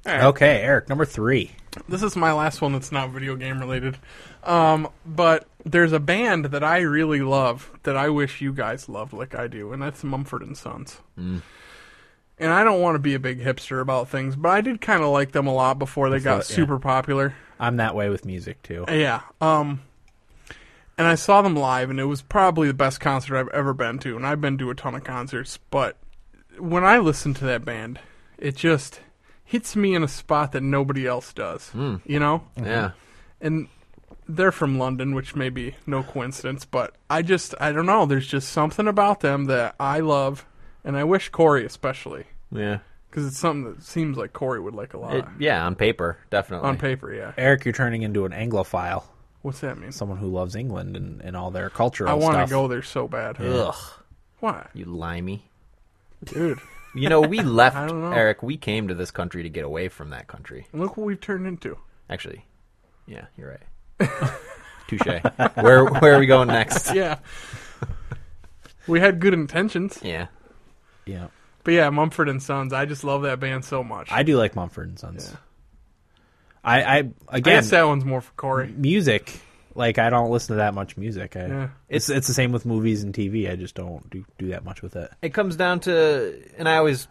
Speaker 2: All right.
Speaker 1: Okay, Eric, number three.
Speaker 2: This is my last one that's not video game related. Um, but there's a band that I really love that I wish you guys loved like I do, and that's Mumford and Sons. And I don't want to be a big hipster about things, but I did kind of like them a lot before they got
Speaker 1: Before- yeah.
Speaker 2: super popular.
Speaker 1: I'm that way with music too.
Speaker 2: Yeah. Um and I saw them live and it was probably the best concert I've ever been to and I've been to a ton of concerts, but when I listen to that band, it just hits me in a spot that nobody else does. You know?
Speaker 4: Yeah.
Speaker 2: And they're from London, which may be no coincidence, but I just I don't know, there's just something about them that I love and I wish Corey especially
Speaker 4: Yeah.
Speaker 2: because it's something that seems like Corey would like a lot
Speaker 4: It, yeah, on paper, definitely.
Speaker 2: on paper, yeah.
Speaker 1: Eric, you're turning into an Anglophile,
Speaker 2: What's that mean?
Speaker 1: someone who loves England and, and all their culture.
Speaker 2: I
Speaker 1: want to
Speaker 2: go there so bad.
Speaker 4: Ugh,
Speaker 2: Why?
Speaker 4: you limey.
Speaker 2: Dude.
Speaker 4: You know, we
Speaker 2: <laughs>
Speaker 4: left
Speaker 2: I don't know.
Speaker 4: Eric, we came to this country to get away from that country.
Speaker 2: And Look what we've turned into.
Speaker 4: Actually. Yeah, you're right. <laughs> Touche. Where where are we going
Speaker 2: <laughs>
Speaker 4: next?
Speaker 2: Yeah. we had good intentions.
Speaker 4: Yeah.
Speaker 1: Yeah,
Speaker 2: But yeah, Mumford and Sons, I just love that band so much.
Speaker 1: I do like Mumford and Sons. I, I
Speaker 2: I
Speaker 1: again
Speaker 2: guess that one's more for Corey.
Speaker 1: music. Like I don't listen to that much music. I,
Speaker 2: Yeah.
Speaker 1: It's it's the same with movies and TV. I just don't do, do that much with it.
Speaker 4: it comes down to and i always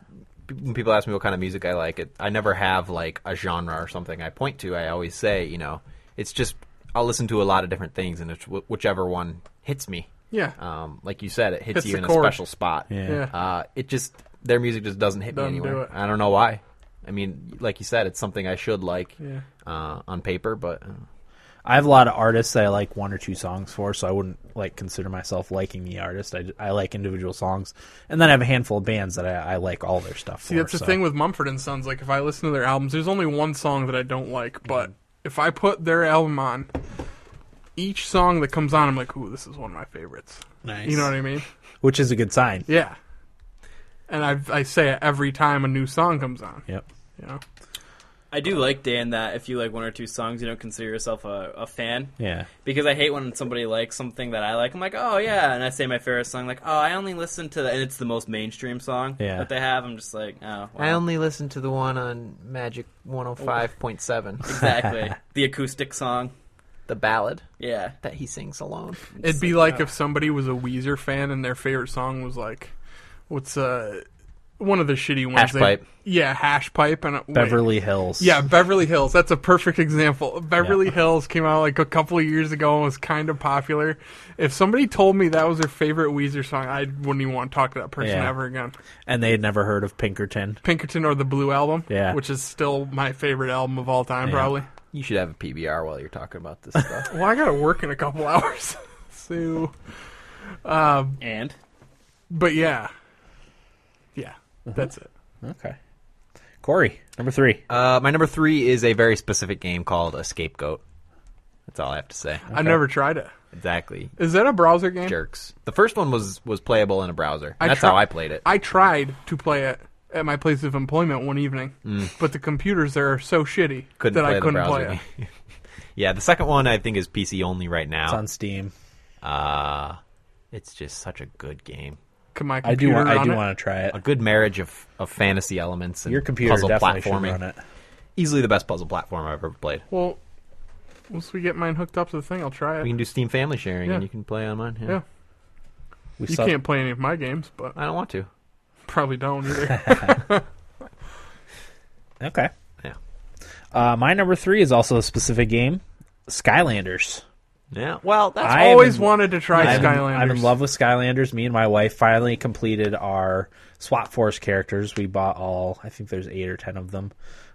Speaker 4: when people ask me what kind of music i like it i never have like a genre or something i point to i always say you know it's just i'll listen to a lot of different things and it's wh- whichever one hits me
Speaker 2: Yeah.
Speaker 4: um, like you said it hits,
Speaker 2: Hits
Speaker 4: you
Speaker 2: the
Speaker 4: in
Speaker 2: chord.
Speaker 4: a special spot
Speaker 1: Yeah.
Speaker 2: Yeah.
Speaker 4: <laughs> uh, it just their music just doesn't hit
Speaker 2: Doesn't
Speaker 4: me
Speaker 2: do
Speaker 4: anywhere
Speaker 2: it.
Speaker 4: i don't know why i mean like you said it's something i should like
Speaker 2: Yeah.
Speaker 4: uh, on paper but uh,
Speaker 1: I have a lot of artists that I like one or two songs for, so I wouldn't like consider myself liking the artist. I, I like individual songs, and then I have a handful of bands that I, I like all their stuff.
Speaker 2: See,
Speaker 1: for,
Speaker 2: that's the
Speaker 1: so.
Speaker 2: thing with Mumford and Sons. Like, if I listen to their albums, there's only one song that I don't like,
Speaker 1: Mhm.
Speaker 2: but if I put their album on, each song that comes on, I'm like, ooh, this is one of my favorites.
Speaker 1: Nice.
Speaker 2: You know what I mean?
Speaker 1: Which is a good sign.
Speaker 2: Yeah. And I, I say it every time a new song comes on.
Speaker 1: Yep.
Speaker 2: You know?
Speaker 3: I do like Dan that if you like one or two songs, you don't consider yourself a, a fan.
Speaker 1: Yeah.
Speaker 3: Because I hate when somebody likes something that I like. I'm like, oh yeah, and I say my favorite song, like, oh, I only listen to that, and it's the most mainstream song
Speaker 1: Yeah.
Speaker 3: that they have. I'm just like, oh, wow.
Speaker 4: i only listen to the one on magic 105.7
Speaker 3: exactly the acoustic song.
Speaker 4: the ballad
Speaker 3: Yeah,
Speaker 4: that he sings alone
Speaker 2: It'd be like if somebody was a Weezer fan and their favorite song was like, what's uh, one of the shitty ones?
Speaker 4: Hash
Speaker 2: they-
Speaker 4: Pipe.
Speaker 2: Yeah, Hash Pipe and uh, wait.
Speaker 1: Beverly Hills.
Speaker 2: Yeah, Beverly Hills. That's a perfect example. Beverly Hills came out like a couple of years ago and was kind of popular. If somebody told me that was their favorite Weezer song, I wouldn't even want to talk to that person
Speaker 1: Yeah.
Speaker 2: ever again.
Speaker 1: And they had never heard of Pinkerton.
Speaker 2: Pinkerton or the Blue Album,
Speaker 1: Yeah.
Speaker 2: which is still my favorite album of all time,
Speaker 1: Yeah.
Speaker 2: probably.
Speaker 4: You should have a PBR while you're talking about this stuff. <laughs>
Speaker 2: Well, I got to work in a couple <laughs> hours, so. Uh,
Speaker 3: and
Speaker 2: but yeah, yeah,
Speaker 4: Mm-hmm.
Speaker 2: that's it.
Speaker 1: Okay. Corey, number three.
Speaker 4: uh, my number three is a very specific game called A Scapegoat. That's all I have to say.
Speaker 2: I've never tried it.
Speaker 4: Exactly.
Speaker 2: Is that a browser game?
Speaker 4: Jerks. The first one was was playable in a browser.
Speaker 2: I
Speaker 4: That's
Speaker 2: tri-
Speaker 4: how I played it.
Speaker 2: I tried to play it at my place of employment one evening, but the computers there are so shitty
Speaker 4: Mm. couldn't
Speaker 2: that
Speaker 4: play
Speaker 2: I
Speaker 4: the
Speaker 2: couldn't
Speaker 4: browser.
Speaker 2: play it.
Speaker 4: game. <laughs> yeah, the second one I think is PC only right
Speaker 1: It's
Speaker 4: now.
Speaker 1: on Steam.
Speaker 4: Uh, it's just such a good game.
Speaker 2: Can my
Speaker 1: I do
Speaker 2: computer
Speaker 1: want. I
Speaker 2: run
Speaker 1: do
Speaker 2: it?
Speaker 1: want to try it.
Speaker 4: A good marriage of, of fantasy elements and
Speaker 1: Your computer
Speaker 4: puzzle
Speaker 1: definitely should
Speaker 4: platforming.
Speaker 1: run it.
Speaker 4: Easily the best puzzle platform I've ever played.
Speaker 2: Well, Once we get mine hooked up to the thing, I'll try it.
Speaker 4: We can do Steam family sharing, and
Speaker 2: Yeah.
Speaker 4: you can play on mine. Yeah.
Speaker 2: Yeah.
Speaker 1: We
Speaker 2: you
Speaker 1: saw-
Speaker 2: can't play any of my games, but
Speaker 4: I don't want to.
Speaker 2: probably
Speaker 1: <laughs>
Speaker 2: don't either.
Speaker 1: Okay.
Speaker 4: Yeah.
Speaker 1: Uh, my number three is also a specific game, Skylanders.
Speaker 4: Yeah. Well, that's
Speaker 1: I
Speaker 2: I always
Speaker 1: am in-
Speaker 2: wanted to try
Speaker 1: I'm,
Speaker 2: Skylanders.
Speaker 1: I'm in love with Skylanders. Me and my wife finally completed our SWAT Force characters. We bought all, I think there's eight or ten of them,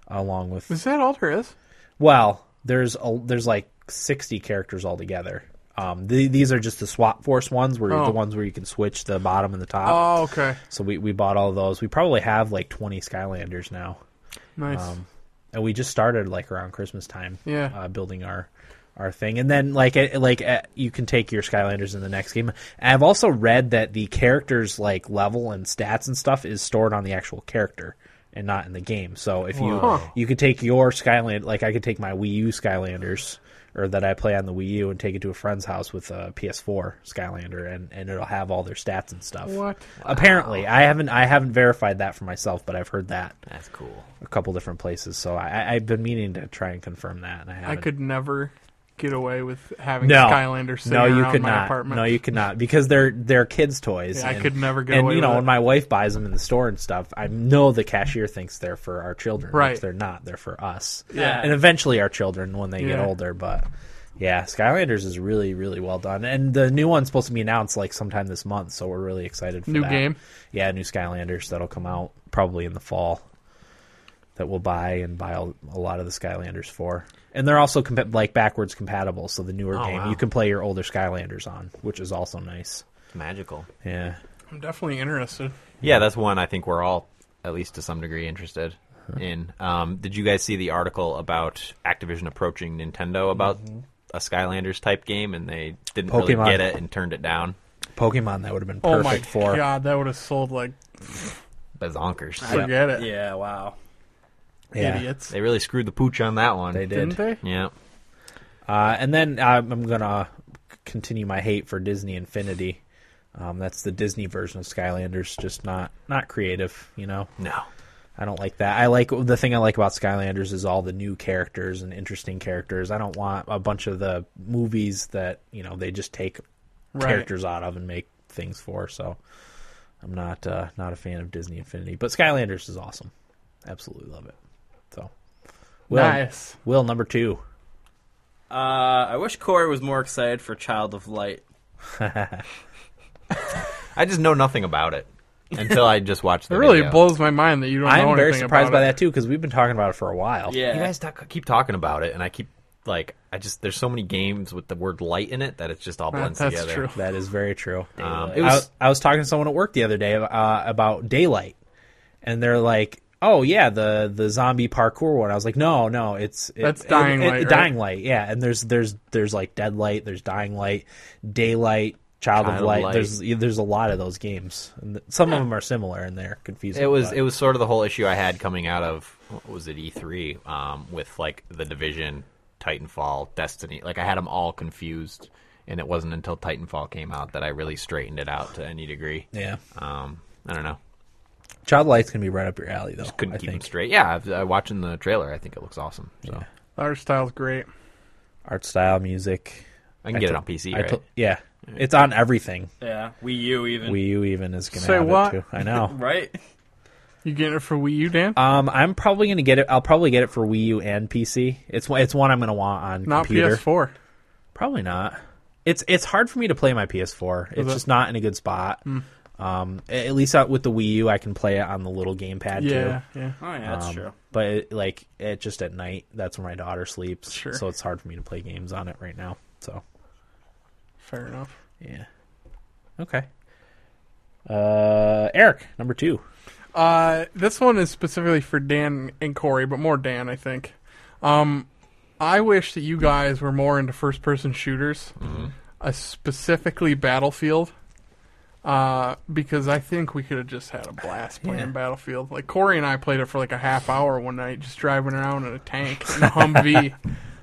Speaker 1: along with
Speaker 2: Is that all there is?
Speaker 1: Well, there's a, there's like 60 characters altogether. Um, the, these are just the swap force ones, where
Speaker 2: Oh.
Speaker 1: the ones where you can switch the bottom and the top.
Speaker 2: Oh, okay.
Speaker 1: So we, we bought all those. We probably have like 20 Skylanders now,
Speaker 2: Nice.
Speaker 1: Um, and we just started like around Christmas time.
Speaker 2: Yeah.
Speaker 1: uh, building our our thing, and then like it, like uh, you can take your Skylanders in the next game. And I've also read that the characters like level and stats and stuff is stored on the actual character. And not in the game. So if you
Speaker 2: Huh.
Speaker 1: you could take your Skyland, like I could take my Wii U Skylanders, or that I play on the Wii U, and take it to a friend's house with a PS4 Skylander, and, and it'll have all their stats and stuff.
Speaker 2: What?
Speaker 1: Apparently, I haven't I haven't verified that for myself, but I've heard that
Speaker 4: that's cool.
Speaker 1: a couple different places. So I, I, I've been meaning to try and confirm that, and I
Speaker 2: I
Speaker 1: haven't.
Speaker 2: could never get away with having
Speaker 1: no
Speaker 2: Skylanders sitting
Speaker 1: no, you
Speaker 2: around
Speaker 1: could
Speaker 2: my
Speaker 1: not.
Speaker 2: apartment.
Speaker 1: No, you could not because they're they're kids' toys.
Speaker 2: Yeah, I could never get
Speaker 1: And
Speaker 2: away
Speaker 1: you know,
Speaker 2: with
Speaker 1: when
Speaker 2: it.
Speaker 1: my wife buys them in the store and stuff, I know the cashier thinks they're for our children. which
Speaker 2: Right.
Speaker 1: they're not. They're for us.
Speaker 3: Yeah.
Speaker 1: and eventually our children when they get
Speaker 2: Yeah.
Speaker 1: older. But yeah, Skylanders is really really well done, and the new one's supposed to be announced like sometime this month. So we're really excited for
Speaker 2: New
Speaker 1: that.
Speaker 2: game?
Speaker 1: Yeah, new Skylanders that'll come out probably in the fall that we'll buy and buy a a lot of the Skylanders for. And they're also compa- like backwards compatible, so the newer
Speaker 4: Oh,
Speaker 1: game
Speaker 4: wow.
Speaker 1: you can play your older Skylanders on, which is also nice.
Speaker 4: It's magical.
Speaker 1: Yeah.
Speaker 2: I'm definitely interested.
Speaker 4: Yeah, that's one I think we're all, at least to some degree, interested
Speaker 1: Uh-huh.
Speaker 4: in. Um, did you guys see the article about Activision approaching Nintendo about a Skylanders type game, and they didn't
Speaker 1: Mm-hmm. Pokemon.
Speaker 4: really get it and turned it down?
Speaker 1: Pokemon that would have been
Speaker 2: Oh
Speaker 1: perfect
Speaker 2: my
Speaker 1: for.
Speaker 2: god, that would have sold like
Speaker 4: Bazonkers.
Speaker 2: forget it.
Speaker 3: Yeah, wow.
Speaker 1: Yeah.
Speaker 2: Idiots.
Speaker 4: They really screwed the pooch on that one.
Speaker 1: They did.
Speaker 2: Didn't they?
Speaker 4: Yeah.
Speaker 1: Uh, and then uh, I'm gonna continue my hate for Disney Infinity. Um, that's the Disney version of Skylanders, just not not creative. You know,
Speaker 4: No.
Speaker 1: I don't like that. I like the thing I like about Skylanders is all the new characters and interesting characters. I don't want a bunch of the movies that you know they just take
Speaker 2: Right.
Speaker 1: characters out of and make things for. So I'm not uh, not a fan of Disney Infinity, but Skylanders is awesome. Absolutely love it. So, Will,
Speaker 2: Nice.
Speaker 1: Will number two.
Speaker 3: Uh, I wish Corey was more excited for Child of Light.
Speaker 4: I just know nothing about it until I
Speaker 1: <laughs>
Speaker 4: just watched
Speaker 2: It
Speaker 4: the
Speaker 2: really
Speaker 4: video.
Speaker 2: blows my mind that you don't know
Speaker 1: I'm very
Speaker 2: anything
Speaker 1: surprised
Speaker 2: about
Speaker 1: by
Speaker 2: it.
Speaker 1: that too because we've been talking about it for a while.
Speaker 3: Yeah.
Speaker 4: You guys talk, keep talking about it, and I keep like I just there's so many games with the word light in it that it just all
Speaker 2: Uh,
Speaker 4: blends
Speaker 2: that's
Speaker 4: together.
Speaker 2: true.
Speaker 1: That is very true.
Speaker 4: Um,
Speaker 1: I-
Speaker 4: it was-
Speaker 1: I, was talking to someone at work the other day uh, about daylight, and they're like, "Oh yeah, the the zombie parkour one." I was like, "No, no, it's it-
Speaker 2: That's
Speaker 1: it-
Speaker 2: Dying
Speaker 1: it-
Speaker 2: Light, right?
Speaker 1: Dying light, yeah." And there's there's there's like dead light, there's dying light, daylight, child,
Speaker 4: Child
Speaker 1: of
Speaker 4: of
Speaker 1: light.
Speaker 4: Light.
Speaker 1: There's there's a lot of those games. And th- some of them are similar and they're confusing.
Speaker 4: It was
Speaker 1: but-
Speaker 4: it was sort of the whole issue I had coming out of what was it E3 um, with like the Division, Titanfall, Destiny. Like I had them all confused, and it wasn't until Titanfall came out that I really straightened it out to any degree.
Speaker 1: yeah.
Speaker 4: Um, I don't know.
Speaker 1: Child light's gonna be right up your alley though.
Speaker 4: Couldn't
Speaker 1: I
Speaker 4: keep them
Speaker 1: think.
Speaker 4: straight. Yeah, I, I watching the trailer. I think it looks awesome. So
Speaker 2: Art style's great.
Speaker 1: Art style, music.
Speaker 4: I can get it on PC.
Speaker 1: I
Speaker 4: right?
Speaker 1: to- yeah, it's on everything.
Speaker 3: Yeah. Wii U even.
Speaker 1: Wii U even is gonna
Speaker 2: Say
Speaker 1: have
Speaker 2: what?
Speaker 1: it too. I
Speaker 2: <laughs>
Speaker 1: know.
Speaker 3: Right?
Speaker 2: You getting it for Wii U, Dan?
Speaker 1: Um, I'm probably gonna get it. I'll probably get it for Wii U and PC. It's one- it's one I'm gonna want on
Speaker 2: Not
Speaker 1: computer.
Speaker 2: PS4.
Speaker 1: Probably not. It's it's hard for me to play my PS4. It's
Speaker 2: it? Hmm.
Speaker 1: just not in a good spot. Um, a- at least out with the Wii U, I can play it on the little gamepad
Speaker 2: Yeah,
Speaker 1: too.
Speaker 2: yeah.
Speaker 3: Oh, yeah, that's
Speaker 1: Um,
Speaker 3: true.
Speaker 1: But it, like, it just at night. That's when my daughter sleeps.
Speaker 2: Sure.
Speaker 1: So it's hard for me to play games on it right now. So
Speaker 2: Fair enough.
Speaker 1: yeah. Okay. Uh, Eric, number two.
Speaker 2: Uh, this one is specifically for Dan and Corey, but more Dan, I think. Um, I wish that you guys were more into first-person shooters, uh, specifically Battlefield, uh, because I think we could have just had a blast playing Battlefield. Like Corey and I played it for like a half hour one night, just driving around in a tank in a Humvee,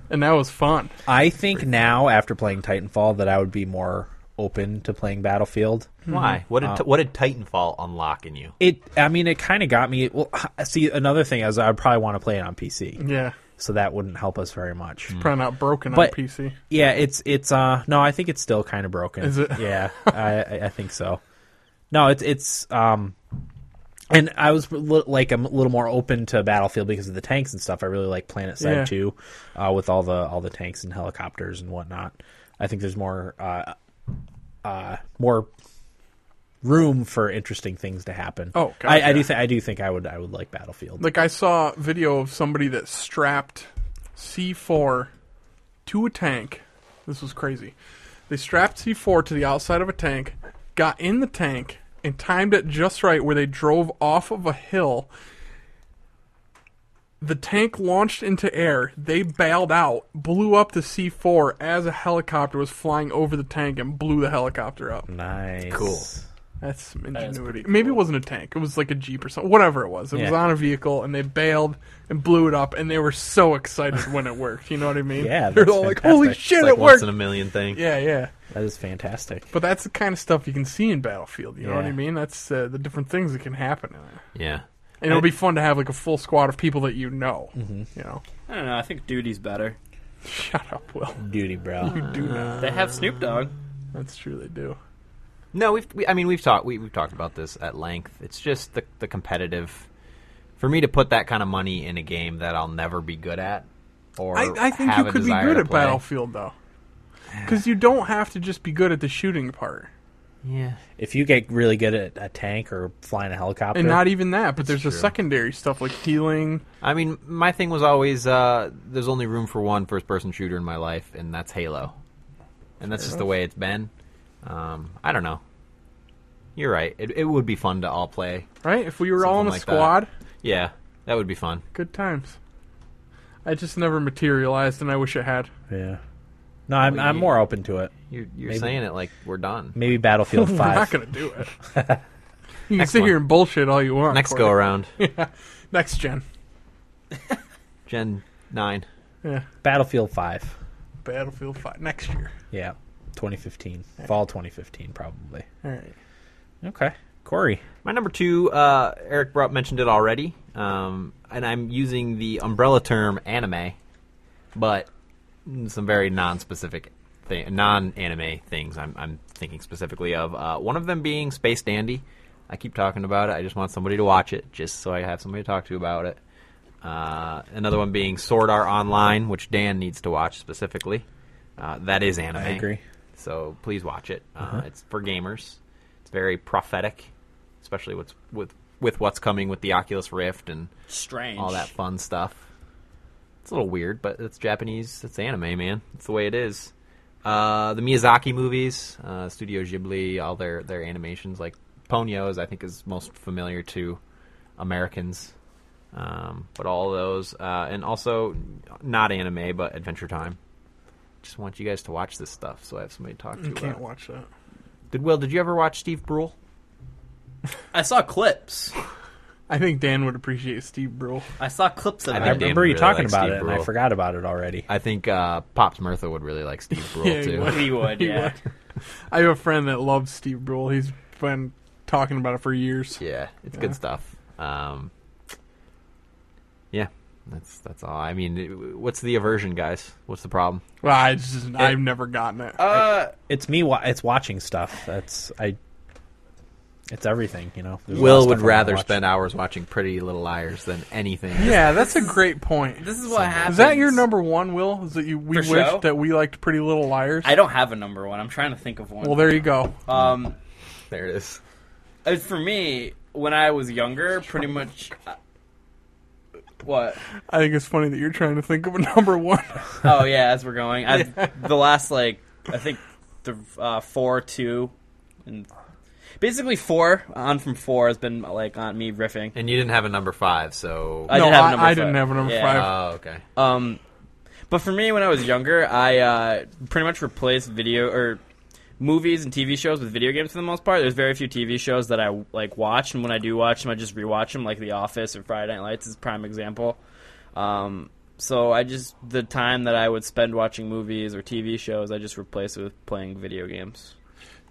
Speaker 2: and that was fun.
Speaker 1: I think now after playing Titanfall that I would be more open to playing Battlefield.
Speaker 4: Why? What did
Speaker 1: Uh,
Speaker 4: Ti- what did Titanfall unlock in you?
Speaker 1: It, I mean, it kind of got me. Well, see, another thing is I'd probably want to play it on PC.
Speaker 2: Yeah,
Speaker 1: so that wouldn't help us very much.
Speaker 2: Probably not broken
Speaker 1: But-
Speaker 2: on PC.
Speaker 1: Yeah, it's it's uh no, I think it's still kind of broken.
Speaker 2: Is it?
Speaker 1: Yeah, I I- I think so. No, it's it's um, and I was li- like I'm a little more open to Battlefield because of the tanks and stuff. I really like Planet Side
Speaker 2: Yeah.
Speaker 1: Two, uh, with all the all the tanks and helicopters and whatnot. I think there's more uh, uh, more room for interesting things to happen.
Speaker 2: Oh, God,
Speaker 1: I, I do
Speaker 2: yeah.
Speaker 1: think I do think I would I would like Battlefield.
Speaker 2: Like I saw a video of somebody that strapped C4 to a tank. This was crazy. They strapped C4 to the outside of a tank, got in the tank, and timed it just right where they drove off of a hill. The tank launched into air. They bailed out, blew up the C4 as a helicopter was flying over the tank and blew the helicopter up.
Speaker 1: nice,
Speaker 4: Cool.
Speaker 2: That's some
Speaker 3: is
Speaker 2: ingenuity.
Speaker 3: pretty
Speaker 2: Maybe it
Speaker 3: cool.
Speaker 2: wasn't a tank. It was like a jeep or something. Whatever it was, it was
Speaker 1: Yeah.
Speaker 2: on a vehicle, and they bailed and blew it up, and they were so excited when it worked. You know what I
Speaker 4: <laughs>
Speaker 2: mean?
Speaker 1: Yeah,
Speaker 2: they're
Speaker 1: that's
Speaker 2: all like, "Holy
Speaker 1: fantastic. <laughs>
Speaker 2: shit,
Speaker 4: It's like
Speaker 2: it
Speaker 4: once
Speaker 2: worked!"
Speaker 4: in a million thing.
Speaker 2: Yeah, yeah.
Speaker 1: That is fantastic.
Speaker 2: But that's the kind of stuff you can see in Battlefield. You know what
Speaker 1: Yeah.
Speaker 2: I mean? That's uh, the different things that can happen. In it.
Speaker 4: Yeah.
Speaker 2: And it'll be fun to have like a full squad of people that you know.
Speaker 4: Mm-hmm.
Speaker 2: You know, <laughs>
Speaker 3: I don't know. I think Duty's better.
Speaker 2: shut up, Will.
Speaker 4: Mm-hmm.
Speaker 1: Duty, bro.
Speaker 2: You do know.
Speaker 3: They have Snoop Dogg.
Speaker 2: That's true. They do.
Speaker 4: No, we've. We, I mean, we've talked. We, we've talked about this at length. It's just the the competitive. For me to put that kind of money in a game that I'll never be good at, or
Speaker 2: I, I think
Speaker 4: have
Speaker 2: you
Speaker 4: a
Speaker 2: could be
Speaker 4: desire
Speaker 2: good
Speaker 4: to
Speaker 2: at
Speaker 4: play.
Speaker 2: Battlefield though, because you don't have to just be good at the shooting part.
Speaker 4: Yeah.
Speaker 1: If you get really good at a tank or flying a helicopter,
Speaker 2: and not e- even that, but there's the
Speaker 4: true.
Speaker 2: secondary stuff like healing.
Speaker 4: I mean, my thing was always uh, there's only room for one first person shooter in my life, and that's Halo. And that's just the way it's been. Um, I don't know. You're right. It, it would be fun to all play.
Speaker 2: Right? If we were all in a
Speaker 4: Something like
Speaker 2: squad,
Speaker 4: that. Yeah, that would be fun.
Speaker 2: good times. I just never materialized, and I wish it had.
Speaker 1: yeah. No, I'm,
Speaker 2: Oh,
Speaker 1: I'm more open to it.
Speaker 4: You're, you're
Speaker 1: Maybe.
Speaker 4: saying it like we're done.
Speaker 1: Maybe
Speaker 2: <laughs>
Speaker 1: Battlefield
Speaker 2: We're
Speaker 1: Five.
Speaker 2: not gonna do
Speaker 4: <laughs>
Speaker 2: it. you can
Speaker 4: Next
Speaker 2: sit
Speaker 4: one.
Speaker 2: here and bullshit all you want.
Speaker 4: Next
Speaker 2: Corey. <laughs>
Speaker 4: go around,
Speaker 2: Next gen.
Speaker 4: Gen Nine.
Speaker 2: Yeah.
Speaker 1: Battlefield Five.
Speaker 2: Battlefield Five next year.
Speaker 1: Yeah, 2015, fall 2015 probably.
Speaker 2: All right.
Speaker 1: Okay, Corey.
Speaker 4: My number two, uh, Eric brought mentioned it already, um, and I'm using the umbrella term anime, but some very non-specific, thi- non-anime things. I'm, I'm thinking specifically of uh, one of them being Space Dandy. I keep talking about it. I just want somebody to watch it, just so I have somebody to talk to about it. Uh, another one being Sword Art Online, which Dan needs to watch specifically. Uh, that is anime.
Speaker 1: I agree.
Speaker 4: So please watch it. Uh, It's for gamers. It's very prophetic, especially what's with with what's coming with the Oculus Rift and
Speaker 3: Strange.
Speaker 4: all that fun stuff. It's a little weird, but it's Japanese. It's anime, man. It's the way it is. Uh, the Miyazaki movies, uh, Studio Ghibli, all their their animations, like Ponyo, is I think is most familiar to Americans. Um, but all those, uh, and also not anime, but Adventure Time. Just want you guys to watch this stuff, so I have somebody to talk to.
Speaker 2: You can't
Speaker 4: about.
Speaker 2: watch that.
Speaker 4: Did Will? Did you ever watch Steve Brule?
Speaker 3: I saw clips.
Speaker 2: I think Dan would appreciate Steve Brule.
Speaker 3: I saw clips of
Speaker 4: I
Speaker 1: I,
Speaker 3: it.
Speaker 4: think
Speaker 1: remember
Speaker 4: Dan
Speaker 1: you
Speaker 4: really
Speaker 1: talking
Speaker 4: likes
Speaker 1: about
Speaker 4: Steve
Speaker 1: it, and I
Speaker 4: Brule.
Speaker 1: forgot about it already.
Speaker 4: I think uh, Pops Mirtha would really
Speaker 2: <laughs>
Speaker 4: like Steve Brule
Speaker 2: Yeah, he
Speaker 4: too.
Speaker 2: would.
Speaker 3: He would,
Speaker 2: He
Speaker 3: yeah.
Speaker 2: would. I have a friend that loves Steve Brule. He's been talking about it for years.
Speaker 4: Yeah, it's
Speaker 2: Yeah.
Speaker 4: good stuff. Um, yeah, that's that's all. I mean, it- what's the aversion, guys? What's the problem?
Speaker 2: Well, I just I've never gotten it.
Speaker 4: Uh,
Speaker 1: It's me. Wa- it's watching stuff. That's I. It's everything, you know. There's a lot of
Speaker 4: Will
Speaker 1: stuff
Speaker 4: would
Speaker 1: I wanna
Speaker 4: rather
Speaker 1: watch.
Speaker 4: spend hours watching Pretty Little Liars than anything.
Speaker 2: yeah, that's a great point.
Speaker 3: This is what happens.
Speaker 2: Is that your number one, Will? Is that you? We
Speaker 3: For
Speaker 2: wished
Speaker 3: show?
Speaker 2: that we liked Pretty Little Liars.
Speaker 3: I don't have a number one. I'm trying to think of one.
Speaker 2: well, there you go.
Speaker 3: Um,
Speaker 4: <laughs> There it is.
Speaker 3: as for me, when I was younger, pretty much. Uh, what?
Speaker 2: I think it's funny that you're trying to think of a <laughs> number one.
Speaker 3: Oh yeah, as we're going,
Speaker 2: <laughs>
Speaker 3: I, the last like I think the uh, four two, and basically four on from four has been like on me riffing.
Speaker 4: And you didn't have a number five, so.
Speaker 3: I
Speaker 2: no,
Speaker 3: did have a
Speaker 2: I,
Speaker 3: number
Speaker 2: I
Speaker 3: five.
Speaker 2: didn't have a number
Speaker 3: Yeah.
Speaker 2: five.
Speaker 4: oh, okay.
Speaker 3: Um, but for me, when I was younger, I uh, pretty much replaced video or movies and TV shows with video games for the most part. There's very few TV shows that I like watch, and when I do watch them, I just rewatch them, like The Office or Friday Night Lights is a prime example. Um, so I just the time that I would spend watching movies or TV shows, I just replaced it with playing video games.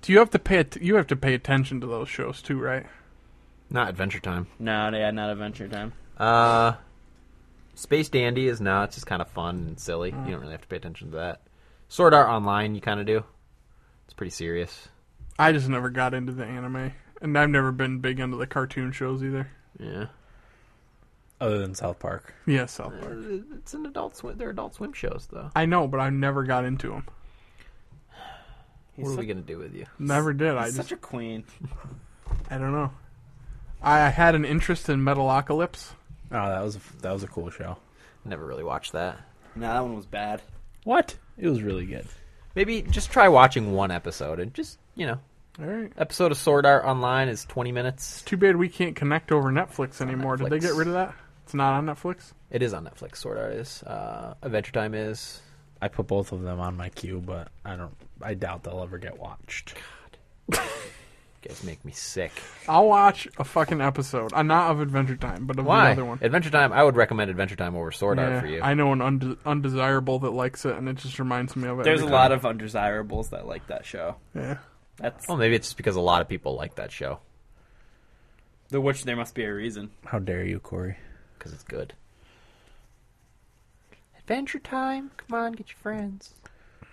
Speaker 2: Do you have to pay? At- you have to pay attention to those shows too, right?
Speaker 4: Not Adventure Time.
Speaker 3: No, yeah, not Adventure Time.
Speaker 4: Uh, Space Dandy is not. It's just kind of fun and silly.
Speaker 2: Mm.
Speaker 4: You don't really have to pay attention to that. Sword Art Online, you kind of do. It's pretty serious.
Speaker 2: I just never got into the anime, and I've never been big into the cartoon shows either.
Speaker 4: Yeah.
Speaker 1: Other than South Park,
Speaker 2: Yeah, South Park.
Speaker 4: It's an adult swim. They're adult swim shows, though.
Speaker 2: I know, but I never got into them.
Speaker 4: What are we gonna do with you?
Speaker 2: Never did. I
Speaker 3: He's
Speaker 2: just
Speaker 3: such a queen.
Speaker 2: I don't know. I had an interest in Metalocalypse.
Speaker 1: oh, that was a, that was a cool show.
Speaker 4: Never really watched that.
Speaker 3: Nah, that one was bad.
Speaker 1: What? It was really good.
Speaker 4: Maybe just try watching one episode and just you know,
Speaker 2: All right.
Speaker 4: episode of Sword Art Online is twenty minutes.
Speaker 2: Too bad we can't connect over Netflix anymore. Did they
Speaker 4: Netflix.
Speaker 2: get rid of that? It's not on Netflix.
Speaker 4: It is on Netflix. Sword Art is. Uh, Adventure Time is.
Speaker 1: I put both of them on my queue, but I don't. I doubt they'll ever get watched.
Speaker 4: You guys make me sick.
Speaker 2: I'll watch a fucking episode. Uh, not of Adventure Time, but of
Speaker 4: Why?
Speaker 2: the other one.
Speaker 4: Adventure Time. I would recommend Adventure Time over Sword Art
Speaker 2: Yeah,
Speaker 4: for you.
Speaker 2: I know an unde- undesirable that likes it, and it just reminds me of it.
Speaker 3: There's a
Speaker 2: every
Speaker 3: lot of undesirables that like that show.
Speaker 2: time. Yeah.
Speaker 3: That's
Speaker 2: Oh.
Speaker 4: Well, maybe it's just because a lot of people like that show
Speaker 3: the which there must be a reason.
Speaker 1: How dare you, Corey?
Speaker 4: because it's good. Adventure Time. Come on, get your friends.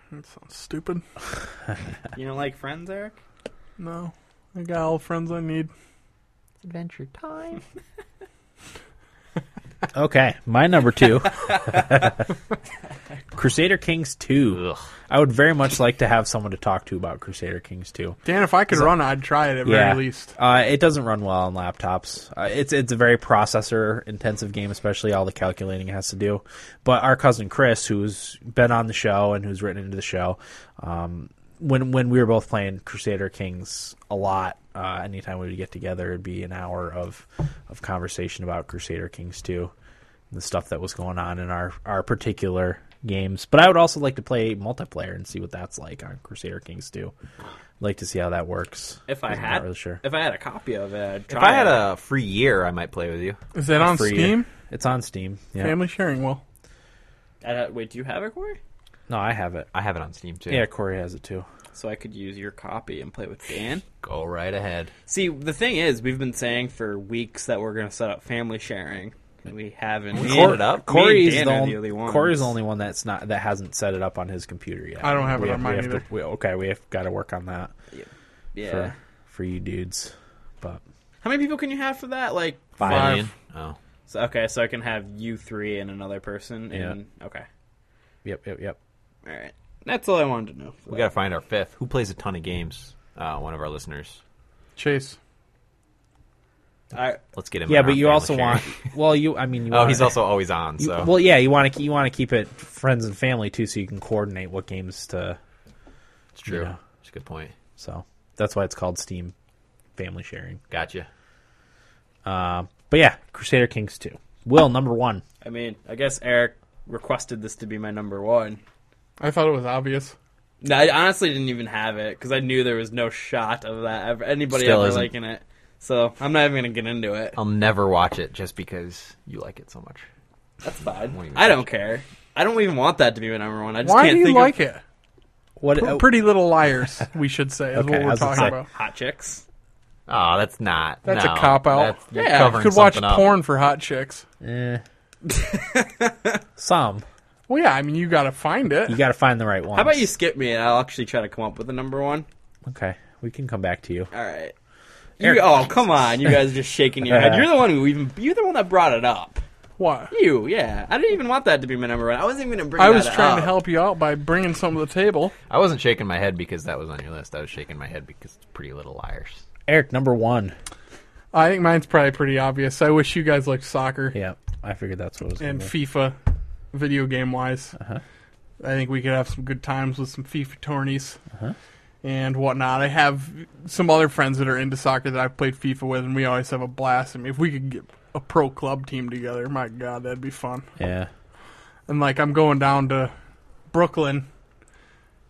Speaker 2: That sounds stupid.
Speaker 3: <laughs> You don't like Friends, Eric?
Speaker 2: No, I got all the friends I need.
Speaker 4: Adventure Time.
Speaker 1: <laughs> Okay, my number <laughs> two, Crusader Kings Two.
Speaker 4: Ugh.
Speaker 1: I would very much like to have someone to talk to about Crusader Kings Two.
Speaker 2: Dan, if I could run it, I'd try it at
Speaker 1: yeah.
Speaker 2: very least.
Speaker 1: Uh, it doesn't run well on laptops. Uh, it's it's a very processor intensive game, especially all the calculating it has to do. But our cousin Chris, who's been on the show and who's written into the show, um, when when we were both playing Crusader Kings a lot, uh, anytime we would get together, it'd be an hour of of conversation about Crusader Kings two, and the stuff that was going on in our our particular games. But I would also like to play multiplayer and see what that's like on Crusader Kings two. Like to see how that works.
Speaker 3: If I
Speaker 1: I'm
Speaker 3: had,
Speaker 1: not really sure.
Speaker 3: if I had a copy of it, I'd try
Speaker 4: If I had
Speaker 3: it.
Speaker 4: a free year, I might play with you.
Speaker 2: Is that on
Speaker 1: free.
Speaker 2: Steam?
Speaker 1: It's on Steam. Yeah.
Speaker 2: Family sharing. Well,
Speaker 3: I'd have- wait, do you have it, Corey?
Speaker 1: No, I have it.
Speaker 4: I have it on Steam too.
Speaker 1: Yeah, Corey has it too.
Speaker 3: So I could use your copy and play with Dan.
Speaker 4: Go right ahead.
Speaker 3: See, the thing is, we've been saying for weeks that we're going to set up family sharing, and we haven't.
Speaker 4: We Cor- set it up. Me
Speaker 1: Corey's
Speaker 3: Dan
Speaker 1: the,
Speaker 3: are
Speaker 1: only,
Speaker 3: the only ones.
Speaker 1: Corey's the only one that's not that hasn't set it up on his computer yet.
Speaker 2: I don't have
Speaker 1: We
Speaker 2: it on
Speaker 1: we
Speaker 2: mine
Speaker 1: have
Speaker 2: either.
Speaker 1: To, we, okay, we have got to work on that
Speaker 3: yeah.
Speaker 1: for for you dudes. But
Speaker 3: How many people can you have for that? Like,
Speaker 1: Five.
Speaker 4: Million? Oh,
Speaker 3: so, okay, so I can have you three and another person. And, Okay,
Speaker 1: yep, yep, yep.
Speaker 3: all right. That's all I wanted to know. for
Speaker 4: we
Speaker 3: that.
Speaker 4: got to find our fifth. Who plays a ton of games? Uh, one of our listeners.
Speaker 2: Chase.
Speaker 3: I,
Speaker 4: Let's get him.
Speaker 1: yeah,
Speaker 4: in
Speaker 1: but
Speaker 4: on
Speaker 1: you
Speaker 4: family
Speaker 1: also
Speaker 4: sharing.
Speaker 1: want.
Speaker 4: <laughs>
Speaker 1: <laughs> Well, you. I mean, you
Speaker 4: Oh,
Speaker 1: wanna-
Speaker 4: he's also always on.
Speaker 1: you-
Speaker 4: So
Speaker 1: Well, yeah, you want to you want to keep it friends and family too, so you can coordinate what games to.
Speaker 4: it's true.
Speaker 1: you know.
Speaker 4: It's a good point.
Speaker 1: So that's why it's called Steam Family Sharing.
Speaker 4: Gotcha.
Speaker 1: Uh, but yeah, Crusader Kings two. Will number one.
Speaker 3: I mean, I guess Eric requested this to be my number one.
Speaker 2: I thought it was obvious.
Speaker 3: No, I honestly didn't even have it because I knew there was no shot of that ever anybody
Speaker 4: Still
Speaker 3: ever
Speaker 4: isn't.
Speaker 3: liking it. So I'm not even gonna get into it.
Speaker 4: I'll never watch it just because you like it so much.
Speaker 3: That's fine.
Speaker 4: even
Speaker 3: I don't care. I don't even want that to be my number one. I just
Speaker 2: Why
Speaker 3: can't
Speaker 2: do you
Speaker 3: think
Speaker 2: like it?
Speaker 3: of
Speaker 1: What? uh,
Speaker 2: P- Pretty Little Liars, we should say, is
Speaker 1: Okay,
Speaker 2: what
Speaker 1: I
Speaker 2: we're
Speaker 1: was gonna
Speaker 2: talking
Speaker 1: say-
Speaker 2: about.
Speaker 3: hot chicks.
Speaker 4: Oh, that's not.
Speaker 2: That's
Speaker 4: no.
Speaker 2: a cop out.
Speaker 4: That's- you're
Speaker 3: Yeah,
Speaker 2: You
Speaker 4: covering
Speaker 2: could watch
Speaker 4: something up.
Speaker 2: porn for hot chicks.
Speaker 1: Eh. <laughs> Some.
Speaker 2: Well, yeah, I mean, you got to find it.
Speaker 1: You got to find the right one.
Speaker 3: How about you skip me and I'll actually try to come up with a number one?
Speaker 1: Okay, we can come back to you.
Speaker 3: All right.
Speaker 1: Eric-
Speaker 3: You, oh come on! You guys are just shaking
Speaker 2: <laughs>
Speaker 3: your head. You're the one who even you're the one that brought it up.
Speaker 2: What?
Speaker 3: You, yeah. I didn't even want that to be my number one. I wasn't even gonna bring.
Speaker 2: I was
Speaker 3: that
Speaker 2: trying
Speaker 3: up.
Speaker 2: to help you out by bringing something to the table.
Speaker 4: I wasn't shaking my head because that was on your list. I was shaking my head because it's Pretty Little Liars.
Speaker 1: Eric, number one.
Speaker 2: I think mine's probably pretty obvious. I wish you guys liked soccer
Speaker 1: Yeah, I figured that's what it was.
Speaker 2: and
Speaker 1: gonna be.
Speaker 2: FIFA, video game wise. I think we could have some good times with some FIFA tourneys and whatnot. I have some other friends that are into soccer that I've played FIFA with, and we always have a blast. I mean, if we could get a pro club team together, my God, that'd be fun.
Speaker 1: yeah,
Speaker 2: and like I'm going down to Brooklyn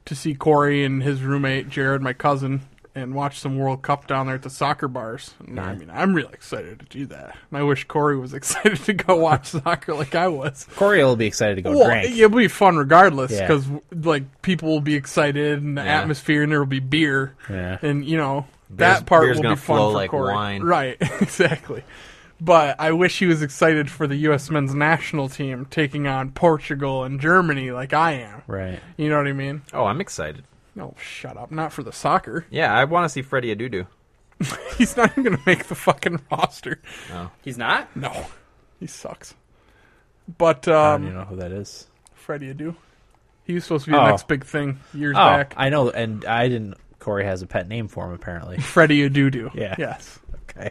Speaker 2: to see Corey and his roommate Jared, my cousin, and watch some World Cup down there at the soccer bars. And I mean, I'm really excited to do that. And I wish Corey was <laughs> excited to go watch soccer like I was.
Speaker 1: Corey will be excited to go
Speaker 2: Well,
Speaker 1: drink.
Speaker 2: it'll be fun regardless
Speaker 1: Yeah.
Speaker 2: because like people will be excited and the
Speaker 4: Yeah.
Speaker 2: atmosphere, and there will be beer,
Speaker 1: Yeah.
Speaker 2: and you know
Speaker 4: Beer's-
Speaker 2: that part
Speaker 4: beer's
Speaker 2: will
Speaker 4: gonna
Speaker 2: be fun
Speaker 4: flow
Speaker 2: for
Speaker 4: like
Speaker 2: Corey.
Speaker 4: wine.
Speaker 2: Right, <laughs> exactly. But I wish he was excited for the U.S. men's national team taking on Portugal and Germany like I am.
Speaker 1: Right.
Speaker 2: You know what I mean?
Speaker 4: Oh, I'm excited.
Speaker 2: No, shut up. Not for the soccer. <laughs>
Speaker 4: Yeah, I want to see Freddie Adudu.
Speaker 2: He's not even going to make the fucking roster.
Speaker 3: He's not.
Speaker 2: No. He sucks. But,
Speaker 1: I don't
Speaker 2: um,
Speaker 1: even know who that is.
Speaker 2: Freddie Adu. He was supposed to be
Speaker 1: Oh.
Speaker 2: the next big thing years
Speaker 1: Oh,
Speaker 2: back.
Speaker 1: I know, and I didn't. Corey has a pet name for him,
Speaker 2: <laughs>
Speaker 1: apparently.
Speaker 2: Freddie Adudu.
Speaker 1: Yeah.
Speaker 2: Yes.
Speaker 1: okay.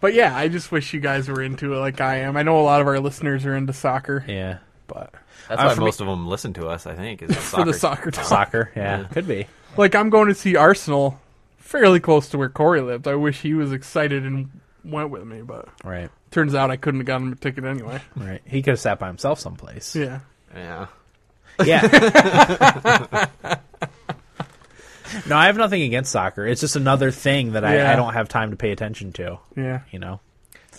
Speaker 2: But yeah, I just wish you guys were into it like I am. I know a lot of our listeners are into soccer,
Speaker 1: Yeah.
Speaker 2: but
Speaker 4: That's
Speaker 1: Uh,
Speaker 4: why
Speaker 1: for me-
Speaker 4: most of them listen to us. I think
Speaker 2: <laughs>
Speaker 4: is
Speaker 2: for the soccer talk.
Speaker 1: Soccer. Yeah. Could be.
Speaker 2: Like I'm going to see Arsenal fairly close to where Corey lived. I wish he was excited and went with me, but
Speaker 1: Right.
Speaker 2: turns out I couldn't have gotten him a
Speaker 1: <laughs>
Speaker 2: ticket anyway.
Speaker 1: Right. He could have sat by himself someplace.
Speaker 2: Yeah.
Speaker 4: Yeah.
Speaker 1: Yeah. no, I have nothing against soccer. It's just another thing that I,
Speaker 2: Yeah.
Speaker 1: I don't have time to pay attention to.
Speaker 2: Yeah.
Speaker 1: You know.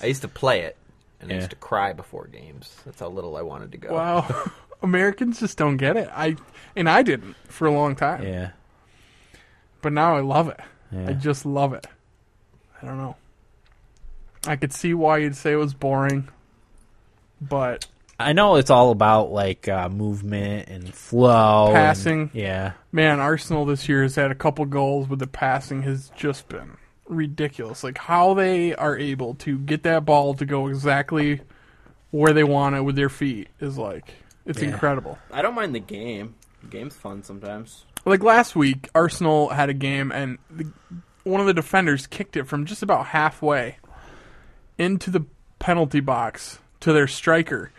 Speaker 4: I used to play it, and I
Speaker 1: Yeah.
Speaker 4: used to cry before games. That's how little I wanted to go.
Speaker 2: Wow. <laughs> Americans just don't get it. I and I didn't for a long time.
Speaker 1: Yeah.
Speaker 2: But now I love it. I
Speaker 1: Yeah.
Speaker 2: just love it. I don't know. I could see why you'd say it was boring, but
Speaker 1: I know it's all about like uh, movement and flow, and-
Speaker 2: Passing.
Speaker 1: yeah.
Speaker 2: man, Arsenal this year has had a couple goals, but the passing has just been ridiculous. Like how they are able to get that ball to go exactly where they want it with their feet is like it's
Speaker 1: Yeah.
Speaker 2: incredible.
Speaker 3: I don't mind the game. The game's fun sometimes.
Speaker 2: Like last week, Arsenal had a game and the, one of the defenders kicked it from just about halfway into the penalty box to their striker.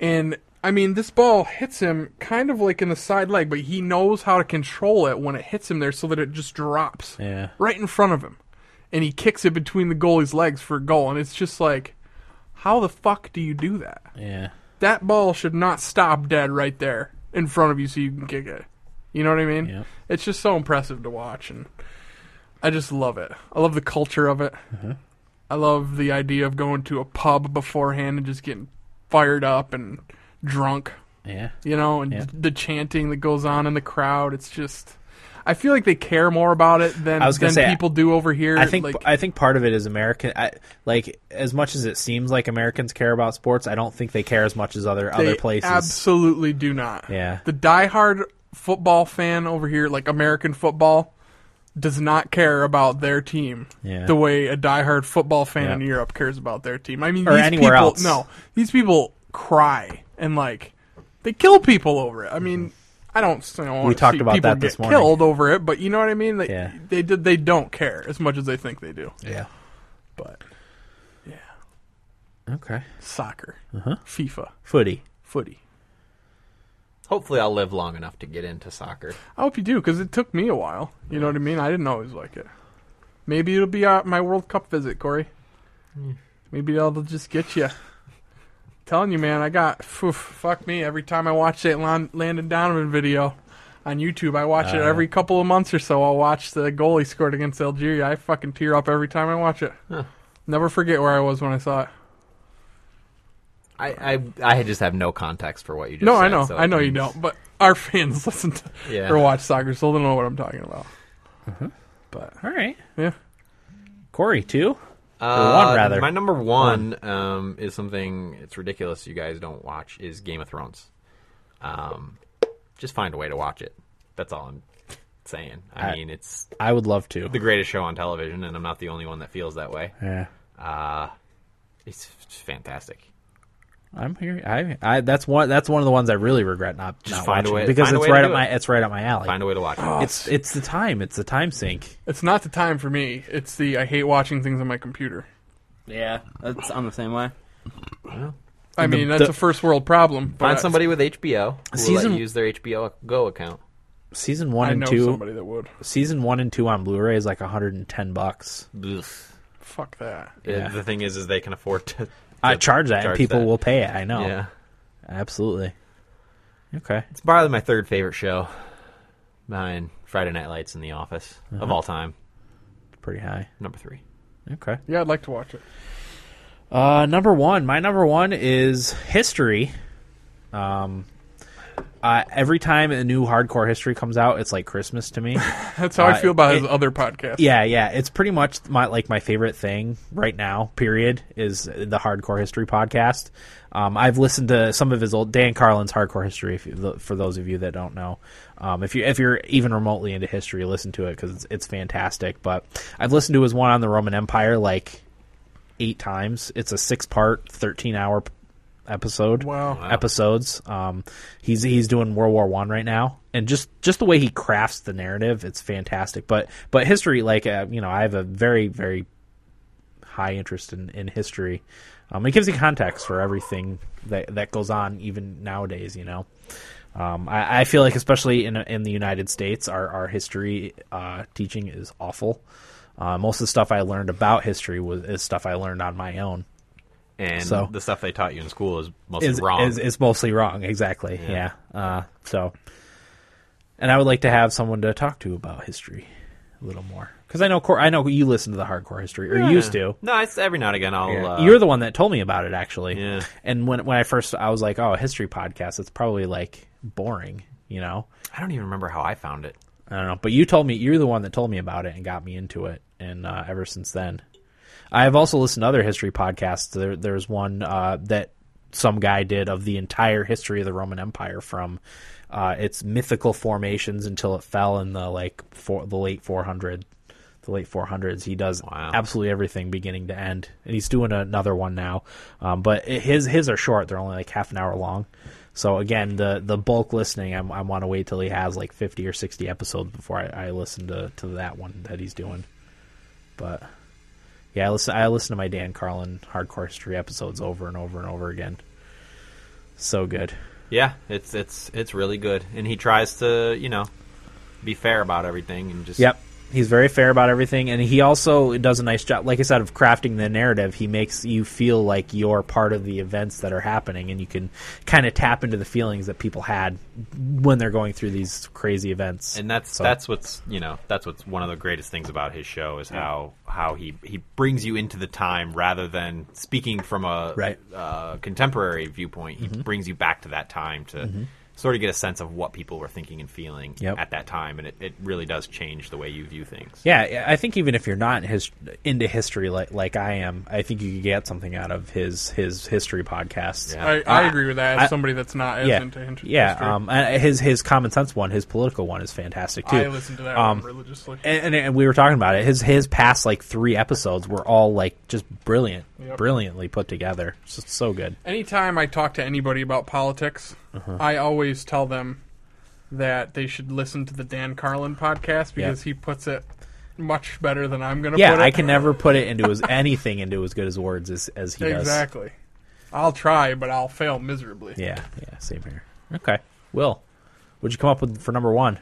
Speaker 2: And I mean, this ball hits him kind of like in the side leg, but he knows how to control it when it hits him there so that it just drops
Speaker 1: Yeah.
Speaker 2: right in front of him. And he kicks it between the goalie's legs for a goal. And it's just like, how the fuck do you do that?
Speaker 1: Yeah.
Speaker 2: that ball should not stop dead right there in front of you so you can kick it. You know what I mean?
Speaker 1: Yep.
Speaker 2: It's just so impressive to watch, and I just love it. I love the culture of it.
Speaker 1: Uh-huh.
Speaker 2: I love the idea of going to a pub beforehand and just getting fired up and drunk,
Speaker 1: Yeah.
Speaker 2: you know, and
Speaker 1: Yeah.
Speaker 2: the chanting that goes on in the crowd. It's just. I feel like they care more about it than,
Speaker 1: I was
Speaker 2: than
Speaker 1: gonna say,
Speaker 2: people do over here.
Speaker 1: I think
Speaker 2: like,
Speaker 1: I think part of it is American. I, like as much as it seems like Americans care about sports, I don't think they care as much as other other
Speaker 2: They
Speaker 1: places.
Speaker 2: Absolutely do not.
Speaker 1: Yeah.
Speaker 2: The diehard football fan over here, like American football, does not care about their team
Speaker 1: Yeah.
Speaker 2: the way a diehard football fan in
Speaker 1: Yeah.
Speaker 2: Europe cares about their team. I mean,
Speaker 1: Or
Speaker 2: these
Speaker 1: anywhere
Speaker 2: people,
Speaker 1: else.
Speaker 2: No, these people cry and like they kill people over it. I mean, I don't. I don't wanna
Speaker 1: Mm-hmm. talked
Speaker 2: see
Speaker 1: about
Speaker 2: people
Speaker 1: that this
Speaker 2: get
Speaker 1: morning.
Speaker 2: Killed over it, but you know what I mean. They,
Speaker 1: Yeah.
Speaker 2: they did. They don't care as much as they think they do.
Speaker 1: yeah.
Speaker 2: But yeah,
Speaker 1: Okay.
Speaker 2: soccer,
Speaker 1: Uh-huh.
Speaker 2: FIFA,
Speaker 1: Footy.
Speaker 2: footy.
Speaker 4: Hopefully, I'll live long enough to get into soccer.
Speaker 2: I hope you do, because it took me a while. You know what I mean? I didn't always like it. Maybe it'll be uh, my World Cup visit, Corey. Maybe that'll just get you. Telling you, man, I got phew, fuck me every time I watch that Lon- Landon Donovan video on YouTube. I watch it
Speaker 1: Uh.
Speaker 2: every couple of months or so. I'll watch the goal he scored against Algeria. I fucking tear up every time I watch it. Never forget where I was when I saw it.
Speaker 4: I, I I just have no context for what you just
Speaker 2: No,
Speaker 4: said.
Speaker 2: I know,
Speaker 4: so
Speaker 2: I know
Speaker 4: it
Speaker 2: you
Speaker 4: means-
Speaker 2: don't, but our <laughs> fans listen to
Speaker 4: Yeah.
Speaker 2: or watch soccer, so they'll know what I'm talking about. But
Speaker 1: All right.
Speaker 2: yeah.
Speaker 1: Corey too.
Speaker 4: Uh,
Speaker 1: one, rather.
Speaker 4: My number one, Um, is something it's ridiculous you guys don't watch is Game of Thrones. Um, just find a way to watch it. That's all I'm saying. I,
Speaker 1: I-
Speaker 4: mean, it's
Speaker 1: I would love to.
Speaker 4: the greatest show on television, and I'm not the only one that feels that way.
Speaker 1: Yeah.
Speaker 4: Uh, it's f- fantastic.
Speaker 1: I'm here. I, I that's one that's one of the ones I really regret not,
Speaker 4: Just
Speaker 1: not
Speaker 4: find a
Speaker 1: watching
Speaker 4: way-
Speaker 1: because
Speaker 4: find a
Speaker 1: it's
Speaker 4: way to
Speaker 1: right
Speaker 4: do
Speaker 1: up my
Speaker 4: it.
Speaker 1: it's right up my alley.
Speaker 4: Find a way to watch it.
Speaker 2: Oh,
Speaker 1: it's it's the time. It's the time sink.
Speaker 2: It's not the time for me. It's the I hate watching things on my computer.
Speaker 3: Yeah, that's I'm the same way.
Speaker 2: I
Speaker 1: the-
Speaker 2: mean, that's
Speaker 1: the-
Speaker 2: a first world problem. but
Speaker 4: Find somebody with HBO who will
Speaker 1: Season-
Speaker 4: let you use their HBO Go account.
Speaker 1: Season one
Speaker 2: I
Speaker 1: and
Speaker 2: know
Speaker 1: two.
Speaker 2: somebody that would.
Speaker 1: Season one and two on Blu-ray is like 110 bucks.
Speaker 2: Fuck that.
Speaker 1: Yeah.
Speaker 4: The thing is, is they can afford to. to
Speaker 1: I charge that, and
Speaker 4: charge
Speaker 1: people
Speaker 4: that.
Speaker 1: will pay it. I know.
Speaker 4: Yeah,
Speaker 1: Absolutely. Okay.
Speaker 4: it's probably my third favorite show, behind Friday Night Lights in The Office
Speaker 1: Uh-huh.
Speaker 4: of all time.
Speaker 1: It's pretty high.
Speaker 4: Number three.
Speaker 1: Okay.
Speaker 2: Yeah, I'd like to watch it.
Speaker 1: Uh, number one. My number one is history. Um, uh, every time a new hardcore history comes out, it's like Christmas to me.
Speaker 2: That's how I
Speaker 1: Uh,
Speaker 2: feel about his
Speaker 1: it-
Speaker 2: other podcast. <laughs>
Speaker 1: yeah, yeah, it's pretty much my like my favorite thing right now. Period is the Hardcore History podcast. Um, I've listened to some of his old Dan Carlin's Hardcore History. If you, for those of you that don't know, um, if you if you're even remotely into history, listen to it because it's, it's fantastic. But I've listened to his one on the Roman Empire like eight times. It's a six part, thirteen hour p- episode
Speaker 2: Wow.
Speaker 1: episodes. Um, he's he's doing World War One right now, and just just the way he crafts the narrative, it's fantastic. But but history, like uh, you know, I have a very very high interest in in history. Um, it gives you context for everything that that goes on, even nowadays. You know. Um, I, I feel like, especially in in the United States, our our history uh, teaching is awful. Uh, most of the stuff I learned about history was is stuff I learned on my own
Speaker 4: and
Speaker 1: So-
Speaker 4: the stuff they taught you in school is mostly
Speaker 1: is,
Speaker 4: wrong.
Speaker 1: Is, is mostly wrong. Exactly. Yeah. Uh, so, and I would like to have someone to talk to about history a little more because I know Cor- I know you listen to the hardcore history or you used to.
Speaker 4: No, it's every now and again I'll. Uh,
Speaker 1: You're the one that told me about it actually.
Speaker 4: Yeah.
Speaker 1: And when when I first I was like, oh, a history podcast. It's probably like boring, you know.
Speaker 4: I don't even remember how I found it.
Speaker 1: I don't know, but you told me you're the one that told me about it and got me into it, and uh, ever since then, I have also listened to other history podcasts. There, there's one uh, that some guy did of the entire history of the Roman Empire from uh, its mythical formations until it fell in the like for, the late 400, the late 400s. He does
Speaker 4: Wow.
Speaker 1: absolutely everything beginning to end, and he's doing another one now. Um, but it, his his are short; they're only like half an hour long. So again, the the bulk listening, I'm, I want to wait till he has like 50 or 60 episodes before I, I listen to to that one that he's doing. But yeah, I listen. I listen to my Dan Carlin Hardcore History episodes over and over and over again. So good.
Speaker 4: Yeah, it's it's it's really good, and he tries to you know be fair about everything and just
Speaker 1: Yep, he's very fair about everything, and he also does a nice job. Like I said, of crafting the narrative, he makes you feel like you're part of the events that are happening, and you can kind of tap into the feelings that people had when they're going through these crazy events.
Speaker 4: and that's
Speaker 1: So-
Speaker 4: that's what's you know that's what's one of the greatest things about his show is how how he he brings you into the time rather than speaking from a
Speaker 1: Right. Mm-hmm.
Speaker 4: uh, contemporary viewpoint. He brings you back to that time to sort of get a sense of what people were thinking and feeling
Speaker 1: Yep.
Speaker 4: at that time, and it, it really does change the way you view things.
Speaker 1: Yeah, I think even if you're not his, into history like like I am, I think you could get something out of his his history podcast.
Speaker 4: Yeah.
Speaker 2: I, I agree with that. As
Speaker 1: I-
Speaker 2: somebody that's not as
Speaker 1: yeah,
Speaker 2: into hint-
Speaker 1: yeah.
Speaker 2: history.
Speaker 1: Um, uh, his his common sense one, his political one, is fantastic too.
Speaker 2: I listen to that
Speaker 1: um,
Speaker 2: one religiously.
Speaker 1: and, and, and we were talking about it. His his past like three episodes were all like just brilliant,
Speaker 2: Yep.
Speaker 1: brilliantly put together. It's just so good.
Speaker 2: Anytime I talk to anybody about politics,
Speaker 1: Uh-huh.
Speaker 2: I always tell them that they should listen to the Dan Carlin podcast because he puts it much better than I'm going to
Speaker 1: Yeah,
Speaker 2: put it.
Speaker 1: I can never put it into as anything into as good as words as as he does.
Speaker 2: Exactly. I'll try, but I'll fail miserably.
Speaker 1: Yeah, yeah. Same here. Okay, Will, what'd you come up with for number one?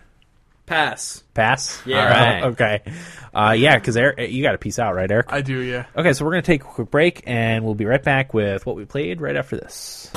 Speaker 3: Pass.
Speaker 1: Pass.
Speaker 3: Yeah.
Speaker 1: All right.
Speaker 4: All
Speaker 1: Okay. Uh, yeah, because Eric, you got to piece out, right, Eric?
Speaker 2: I do, yeah.
Speaker 1: Okay, so we're gonna take a quick break, and we'll be right back with what we played right after this.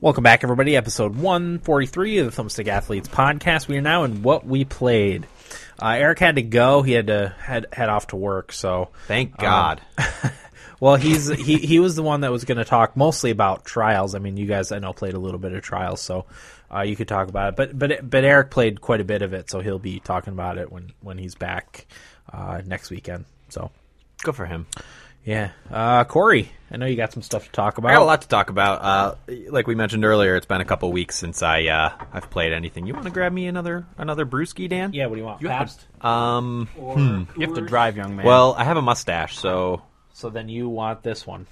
Speaker 1: Welcome back, everybody. Episode 143 of the Thumbstick Athletes podcast. We are now in what we played. Uh, Eric had to go. He had to head, head off to work. So,
Speaker 4: Thank
Speaker 1: Uh, <laughs>
Speaker 4: God.
Speaker 1: well, he's he, he was the one that was going to talk mostly about trials. I mean, you guys I know played a little bit of trials, so uh, you could talk about it. But but but Eric played quite a bit of it, so he'll be talking about it when when he's back uh, next weekend. So
Speaker 4: Good for him.
Speaker 1: Yeah. Uh, Corey, I know you got some stuff to talk
Speaker 4: I got a
Speaker 1: about.
Speaker 4: lot to talk about. Uh, like we mentioned earlier, it's been a couple weeks since I uh, I've played anything. You want to grab me another another brewski, Dan?
Speaker 1: Yeah, what do you want?
Speaker 3: You have
Speaker 1: Pabst?
Speaker 4: Um.
Speaker 5: Or
Speaker 3: You have to
Speaker 5: Coors.
Speaker 3: drive, young man.
Speaker 4: Well, I have a mustache, so
Speaker 1: So then you want this one.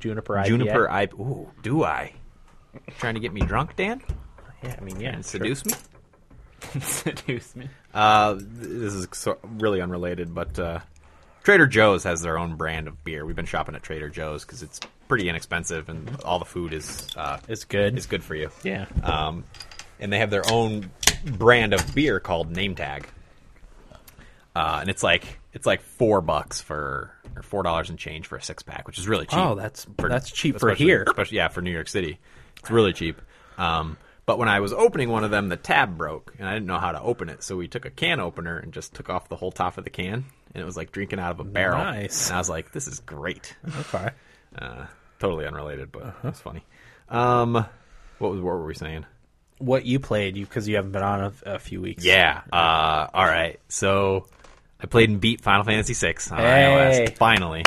Speaker 1: Juniper IPA.
Speaker 4: juniper. I ooh, do I? Trying to get me drunk, Dan?
Speaker 1: Yeah, I mean, yeah.
Speaker 4: and
Speaker 1: sure.
Speaker 4: seduce me?
Speaker 3: seduce me.
Speaker 4: Uh, th- this is so, really unrelated, but uh, Trader Joe's has their own brand of beer. We've been shopping at Trader Joe's because it's pretty inexpensive and all the food is uh,
Speaker 1: It's good.
Speaker 4: is good for you.
Speaker 1: yeah.
Speaker 4: Um, and they have their own brand of beer called Name Tag. Uh, and it's like it's like four bucks for or four dollars and change for a six pack, which is really cheap.
Speaker 1: Oh, that's- that's cheap for
Speaker 4: especially-
Speaker 1: here.
Speaker 4: especially yeah, for New York City, it's really cheap. Um, but when I was opening one of them, the tab broke, and I didn't know how to open it. So we took a can opener and just took off the whole top of the can, and it was like drinking out of a barrel.
Speaker 1: Nice. Uh-huh.
Speaker 4: And I was like, "This is great."
Speaker 1: Okay.
Speaker 4: Uh, totally unrelated, but
Speaker 1: Uh-huh.
Speaker 4: it's funny. Um, what was what were we saying?
Speaker 1: What you played, you because you haven't been on a, a few weeks.
Speaker 4: Yeah. Uh, all right. So I played and beat Final Fantasy VI on
Speaker 1: Hey.
Speaker 4: iOS. Finally.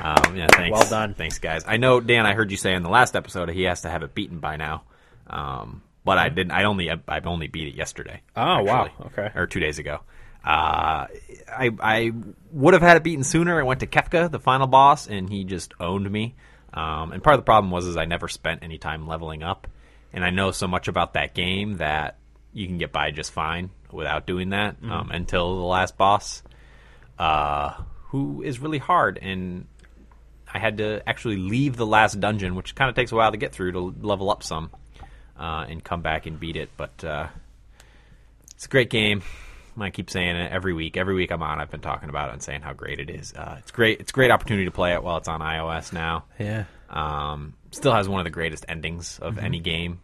Speaker 4: Um, yeah. Thanks.
Speaker 1: Well done.
Speaker 4: Thanks, guys. I know Dan. I heard you say in the last episode he has to have it beaten by now. Um, but I didn't. I only. I, have only beat it yesterday.
Speaker 1: Oh, wow. Okay.
Speaker 4: Or two days ago. Uh, I I would have had it beaten sooner. I went to Kefka, the final boss, and he just owned me. Um, and part of the problem was is I never spent any time leveling up, and I know so much about that game that you can get by just fine without doing that
Speaker 1: Mm-hmm.
Speaker 4: um, until the last boss, uh, who is really hard and I had to actually leave the last dungeon, which kind of takes a while to get through to level up some uh, and come back and beat it. But uh, it's a great game. I keep saying it every week. Every week I'm on, I've been talking about it and saying how great it is. Uh, it's great. It's a great opportunity to play it while it's on iOS now.
Speaker 1: Yeah.
Speaker 4: Um, still has one of the greatest endings of any game.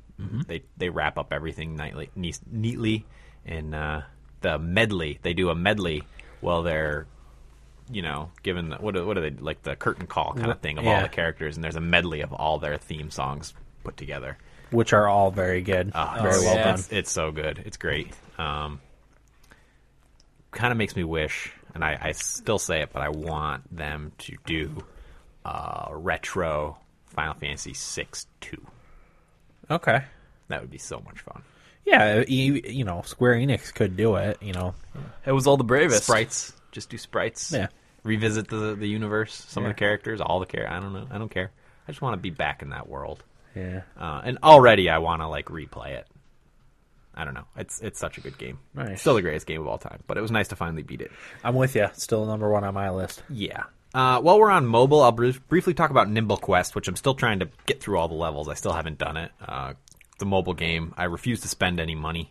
Speaker 4: They they wrap up everything nightly, ne- neatly, and uh, the medley. They do a medley while they're, you know, given the, what are- what are they like the curtain call kind of thing of all
Speaker 1: yeah.
Speaker 4: the characters, and there's a medley of all their theme songs put together.
Speaker 1: Which are all very good. Uh,
Speaker 4: Ah,
Speaker 1: very
Speaker 4: it's-
Speaker 1: well
Speaker 3: yeah.
Speaker 1: done.
Speaker 4: It's, it's so good. It's great. Um, kind of makes me wish, and I, I still say it, but I want them to do uh, retro Final Fantasy six two.
Speaker 1: Okay.
Speaker 4: That would be so much fun.
Speaker 1: Yeah, you, you know, Square Enix could do it. You know,
Speaker 3: It was all the bravest.
Speaker 4: Sprites, just do sprites.
Speaker 1: Yeah.
Speaker 4: Revisit the the universe, some of
Speaker 1: Yeah.
Speaker 4: the characters, all the characters. I don't know. I don't care. I just want to be back in that world.
Speaker 1: yeah,
Speaker 4: Uh, and already I want to like replay it. I don't know. It's it's such a good game.
Speaker 1: Nice.
Speaker 4: Still the greatest game of all time, but it was nice to finally beat it.
Speaker 1: I'm with you. Still number one on my list.
Speaker 4: Yeah. Uh, while we're on mobile, I'll br- briefly talk about Nimble Quest, which I'm still trying to get through all the levels. I still haven't done it. Uh, the mobile game. I refuse to spend any money.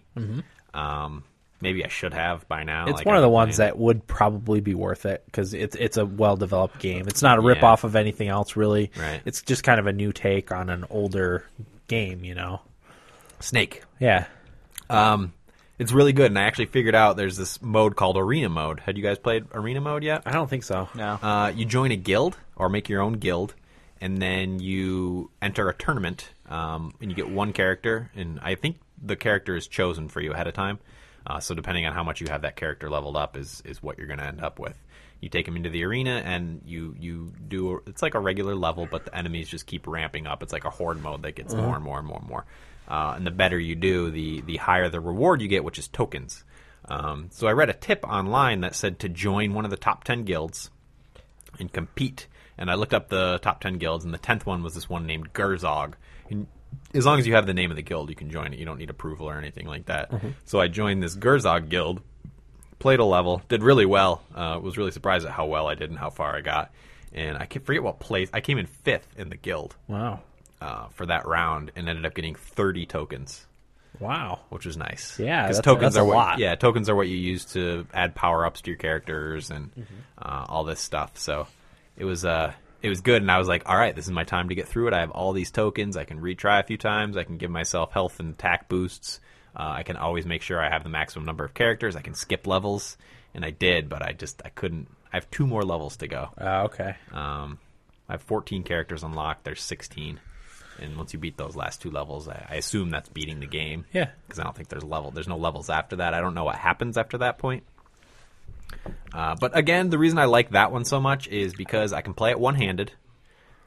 Speaker 4: Um, maybe I should have by now.
Speaker 1: Mm-hmm. It's
Speaker 4: like
Speaker 1: one
Speaker 4: I've
Speaker 1: of the
Speaker 4: been
Speaker 1: ones
Speaker 4: playing.
Speaker 1: that would probably be worth it because it's it's a well developed game. It's not a
Speaker 4: Yeah.
Speaker 1: rip off of anything else, really.
Speaker 4: Right.
Speaker 1: It's just kind of a new take on an older game. You know.
Speaker 4: Snake.
Speaker 1: Yeah.
Speaker 4: Um, it's really good, and I actually figured out there's this mode called Arena Mode. Had you guys played Arena Mode yet?
Speaker 1: I don't think so.
Speaker 3: No.
Speaker 4: Uh, you join a guild or make your own guild, and then you enter a tournament, um, and you get one character. And I think the character is chosen for you ahead of time. Uh, so depending on how much you have that character leveled up, is is what you're going to end up with. You take him into the arena, and you you do. It's like a regular level, but the enemies just keep ramping up. It's like a horde mode that gets more and more and more and more. Uh, and the better you do, the the higher the reward you get, which is tokens. Um, so I read a tip online that said to join one of the top ten guilds and compete. And I looked up the top ten guilds, and the tenth one was this one named Gerzog. And as long as you have the name of the guild, you can join it. You don't need approval or anything like that. So I joined this Gerzog guild, played a level, did really well. Uh, was really surprised at how well I did and how far I got. And I can't forget what place I came in fifth in the guild
Speaker 1: Wow.
Speaker 4: uh, for that round, and ended up getting thirty tokens
Speaker 1: Wow.
Speaker 4: which was nice.
Speaker 1: Yeah, that's-
Speaker 4: tokens
Speaker 1: that's
Speaker 4: are
Speaker 1: a
Speaker 4: what,
Speaker 1: lot.
Speaker 4: Yeah, tokens are what you use to add power ups to your characters and
Speaker 1: Mm-hmm.
Speaker 4: uh, all this stuff. So it was uh, it was good, and I was like, all right, this is my time to get through it. I have all these tokens. I can retry a few times. I can give myself health and attack boosts. Uh, I can always make sure I have the maximum number of characters. I can skip levels, and I did, but I just I couldn't. I have two more levels to go.
Speaker 1: Uh, okay.
Speaker 4: Um, I have 14 characters unlocked. There's 16, and once you beat those last two levels, I, I assume that's beating the game.
Speaker 1: Yeah.
Speaker 4: because I don't think there's level. There's no levels after that. I don't know what happens after that point. Uh, but again, the reason I like that one so much is because I can play it one-handed,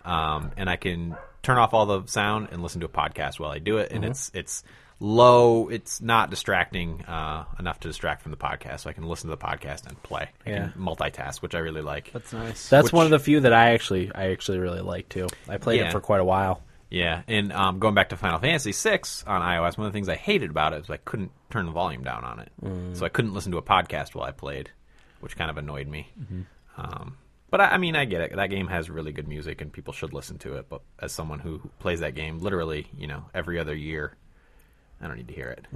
Speaker 4: um, and I can turn off all the sound and listen to a podcast while I do it,
Speaker 1: Mm-hmm.
Speaker 4: and it's it's low, it's not distracting uh, enough to distract from the podcast, so I can listen to the podcast and play. I
Speaker 1: Yeah.
Speaker 4: can multitask, which I really like.
Speaker 5: That's nice.
Speaker 1: That's
Speaker 4: Which-
Speaker 1: one of the few that I actually I actually really like too. I played
Speaker 4: Yeah.
Speaker 1: it for quite a while.
Speaker 4: Yeah, and um, going back to Final Fantasy VI on iOS, one of the things I hated about it was I couldn't turn the volume down on it, so I couldn't listen to a podcast while I played, which kind of annoyed me. Um, but I, I mean, I get it. That game has really good music, and people should listen to it. But as someone who plays that game literally, you know, every other year, I don't need to hear it.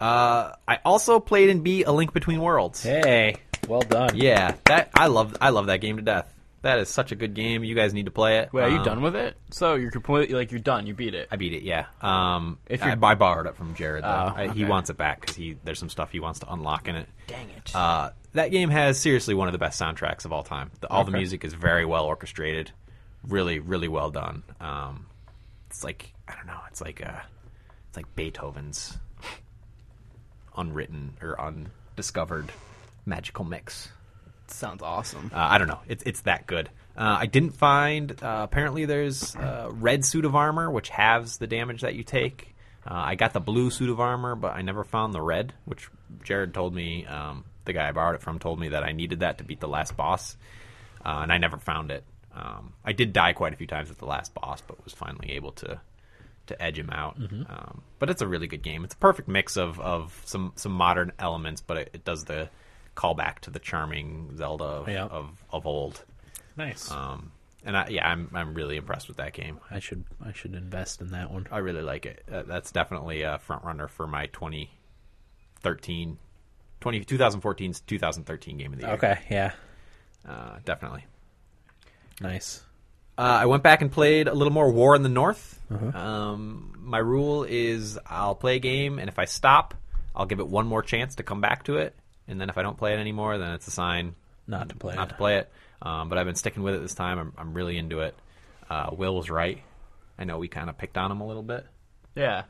Speaker 4: Uh, I also played in B A Link Between Worlds.
Speaker 1: Hey, well done.
Speaker 4: Yeah, that I love. I love that game to death. That is such a good game. You guys need to play it.
Speaker 5: Wait, are you
Speaker 4: Um,
Speaker 5: done with it?
Speaker 3: So you're completely like you're done. You beat it.
Speaker 4: I beat it. Yeah. Um,
Speaker 5: If
Speaker 4: if
Speaker 5: you're-
Speaker 4: I, I borrowed it from Jared, though.
Speaker 5: Oh,
Speaker 4: I, he
Speaker 5: okay.
Speaker 4: wants it back because he there's some stuff he wants to unlock in it.
Speaker 3: Dang it.
Speaker 4: Uh, that game has seriously one of the best soundtracks of all time. The, all the music is very well orchestrated, really, really well done. Um, it's like I don't know. It's like uh, it's like Beethoven's unwritten or undiscovered magical mix.
Speaker 5: Sounds awesome.
Speaker 4: Uh, I don't know. It's it's that good. Uh, I didn't find. Uh, apparently, there's uh, red suit of armor which halves the damage that you take. Uh, I got the blue suit of armor, but I never found the red, which Jared told me. Um, the guy I borrowed it from told me that I needed that to beat the last boss, uh, and I never found it. Um, I did die quite a few times at the last boss, but was finally able to to edge him out.
Speaker 1: Mm-hmm.
Speaker 4: Um, but it's a really good game. It's a perfect mix of, of some some modern elements, but it, it does the callback to the charming Zelda of
Speaker 1: Yeah.
Speaker 4: of, of old.
Speaker 1: Nice.
Speaker 4: Um, and I, yeah, I'm I'm really impressed with that game.
Speaker 1: I should I should invest in that one.
Speaker 4: I really like it. Uh, that's definitely a front runner for my 2013, 20, 2014 2013 game of the year.
Speaker 1: Okay, yeah.
Speaker 4: uh, definitely.
Speaker 1: Nice.
Speaker 4: Uh, I went back and played a little more War in the North.
Speaker 1: Uh-huh.
Speaker 4: Um, my rule is I'll play a game, and if I stop, I'll give it one more chance to come back to it. And then if I don't play it anymore, then it's a sign
Speaker 1: Not to play.
Speaker 4: not to play it. Um, but I've been sticking with it this time. I'm, I'm really into it. Uh, Will was right. I know we kind of picked on him a little bit.
Speaker 5: Yeah.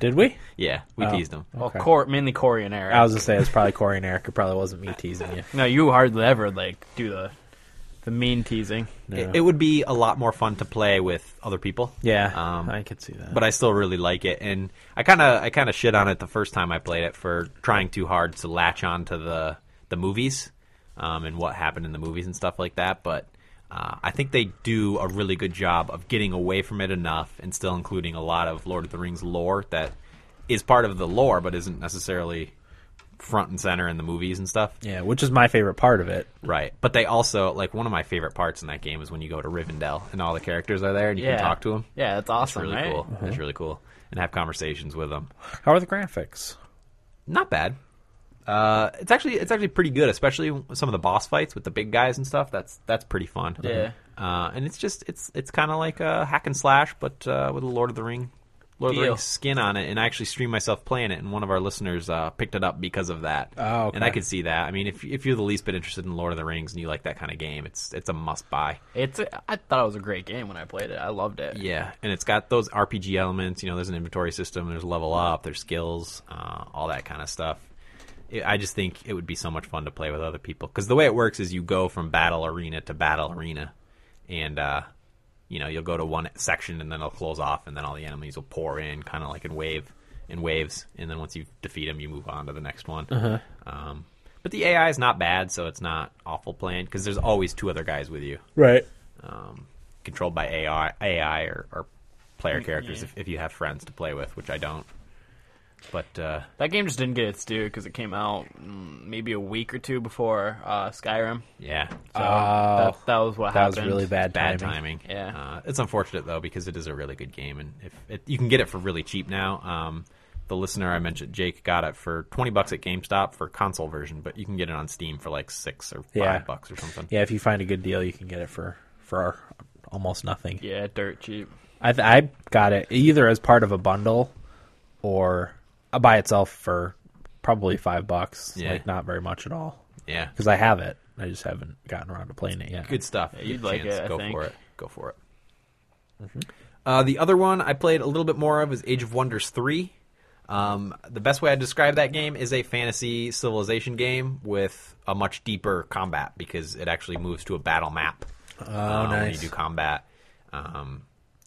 Speaker 1: Did we?
Speaker 4: Yeah, we
Speaker 1: Oh.
Speaker 4: teased him.
Speaker 5: Well,
Speaker 1: Okay.
Speaker 5: Cor- mainly Corey and Eric.
Speaker 1: I was gonna say it's probably Corey and Eric. It probably wasn't me teasing you.
Speaker 5: No, you hardly ever like do the the mean teasing.
Speaker 4: It, it would be a lot more fun to play with other people.
Speaker 1: Yeah,
Speaker 4: Um,
Speaker 1: I could see that.
Speaker 4: but I still really like it. And I kind of I kind of shit on it the first time I played it for trying too hard to latch on to the the movies um, and what happened in the movies and stuff like that. But uh, I think they do a really good job of getting away from it enough and still including a lot of Lord of the Rings lore that is part of the lore but isn't necessarily front and center in the movies and stuff.
Speaker 1: yeah, which is my favorite part of it.
Speaker 4: Right. But they also like one of my favorite parts in that game is when you go to Rivendell and all the characters are there and you
Speaker 5: yeah.
Speaker 4: can talk to them.
Speaker 5: Yeah, that's
Speaker 4: It's
Speaker 5: awesome.
Speaker 4: really
Speaker 5: right? Uh-huh.
Speaker 4: cool. It's really cool. And have conversations with them.
Speaker 1: How are the graphics?
Speaker 4: Not bad. Uh, it's actually it's actually pretty good, especially with some of the boss fights with the big guys and stuff. That's that's pretty fun.
Speaker 5: Yeah.
Speaker 4: Uh, and it's just it's it's kind of like a hack and slash, but uh, with a Lord of the Ring Lord of the
Speaker 5: Deal.
Speaker 4: Ring skin on it. And I actually streamed myself playing it, and one of our listeners uh, picked it up because of that.
Speaker 1: Oh, okay.
Speaker 4: and I could see that. I mean, if if you're the least bit interested in Lord of the Rings and you like that kind of game, it's it's a must buy.
Speaker 5: It's a, I thought it was a great game when I played it. I loved it.
Speaker 4: Yeah, and it's got those RPG elements. You know, there's an inventory system, there's level up, there's skills, uh, all that kind of stuff. It, I just think it would be so much fun to play with other people because the way it works is you go from battle arena to battle arena, and uh, you know you'll go to one section and then it'll close off, and then all the enemies will pour in, kind of like in wave in waves, and then once you defeat them, you move on to the next one. Um, but the AI is not bad, so it's not awful playing because there's always two other guys with you
Speaker 1: Right.
Speaker 4: um, controlled by AI, AI or, or player characters if, if you have friends to play with, which I don't. But uh,
Speaker 5: That game just didn't get its due because it came out mm, maybe a week or two before uh, Skyrim.
Speaker 4: yeah,
Speaker 5: So
Speaker 1: Oh.
Speaker 5: that, that was what
Speaker 1: That was
Speaker 5: happened.
Speaker 1: really bad,
Speaker 4: bad
Speaker 1: timing.
Speaker 4: timing.
Speaker 5: Yeah.
Speaker 4: uh, it's unfortunate though because it is a really good game, and if it, you can get it for really cheap now. Um, the listener I mentioned, Jake, got it for twenty bucks at GameStop for console version, but you can get it on Steam for like six or five
Speaker 1: Yeah.
Speaker 4: bucks or something.
Speaker 1: Yeah, if you find a good deal, you can get it for for almost nothing.
Speaker 5: Yeah, dirt cheap.
Speaker 1: I th- I got it either as part of a bundle or uh, by itself for probably five bucks.
Speaker 4: Yeah.
Speaker 1: Like not very much at all
Speaker 4: Yeah,
Speaker 1: because I have it. I just haven't gotten around to playing it yet.
Speaker 4: good stuff.
Speaker 5: you'd
Speaker 4: Good
Speaker 5: like
Speaker 4: chance.
Speaker 5: it, I
Speaker 4: Go
Speaker 5: think. Mm-hmm.
Speaker 4: for it. Go for it. Uh, the other one I played a little bit more of is Age of Wonders three. Um, the best way I describe that game is a fantasy civilization game with a much deeper combat because it actually moves to a battle map oh, when you
Speaker 1: nice.
Speaker 4: do combat. Um,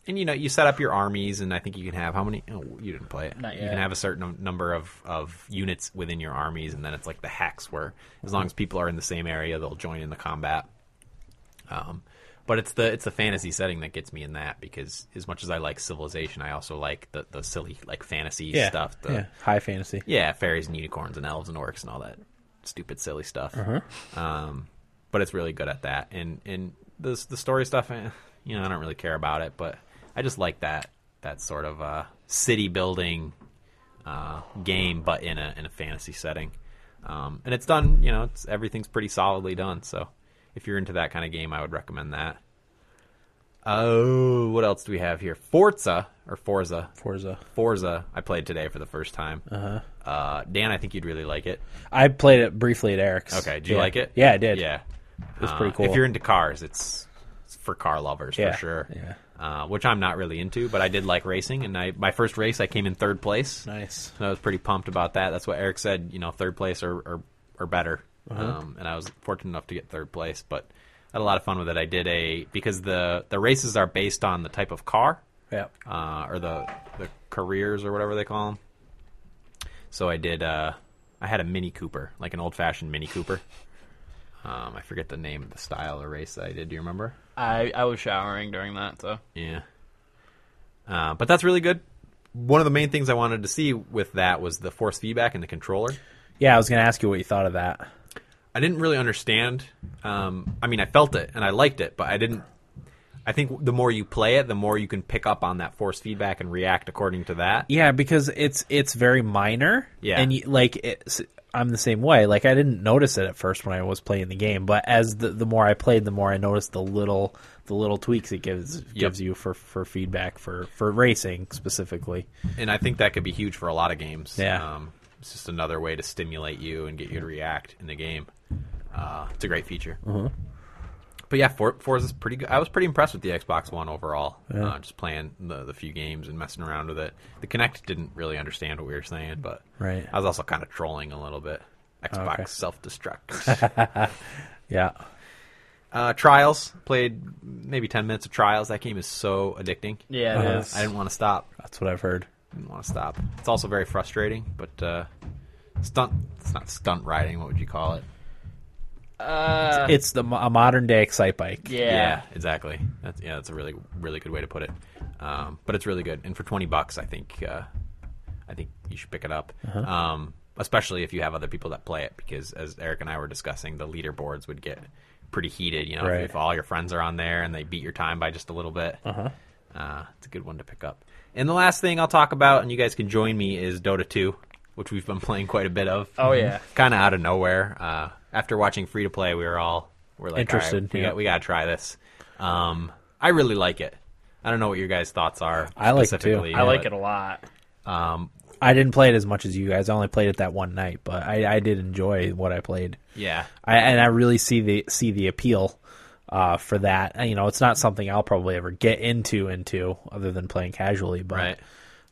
Speaker 4: and you know you set up your armies, and I think you can have how many? Oh, you didn't play it.
Speaker 5: Not
Speaker 4: You
Speaker 5: yet.
Speaker 4: can have a certain num- number of, of units within your armies, and then it's like the hex where as
Speaker 5: Mm-hmm.
Speaker 4: long as people are in the same area, they'll join in the combat. Um, but it's the it's the fantasy setting that gets me in that because as much as I like Civilization, I also like the, the silly like fantasy
Speaker 1: Yeah,
Speaker 4: stuff. The,
Speaker 1: yeah, high fantasy.
Speaker 4: yeah, fairies and unicorns and elves and orcs and all that stupid silly stuff. Um, but it's really good at that. And and the the story stuff, eh, you know, I don't really care about it, but I just like that that sort of uh, city building uh, game, but in a in a fantasy setting. Um, and it's done, you know, it's everything's pretty solidly done. So if you're into that kind of game, I would recommend that. Oh, what else do we have here? Forza or Forza?
Speaker 1: Forza.
Speaker 4: Forza I played today for the first time. Uh-huh. Dan, I think you'd really like it.
Speaker 1: I played it briefly at Eric's.
Speaker 4: Okay, do you
Speaker 1: Yeah.
Speaker 4: like it?
Speaker 1: Yeah, I did.
Speaker 4: Yeah,
Speaker 1: it's
Speaker 4: Uh,
Speaker 1: pretty cool.
Speaker 4: If you're into cars, it's, it's for car lovers
Speaker 1: Yeah,
Speaker 4: for sure.
Speaker 1: yeah.
Speaker 4: Uh, which I'm not really into, but I did like racing, and I my first race I came in third place.
Speaker 1: nice.
Speaker 4: So I was pretty pumped about that. That's what Eric said. You know, third place or or, or better.
Speaker 1: Uh-huh.
Speaker 4: Um, and I was fortunate enough to get third place, but I had a lot of fun with it. I did a because the the races are based on the type of car
Speaker 1: Yeah.
Speaker 4: uh, or the the careers or whatever they call them. So I did. Uh, I had a Mini Cooper, like an old fashioned Mini Cooper. Um, I forget the name of the style or race that I did. Do you remember?
Speaker 5: I, I was showering during that, so
Speaker 4: Yeah. Uh, but that's really good. One of the main things I wanted to see with that was the force feedback and the controller.
Speaker 1: Yeah, I was gonna ask you what you thought of that.
Speaker 4: I didn't really understand. Um, I mean, I felt it and I liked it, but I didn't. I think the more you play it, the more you can pick up on that force feedback and react according to that.
Speaker 1: Yeah, because it's it's very minor.
Speaker 4: Yeah.
Speaker 1: and you, like it's, I'm the same way. Like I didn't notice it at first when I was playing the game, but as the the more I played, the more I noticed the little the little tweaks it gives gives you for for feedback for for racing specifically.
Speaker 4: and I think that could be huge for a lot of games.
Speaker 1: Yeah.
Speaker 4: Um, it's just another way to stimulate you and get you to react in the game. Uh, it's a great feature.
Speaker 1: Mm-hmm.
Speaker 4: But yeah, For- Forza's pretty good. I was pretty impressed with the Xbox One overall. Uh, just playing the, the few games and messing around with it. The Kinect didn't really understand what we were saying, but
Speaker 1: Right.
Speaker 4: I was also kind of trolling a little bit. Xbox self destruct.
Speaker 1: <laughs> Yeah,
Speaker 4: Uh, Trials played maybe ten minutes of Trials. That game is so addicting.
Speaker 5: Yeah, it
Speaker 4: Uh,
Speaker 5: is.
Speaker 4: I didn't want to stop.
Speaker 1: that's what I've heard.
Speaker 4: didn't want to stop. It's also very frustrating, but uh, stunt. It's not stunt riding. What would you call it?
Speaker 5: uh,
Speaker 1: It's the mo- a modern day excite bike.
Speaker 5: yeah.
Speaker 4: exactly. That's yeah, that's a really really good way to put it. Um, but it's really good, and for twenty bucks, I think uh, I think you should pick it up. Um, especially if you have other people that play it, because as Eric and I were discussing, the leaderboards would get pretty heated. You know, if-
Speaker 1: Right.
Speaker 4: if, all your friends are on there and they beat your time by just a little bit. Uh-huh. it's a good one to pick up. And the last thing I'll talk about, and you guys can join me, is Dota two, which we've been <laughs> playing quite a bit of
Speaker 5: Oh yeah.
Speaker 4: kind of out of nowhere. Uh, after watching Free to Play, we were all we're like
Speaker 1: Interested,
Speaker 4: "All right, we
Speaker 1: yeah.
Speaker 4: got we got to try this. Um, I really like it. I don't know what your guys' thoughts are.
Speaker 1: I like it, too.
Speaker 4: specifically,
Speaker 5: I like
Speaker 4: but,
Speaker 5: it a lot.
Speaker 4: Um,
Speaker 1: I didn't play it as much as you guys. I only played it that one night, but I, I did enjoy what I played.
Speaker 4: yeah,
Speaker 1: I, and I really see the see the appeal uh, for that. And, you know, it's not something I'll probably ever get into into other than playing casually, but
Speaker 4: right.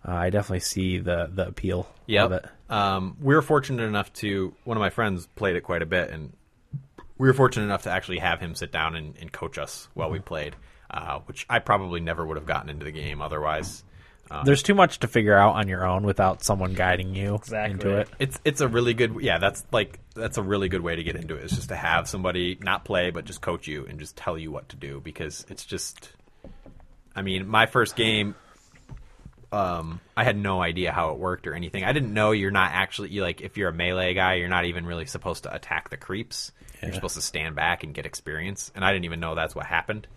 Speaker 1: uh, I definitely see the the appeal of it.
Speaker 4: Yep. Um, we were fortunate enough to one of my friends played it quite a bit, and we were fortunate enough to actually have him sit down and, and coach us while we played, uh, which I probably never would have gotten into the game otherwise. Uh,
Speaker 1: There's too much to figure out on your own without someone guiding you into
Speaker 5: Exactly.
Speaker 1: it.
Speaker 4: It's it's a really good yeah. That's like that's a really good way to get into it. Is just to have somebody not play but just coach you and just tell you what to do because it's just. I mean, my first game, um, I had no idea how it worked or anything. I didn't know you're not actually you like if you're a melee guy, you're not even really supposed to attack the creeps. You're supposed to stand back and get experience, and I didn't even know that's what happened.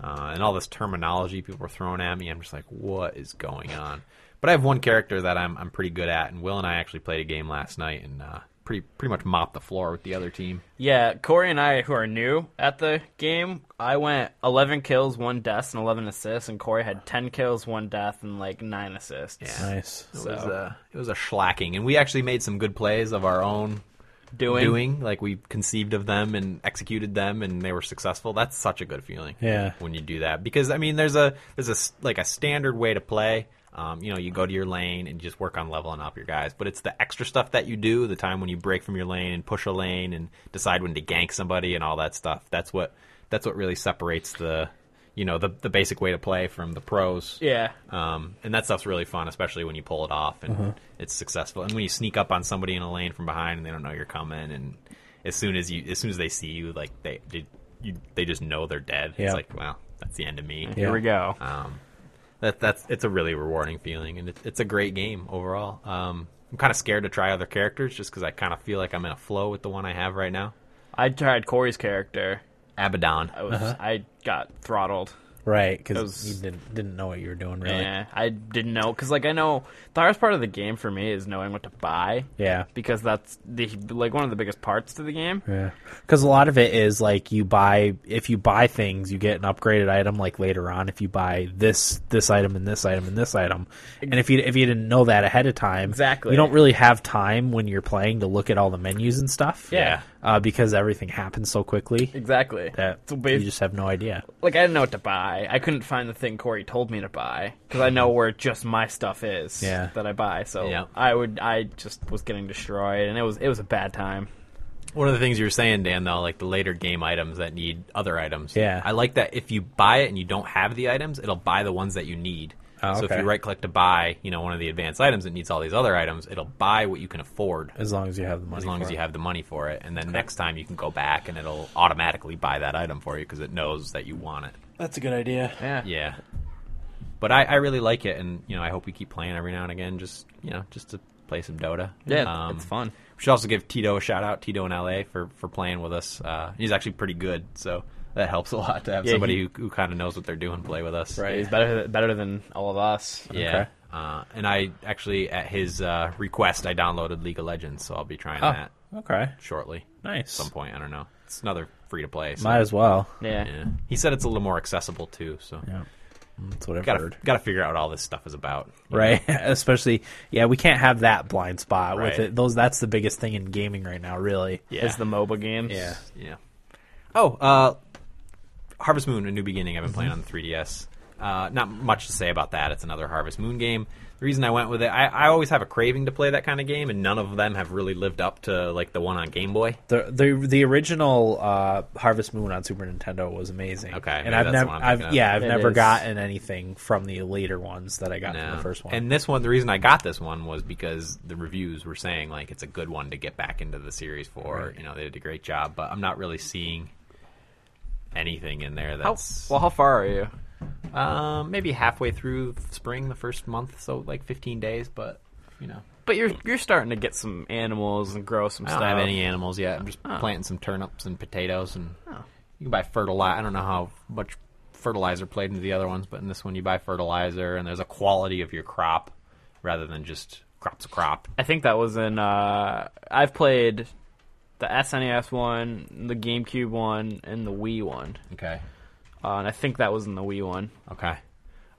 Speaker 4: Uh, and all this terminology people were throwing at me, I'm just like, what is going on? But I have one character that I'm I'm pretty good at, and Will and I actually played a game last night and uh, pretty pretty much mopped the floor with the other team.
Speaker 5: Yeah, Corey and I, who are new at the game, I went 11 kills, one death, and 11 assists, and Corey had 10 kills, one death, and like nine assists.
Speaker 4: Yeah.
Speaker 1: Nice.
Speaker 4: It was a it was a schlacking, and we actually made some good plays of our own
Speaker 5: Doing,
Speaker 4: doing. Like we conceived of them and executed them, and they were successful. That's such a good feeling.
Speaker 1: Yeah.
Speaker 4: when you do that, because I mean, there's a there's a s- like a standard way to play. Um, you know, you go to your lane and just work on leveling up your guys. But it's the extra stuff that you do, the time when you break from your lane and push a lane and decide when to gank somebody and all that stuff. That's what that's what really separates the you know the the basic way to play from the pros.
Speaker 3: Yeah.
Speaker 4: Um, and that stuff's really fun, especially when you pull it off and
Speaker 1: Uh-huh.
Speaker 4: it's successful. And when you sneak up on somebody in a lane from behind and they don't know you're coming, and as soon as you, as soon as they see you, like they, they, you, they just know they're dead.
Speaker 1: Yeah.
Speaker 4: It's like, well, that's the end of me.
Speaker 1: Yeah.
Speaker 3: Here we go.
Speaker 4: Um, that that's it's a really rewarding feeling, and it, it's a great game overall. Um, I'm kind of scared to try other characters just because I kind of feel like I'm in a flow with the one I have right now.
Speaker 3: I tried Corey's character.
Speaker 4: Abaddon.
Speaker 3: I was
Speaker 1: Uh-huh.
Speaker 3: I got throttled.
Speaker 1: Right, because
Speaker 3: was-
Speaker 1: you didn't didn't know what you were doing, really. Yeah.
Speaker 3: Yeah, I didn't know because like I know the hardest part of the game for me is knowing what to buy
Speaker 1: Yeah.
Speaker 3: because that's the like one of the biggest parts to the game.
Speaker 1: Because a lot of it is like you buy if you buy things, you get an upgraded item like later on. If you buy this this item and this item and this item, and if you if you didn't know that ahead of time,
Speaker 3: Exactly.
Speaker 1: you don't really have time when you're playing to look at all the menus and stuff.
Speaker 3: Yeah.
Speaker 1: uh, because everything happens so quickly
Speaker 3: Exactly.
Speaker 1: that
Speaker 3: so
Speaker 1: you
Speaker 3: bas-
Speaker 1: just have no idea.
Speaker 3: like I didn't know what to buy. I couldn't find the thing Corey told me to buy because I know where just my stuff is
Speaker 1: Yeah.
Speaker 3: that I buy. So
Speaker 4: Mm-hmm. Yeah.
Speaker 3: I would I just was getting destroyed and it was it was a bad time.
Speaker 4: One of the things you were saying, Dan, though, like the later game items that need other items.
Speaker 1: Yeah.
Speaker 4: I like that if you buy it and you don't have the items, it'll buy the ones that you need.
Speaker 1: Oh,
Speaker 4: So if
Speaker 1: okay.
Speaker 4: you right click to buy, you know, one of the advanced items that needs all these other items, it'll buy what you can afford
Speaker 1: As long as you have the money,
Speaker 4: as long
Speaker 1: for
Speaker 4: as you
Speaker 1: it.
Speaker 4: have the money for it. And then next time you can go back and it'll automatically buy that item for you because it knows that you want it.
Speaker 1: that's a good idea.
Speaker 3: Yeah.
Speaker 4: Yeah. But I, I really like it, and you know I hope we keep playing every now and again, just you know, just to play some Dota.
Speaker 3: Yeah, it's fun.
Speaker 4: We should also give Tito a shout out, Tito in LA for for playing with us. Uh, he's actually pretty good, so that helps a lot to have
Speaker 3: Yeah,
Speaker 4: somebody
Speaker 3: he-
Speaker 4: who, who kind of knows what they're doing play with us.
Speaker 3: Right. It's better better than all of us.
Speaker 4: Yeah.
Speaker 1: Okay.
Speaker 4: Uh, and I actually at his uh, request, I downloaded League of Legends, so I'll be
Speaker 1: Oh.
Speaker 4: trying that
Speaker 1: Okay,
Speaker 4: shortly.
Speaker 1: nice.
Speaker 4: At some point, I don't know. It's another free to play. So,
Speaker 1: Might as well.
Speaker 3: Yeah.
Speaker 4: yeah. He said it's a little more accessible too, so
Speaker 1: Yeah, that's what I've
Speaker 4: gotta <laughs>
Speaker 1: heard.
Speaker 4: gotta figure out all this stuff is about.
Speaker 1: right? <laughs> Especially, yeah, we can't have that blind spot with
Speaker 4: Right.
Speaker 1: it. Those that's the biggest thing in gaming right now, really.
Speaker 4: Yeah.
Speaker 3: It's the MOBA games.
Speaker 1: Yeah.
Speaker 4: Yeah. Oh, uh, Harvest Moon: A New Beginning. I've been playing on the 3DS. Uh, not much to say about that. It's another Harvest Moon game. The reason I went with it, I, I always have a craving to play that kind of game, and none of them have really lived up to like the one on Game Boy.
Speaker 1: The the the original uh, Harvest Moon on Super Nintendo was amazing.
Speaker 4: Okay,
Speaker 1: and
Speaker 4: maybe
Speaker 1: I've
Speaker 4: that's the
Speaker 1: never,
Speaker 4: one I'm
Speaker 1: I've
Speaker 4: thinking
Speaker 1: yeah,
Speaker 4: of.
Speaker 1: I've
Speaker 3: It
Speaker 1: never
Speaker 3: is.
Speaker 1: gotten anything from the later ones that I got from the first one.
Speaker 4: Um, And this one, the reason I got this one was because the reviews were saying like it's a good one to get back into the series for. You know, they did a great job, but I'm not really seeing anything in there
Speaker 3: How,
Speaker 4: that's
Speaker 3: well, how far are you?
Speaker 4: um, maybe halfway through spring, the first month, so like 15 days, but you know.
Speaker 3: But you're you're starting to get some animals and grow some
Speaker 4: I
Speaker 3: stuff.
Speaker 4: don't have any animals yet. I'm just planting some turnips and potatoes, and you can buy fertilizer. I don't know how much fertilizer played into the other ones, but in this one, you buy fertilizer, and there's a quality of your crop rather than just crops a crop.
Speaker 3: I think that was in. Uh, I've played the SNES one, the GameCube one, and the Wii one.
Speaker 4: Okay.
Speaker 3: Uh, and I think that was in the Wii one.
Speaker 4: Okay.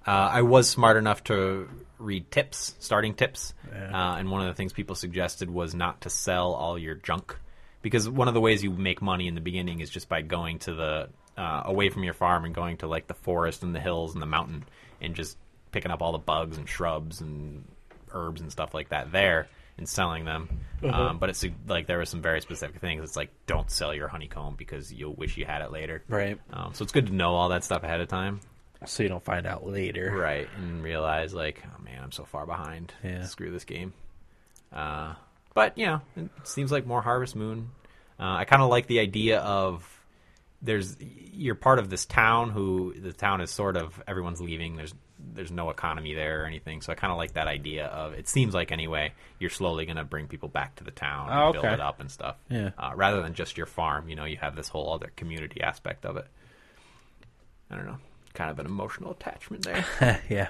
Speaker 4: Uh, I was smart enough to read tips, starting tips, uh, and one of the things people suggested was not to sell all your junk because one of the ways you make money in the beginning is just by going to the uh, away from your farm and going to like the forest and the hills and the mountain and just picking up all the bugs and shrubs and herbs and stuff like that there and selling them. Um, but it's like there were some very specific things. It's like don't sell your honeycomb because you'll wish you had it later.
Speaker 1: Right.
Speaker 4: Um, so it's good to know all that stuff ahead of time
Speaker 1: so you don't find out later.
Speaker 4: right and realize like oh man i'm so far behind
Speaker 1: Yeah.
Speaker 4: screw this game uh, but you know it seems like more harvest moon uh, i kind of like the idea of there's you're part of this town who the town is sort of everyone's leaving there's there's no economy there or anything so i kind of like that idea of it seems like anyway you're slowly going to bring people back to the town and
Speaker 1: Oh,
Speaker 4: build
Speaker 1: okay.
Speaker 4: it up and stuff
Speaker 1: Yeah.
Speaker 4: uh, rather than just your farm you know you have this whole other community aspect of it i don't know kind of an emotional attachment there
Speaker 1: <laughs> yeah.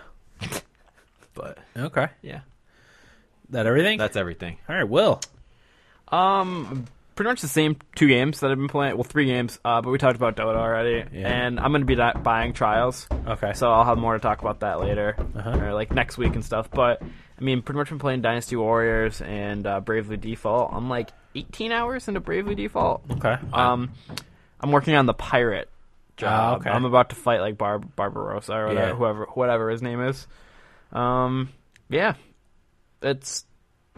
Speaker 4: but
Speaker 1: Okay.
Speaker 4: yeah,
Speaker 1: That everything.
Speaker 4: Uh, that's everything.
Speaker 1: all right. Will.
Speaker 3: Um, pretty much the same two games that I've been playing. Well, three games. Uh, but we talked about Dota already,
Speaker 1: Yeah.
Speaker 3: and I'm gonna be di- buying Trials.
Speaker 1: Okay.
Speaker 3: So I'll have more to talk about that later,
Speaker 1: Uh-huh.
Speaker 3: or like next week and stuff. But I mean, pretty much been playing Dynasty Warriors and uh, Bravely Default. I'm like 18 hours into Bravely Default.
Speaker 1: okay.
Speaker 3: Um, I'm working on the pirate job.
Speaker 1: Ah, okay.
Speaker 3: I'm about to fight like Bar- Barbarossa or whatever,
Speaker 1: Yeah.
Speaker 3: whoever, whatever his name is. Um, yeah, it's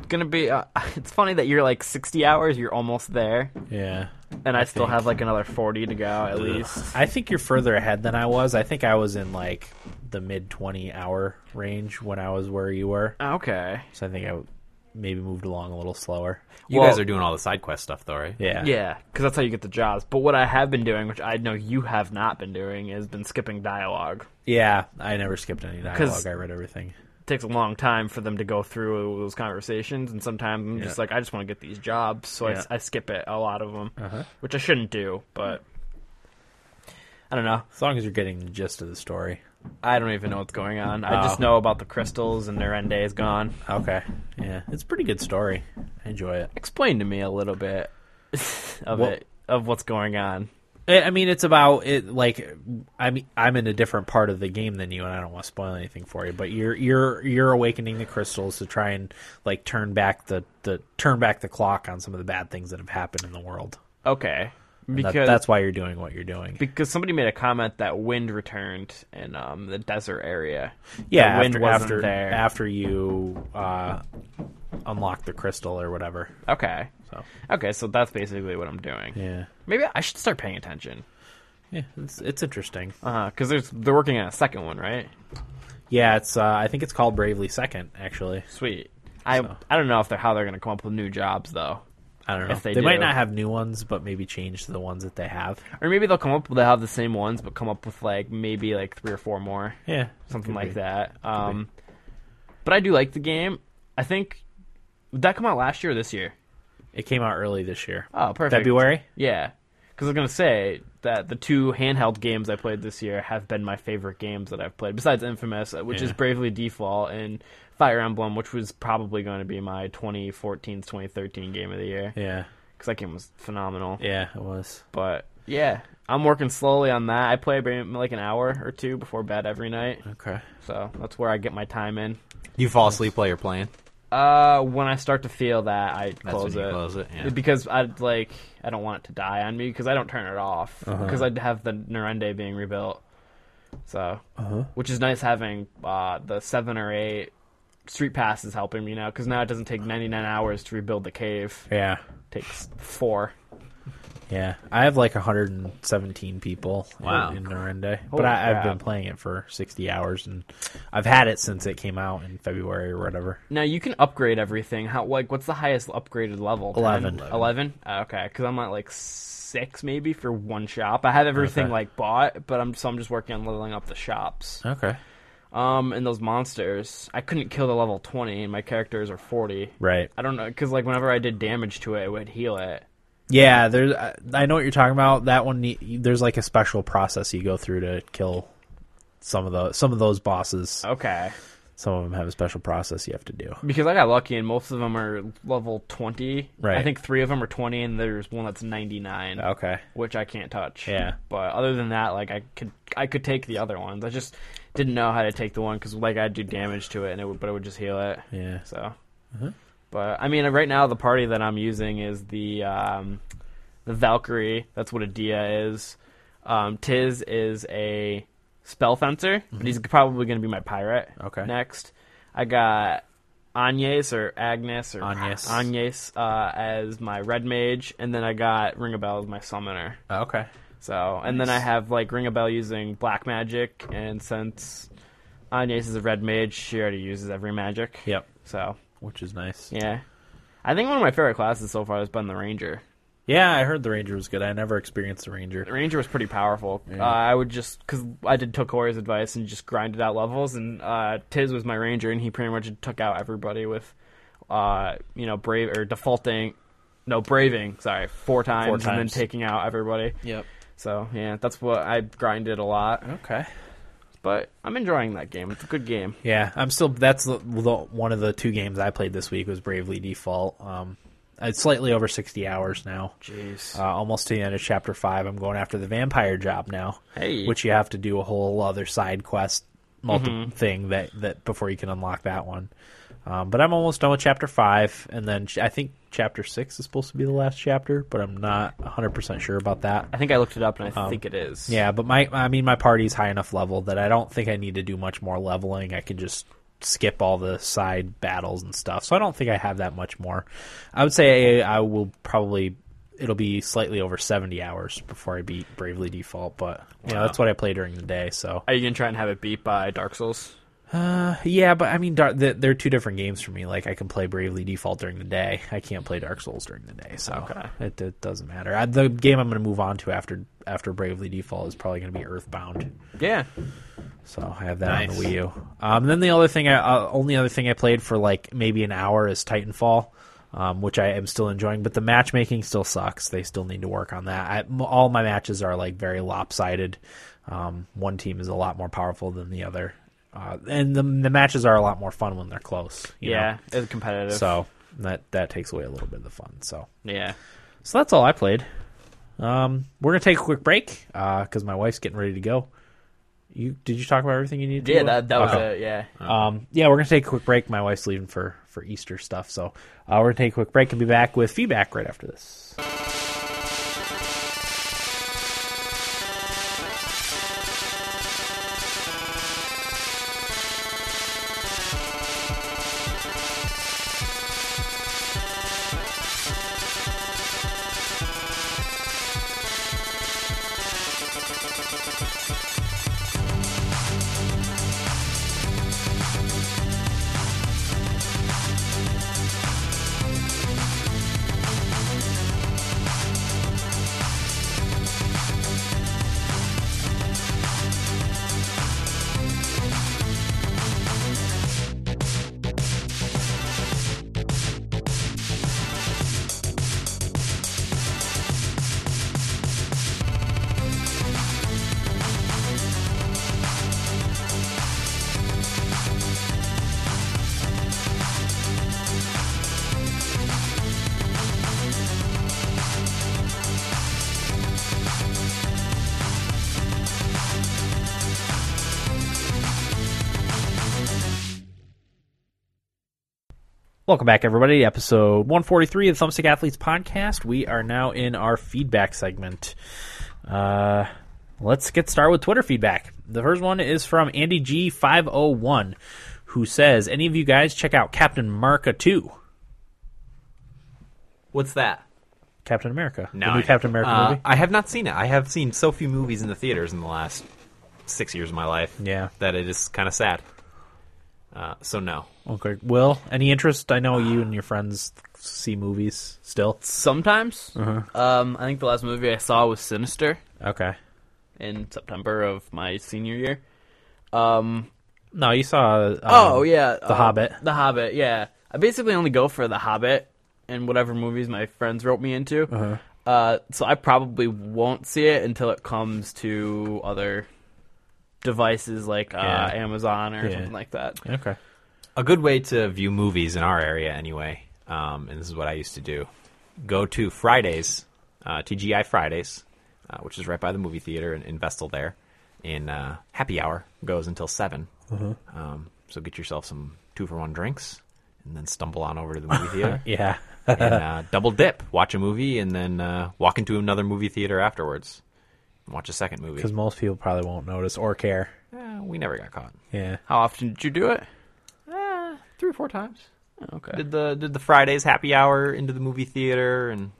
Speaker 3: gonna be. Uh, <laughs> it's funny that you're like 60 hours. You're almost there,
Speaker 1: Yeah.
Speaker 3: and I, still have like another 40 to go at least.
Speaker 1: I think you're further ahead than I was. I think I was in like the mid 20 hour range when I was where you were.
Speaker 3: Okay.
Speaker 1: So I think I w- maybe moved along a little slower.
Speaker 4: You
Speaker 3: Well-
Speaker 4: guys are doing all the side quest stuff, though, right?
Speaker 1: Yeah.
Speaker 3: Yeah, because that's how you get the jobs. But what I have been doing, which I know you have not been doing, is been skipping dialogue.
Speaker 1: Yeah, I never skipped any
Speaker 3: 'Cause-
Speaker 1: dialogue. I read everything.
Speaker 3: It takes a long time for them to go through those conversations, and sometimes I'm just
Speaker 1: Yeah.
Speaker 3: like, I just want to get these jobs, so I s I I, skip it a lot of them,
Speaker 1: Uh-huh.
Speaker 3: which I shouldn't do. But I don't know.
Speaker 1: As long as you're getting the gist of the story.
Speaker 3: I don't even know what's going on. I just
Speaker 1: Oh.
Speaker 3: know about the crystals, and their end day is gone.
Speaker 1: Okay. Yeah. It's a pretty good story. I enjoy it.
Speaker 3: Explain to me a little bit <laughs> of
Speaker 1: Well-
Speaker 3: it, of what's going on.
Speaker 1: Eh, I I mean, it's about it. Like, I mean, I'm in a different part of the game than you, and I don't want to spoil anything for you. But you're you're you're awakening the crystals to try and like turn back the the turn back the clock on some of the bad things that have happened in the world.
Speaker 3: Okay,
Speaker 1: And that-
Speaker 3: because
Speaker 1: that's why you're doing what you're doing.
Speaker 3: because somebody made a comment that wind returned in um, the desert area.
Speaker 1: yeah,
Speaker 3: the wind
Speaker 1: after
Speaker 3: wasn't
Speaker 1: after,
Speaker 3: there.
Speaker 1: after you uh, unlock the crystal or whatever.
Speaker 3: Okay.
Speaker 1: So
Speaker 3: Okay, so that's basically what I'm doing.
Speaker 1: yeah,
Speaker 3: Maybe I should start paying attention.
Speaker 1: yeah, it's it's interesting.
Speaker 3: Uh, cuz there's they're working on a second one, right?
Speaker 1: Yeah, it's uh, I think it's called Bravely Second. Actually,
Speaker 3: Sweet. I
Speaker 1: So.
Speaker 3: I don't know if they're how they're going to come up with new jobs though.
Speaker 1: I don't know.
Speaker 3: If they
Speaker 1: might
Speaker 3: do.
Speaker 1: not have new ones, but maybe change the ones that they have.
Speaker 3: Or maybe they'll come up they'll have the same ones but come up with like maybe like three or four more.
Speaker 1: Yeah,
Speaker 3: something
Speaker 1: could
Speaker 3: like
Speaker 1: be.
Speaker 3: that. Um, but I do like the game. I think did that come out last year or this year?
Speaker 1: It came out early this year.
Speaker 3: Oh, perfect.
Speaker 1: February?
Speaker 3: Yeah, because I was gonna say that the two handheld games I played this year have been my favorite games that I've played, besides Infamous, uh, which is
Speaker 1: Yeah.
Speaker 3: Bravely Default and Fire Emblem, which was probably going to be my 2014 2013 game of the year
Speaker 1: Yeah.
Speaker 3: because that game was phenomenal.
Speaker 1: Yeah, it was.
Speaker 3: But yeah, I'm working slowly on that. I play about, like an hour or two before bed every night,
Speaker 1: Okay.
Speaker 3: so that's where I get my time in.
Speaker 4: You fall asleep while you're playing.
Speaker 3: Uh, when I start to feel that, I
Speaker 4: That's
Speaker 3: close
Speaker 4: when
Speaker 3: it.
Speaker 4: you close it. Yeah.
Speaker 3: Because I like I don't want it to die on me because I don't turn it off
Speaker 1: Uh-huh.
Speaker 3: because I'd have the Narende being rebuilt, so
Speaker 1: Uh-huh.
Speaker 3: which is nice having uh, the seven or eight street passes helping me now because now it doesn't take ninety nine hours to rebuild the cave.
Speaker 1: Yeah.
Speaker 3: It takes four.
Speaker 1: Yeah. I have like 117 people in-
Speaker 4: Wow.
Speaker 1: in Narende.
Speaker 3: Holy
Speaker 1: but I, I've
Speaker 3: crap.
Speaker 1: been playing it for 60 hours and I've had it since it came out in February or whatever.
Speaker 3: Now you can upgrade everything. How like what's the highest upgraded level? 10?
Speaker 1: Eleven.
Speaker 3: Eleven. Oh, okay, because I'm at like six maybe for one shop. I have everything
Speaker 1: Okay.
Speaker 3: like bought, but I'm so I'm just working on leveling up the shops.
Speaker 1: Okay.
Speaker 3: Um, and those monsters, I couldn't kill the level twenty, and my characters are forty.
Speaker 1: Right.
Speaker 3: I don't know because like whenever I did damage to it, it would heal it.
Speaker 1: Yeah, there's I- I know what you're talking about. That one ne- there's like a special process you go through to kill some of the some of those bosses.
Speaker 3: Okay,
Speaker 1: Some of them have a special process you have to do.
Speaker 3: because I got lucky, and most of them are level twenty.
Speaker 1: Right.
Speaker 3: I think three of them are twenty, and there's one that's ninety nine.
Speaker 1: Okay.
Speaker 3: which I can't touch.
Speaker 1: Yeah.
Speaker 3: But other than that, like I could I could take the other ones. I just didn't know how to take the one because like I'd do damage to it and it would but it would just heal it.
Speaker 1: Yeah.
Speaker 3: So.
Speaker 1: Uh-huh.
Speaker 3: But I mean, right now the party that I'm using is the um, the Valkyrie. That's what Adia is. Um, Tiz is a spell fencer, but he's probably going to be my pirate.
Speaker 1: Mm-hmm. Okay.
Speaker 3: Next, I got Agnes or Agnes or
Speaker 1: Agnes.
Speaker 3: Agnes uh, as my red mage, and then I got Ring a Bell as my summoner.
Speaker 1: Okay.
Speaker 3: So, and then I have like Ring a Bell using black magic, and since Agnes is a red mage, she already uses every magic.
Speaker 1: Yep.
Speaker 3: So,
Speaker 1: Which is nice.
Speaker 3: yeah, I think one of my favorite classes so far has been the ranger.
Speaker 1: Yeah, I heard the ranger was good. I never experienced the ranger.
Speaker 3: The ranger was pretty powerful. Uh, I would just because I did Tokori's advice and just grinded out levels, and uh, Tiz was my ranger, and he pretty much took out everybody with, uh, you know, brave or defaulting, no braving, sorry, four times, and then
Speaker 1: times.
Speaker 3: taking out everybody.
Speaker 2: Yep.
Speaker 3: So yeah, that's what I grinded a lot.
Speaker 1: Okay.
Speaker 3: but I'm enjoying that game. It's a good game.
Speaker 1: Yeah, I'm still. That's the, the one of the two games I played this week was Bravely Default. Um, it's slightly over 60 hours now.
Speaker 3: Jeez.
Speaker 1: Uh, almost to the end of chapter five. I'm going after the vampire job now,
Speaker 3: Hey.
Speaker 1: which you have to do a whole other side quest multi-
Speaker 3: Mm-hmm.
Speaker 1: thing that that before you can unlock that one. Um, but I'm almost done with chapter five, and then ch- I think chapter six is supposed to be the last chapter, but I'm not 100 percent sure about that.
Speaker 3: I think I looked it up and I think it is.
Speaker 1: Yeah, but my I mean my party's high enough level that I don't think I need to do much more leveling. I can just skip all the side battles and stuff. So I don't think I have that much more. I would say I, I will probably it'll be slightly over 70 hours before I beat Bravely Default, but you know, that's what I play during the day, so
Speaker 3: Are you gonna try and have it beat by Dark Souls?
Speaker 1: yeah, but I mean, Dar- th- they're two different games for me. Like, I can play Bravely Default during the day. I can't play Dark Souls during the day, so it, it doesn't matter. I, the game I'm going to move on to after after Bravely Default is probably going to be Earthbound.
Speaker 3: Yeah.
Speaker 1: So I have that on the Wii U. Um, then the other thing, I uh, only other thing I played for like maybe an hour is Titanfall, um, which I am still enjoying. But the matchmaking still sucks. They still need to work on that. I m all my matches are like very lopsided. Um, one team is a lot more powerful than the other, uh, and the, the matches are a lot more fun when they're close. you know?
Speaker 3: Yeah. It's competitive.
Speaker 1: So that that takes away a little bit of the fun. So
Speaker 3: yeah.
Speaker 1: so that's all I played. Um, we're gonna take a quick break because my wife's getting ready to go. You did you talk about everything you needed? to
Speaker 3: Yeah,
Speaker 1: do?
Speaker 3: that that was
Speaker 1: Okay.
Speaker 3: it. Yeah.
Speaker 1: Um, yeah, we're gonna take a quick break. My wife's leaving for for Easter stuff, so uh, we're gonna take a quick break and be back with feedback right after this. Welcome back, everybody. Episode 143 of the Thumbstick Athletes Podcast. We are now in our feedback segment. Uh, let's get started with Twitter feedback. The first one is from Andy G501, who says, "Any of you guys check out Captain America 2?
Speaker 4: What's that?
Speaker 1: Captain America,
Speaker 4: No,
Speaker 1: the new
Speaker 4: I-
Speaker 1: Captain America
Speaker 4: uh,
Speaker 1: movie."
Speaker 4: I have not seen it. I have seen so few movies in the theaters in the last six years of my life.
Speaker 1: Yeah.
Speaker 4: that it is kind of sad. Uh, so no,
Speaker 1: Okay, Will, any interest? I know you and your friends see movies still.
Speaker 3: Sometimes.
Speaker 1: Uh-huh.
Speaker 3: Um, I think the last movie I saw was Sinister
Speaker 1: Okay.
Speaker 3: in September of my senior year. Um,
Speaker 1: No, you saw. um,
Speaker 3: oh yeah,
Speaker 1: The Hobbit.
Speaker 3: The Hobbit, yeah. I basically only go for The Hobbit and whatever movies my friends rope me into.
Speaker 1: Uh-huh.
Speaker 3: uh so I probably won't see it until it comes to other devices like uh,
Speaker 1: Yeah.
Speaker 3: Amazon or
Speaker 1: Yeah.
Speaker 3: something like that.
Speaker 1: Okay.
Speaker 4: a good way to view movies in our area anyway, um, and this is what I used to do: go to Fridays, uh, TGI Fridays, uh, which is right by the movie theater in, in Vestal there. In uh, happy hour goes until 7 Um, so get yourself some two for one drinks, and then stumble on over to the movie theater. <laughs>
Speaker 1: Yeah.
Speaker 4: and uh, double dip, watch a movie, and then uh, walk into another movie theater afterwards and watch a second movie.
Speaker 1: Because most people probably won't notice or care.
Speaker 4: Eh, we never got caught.
Speaker 1: Yeah.
Speaker 3: How often did you do it?
Speaker 4: Three or four times.
Speaker 3: Okay.
Speaker 4: Did the did the Fridays happy hour into the movie theater and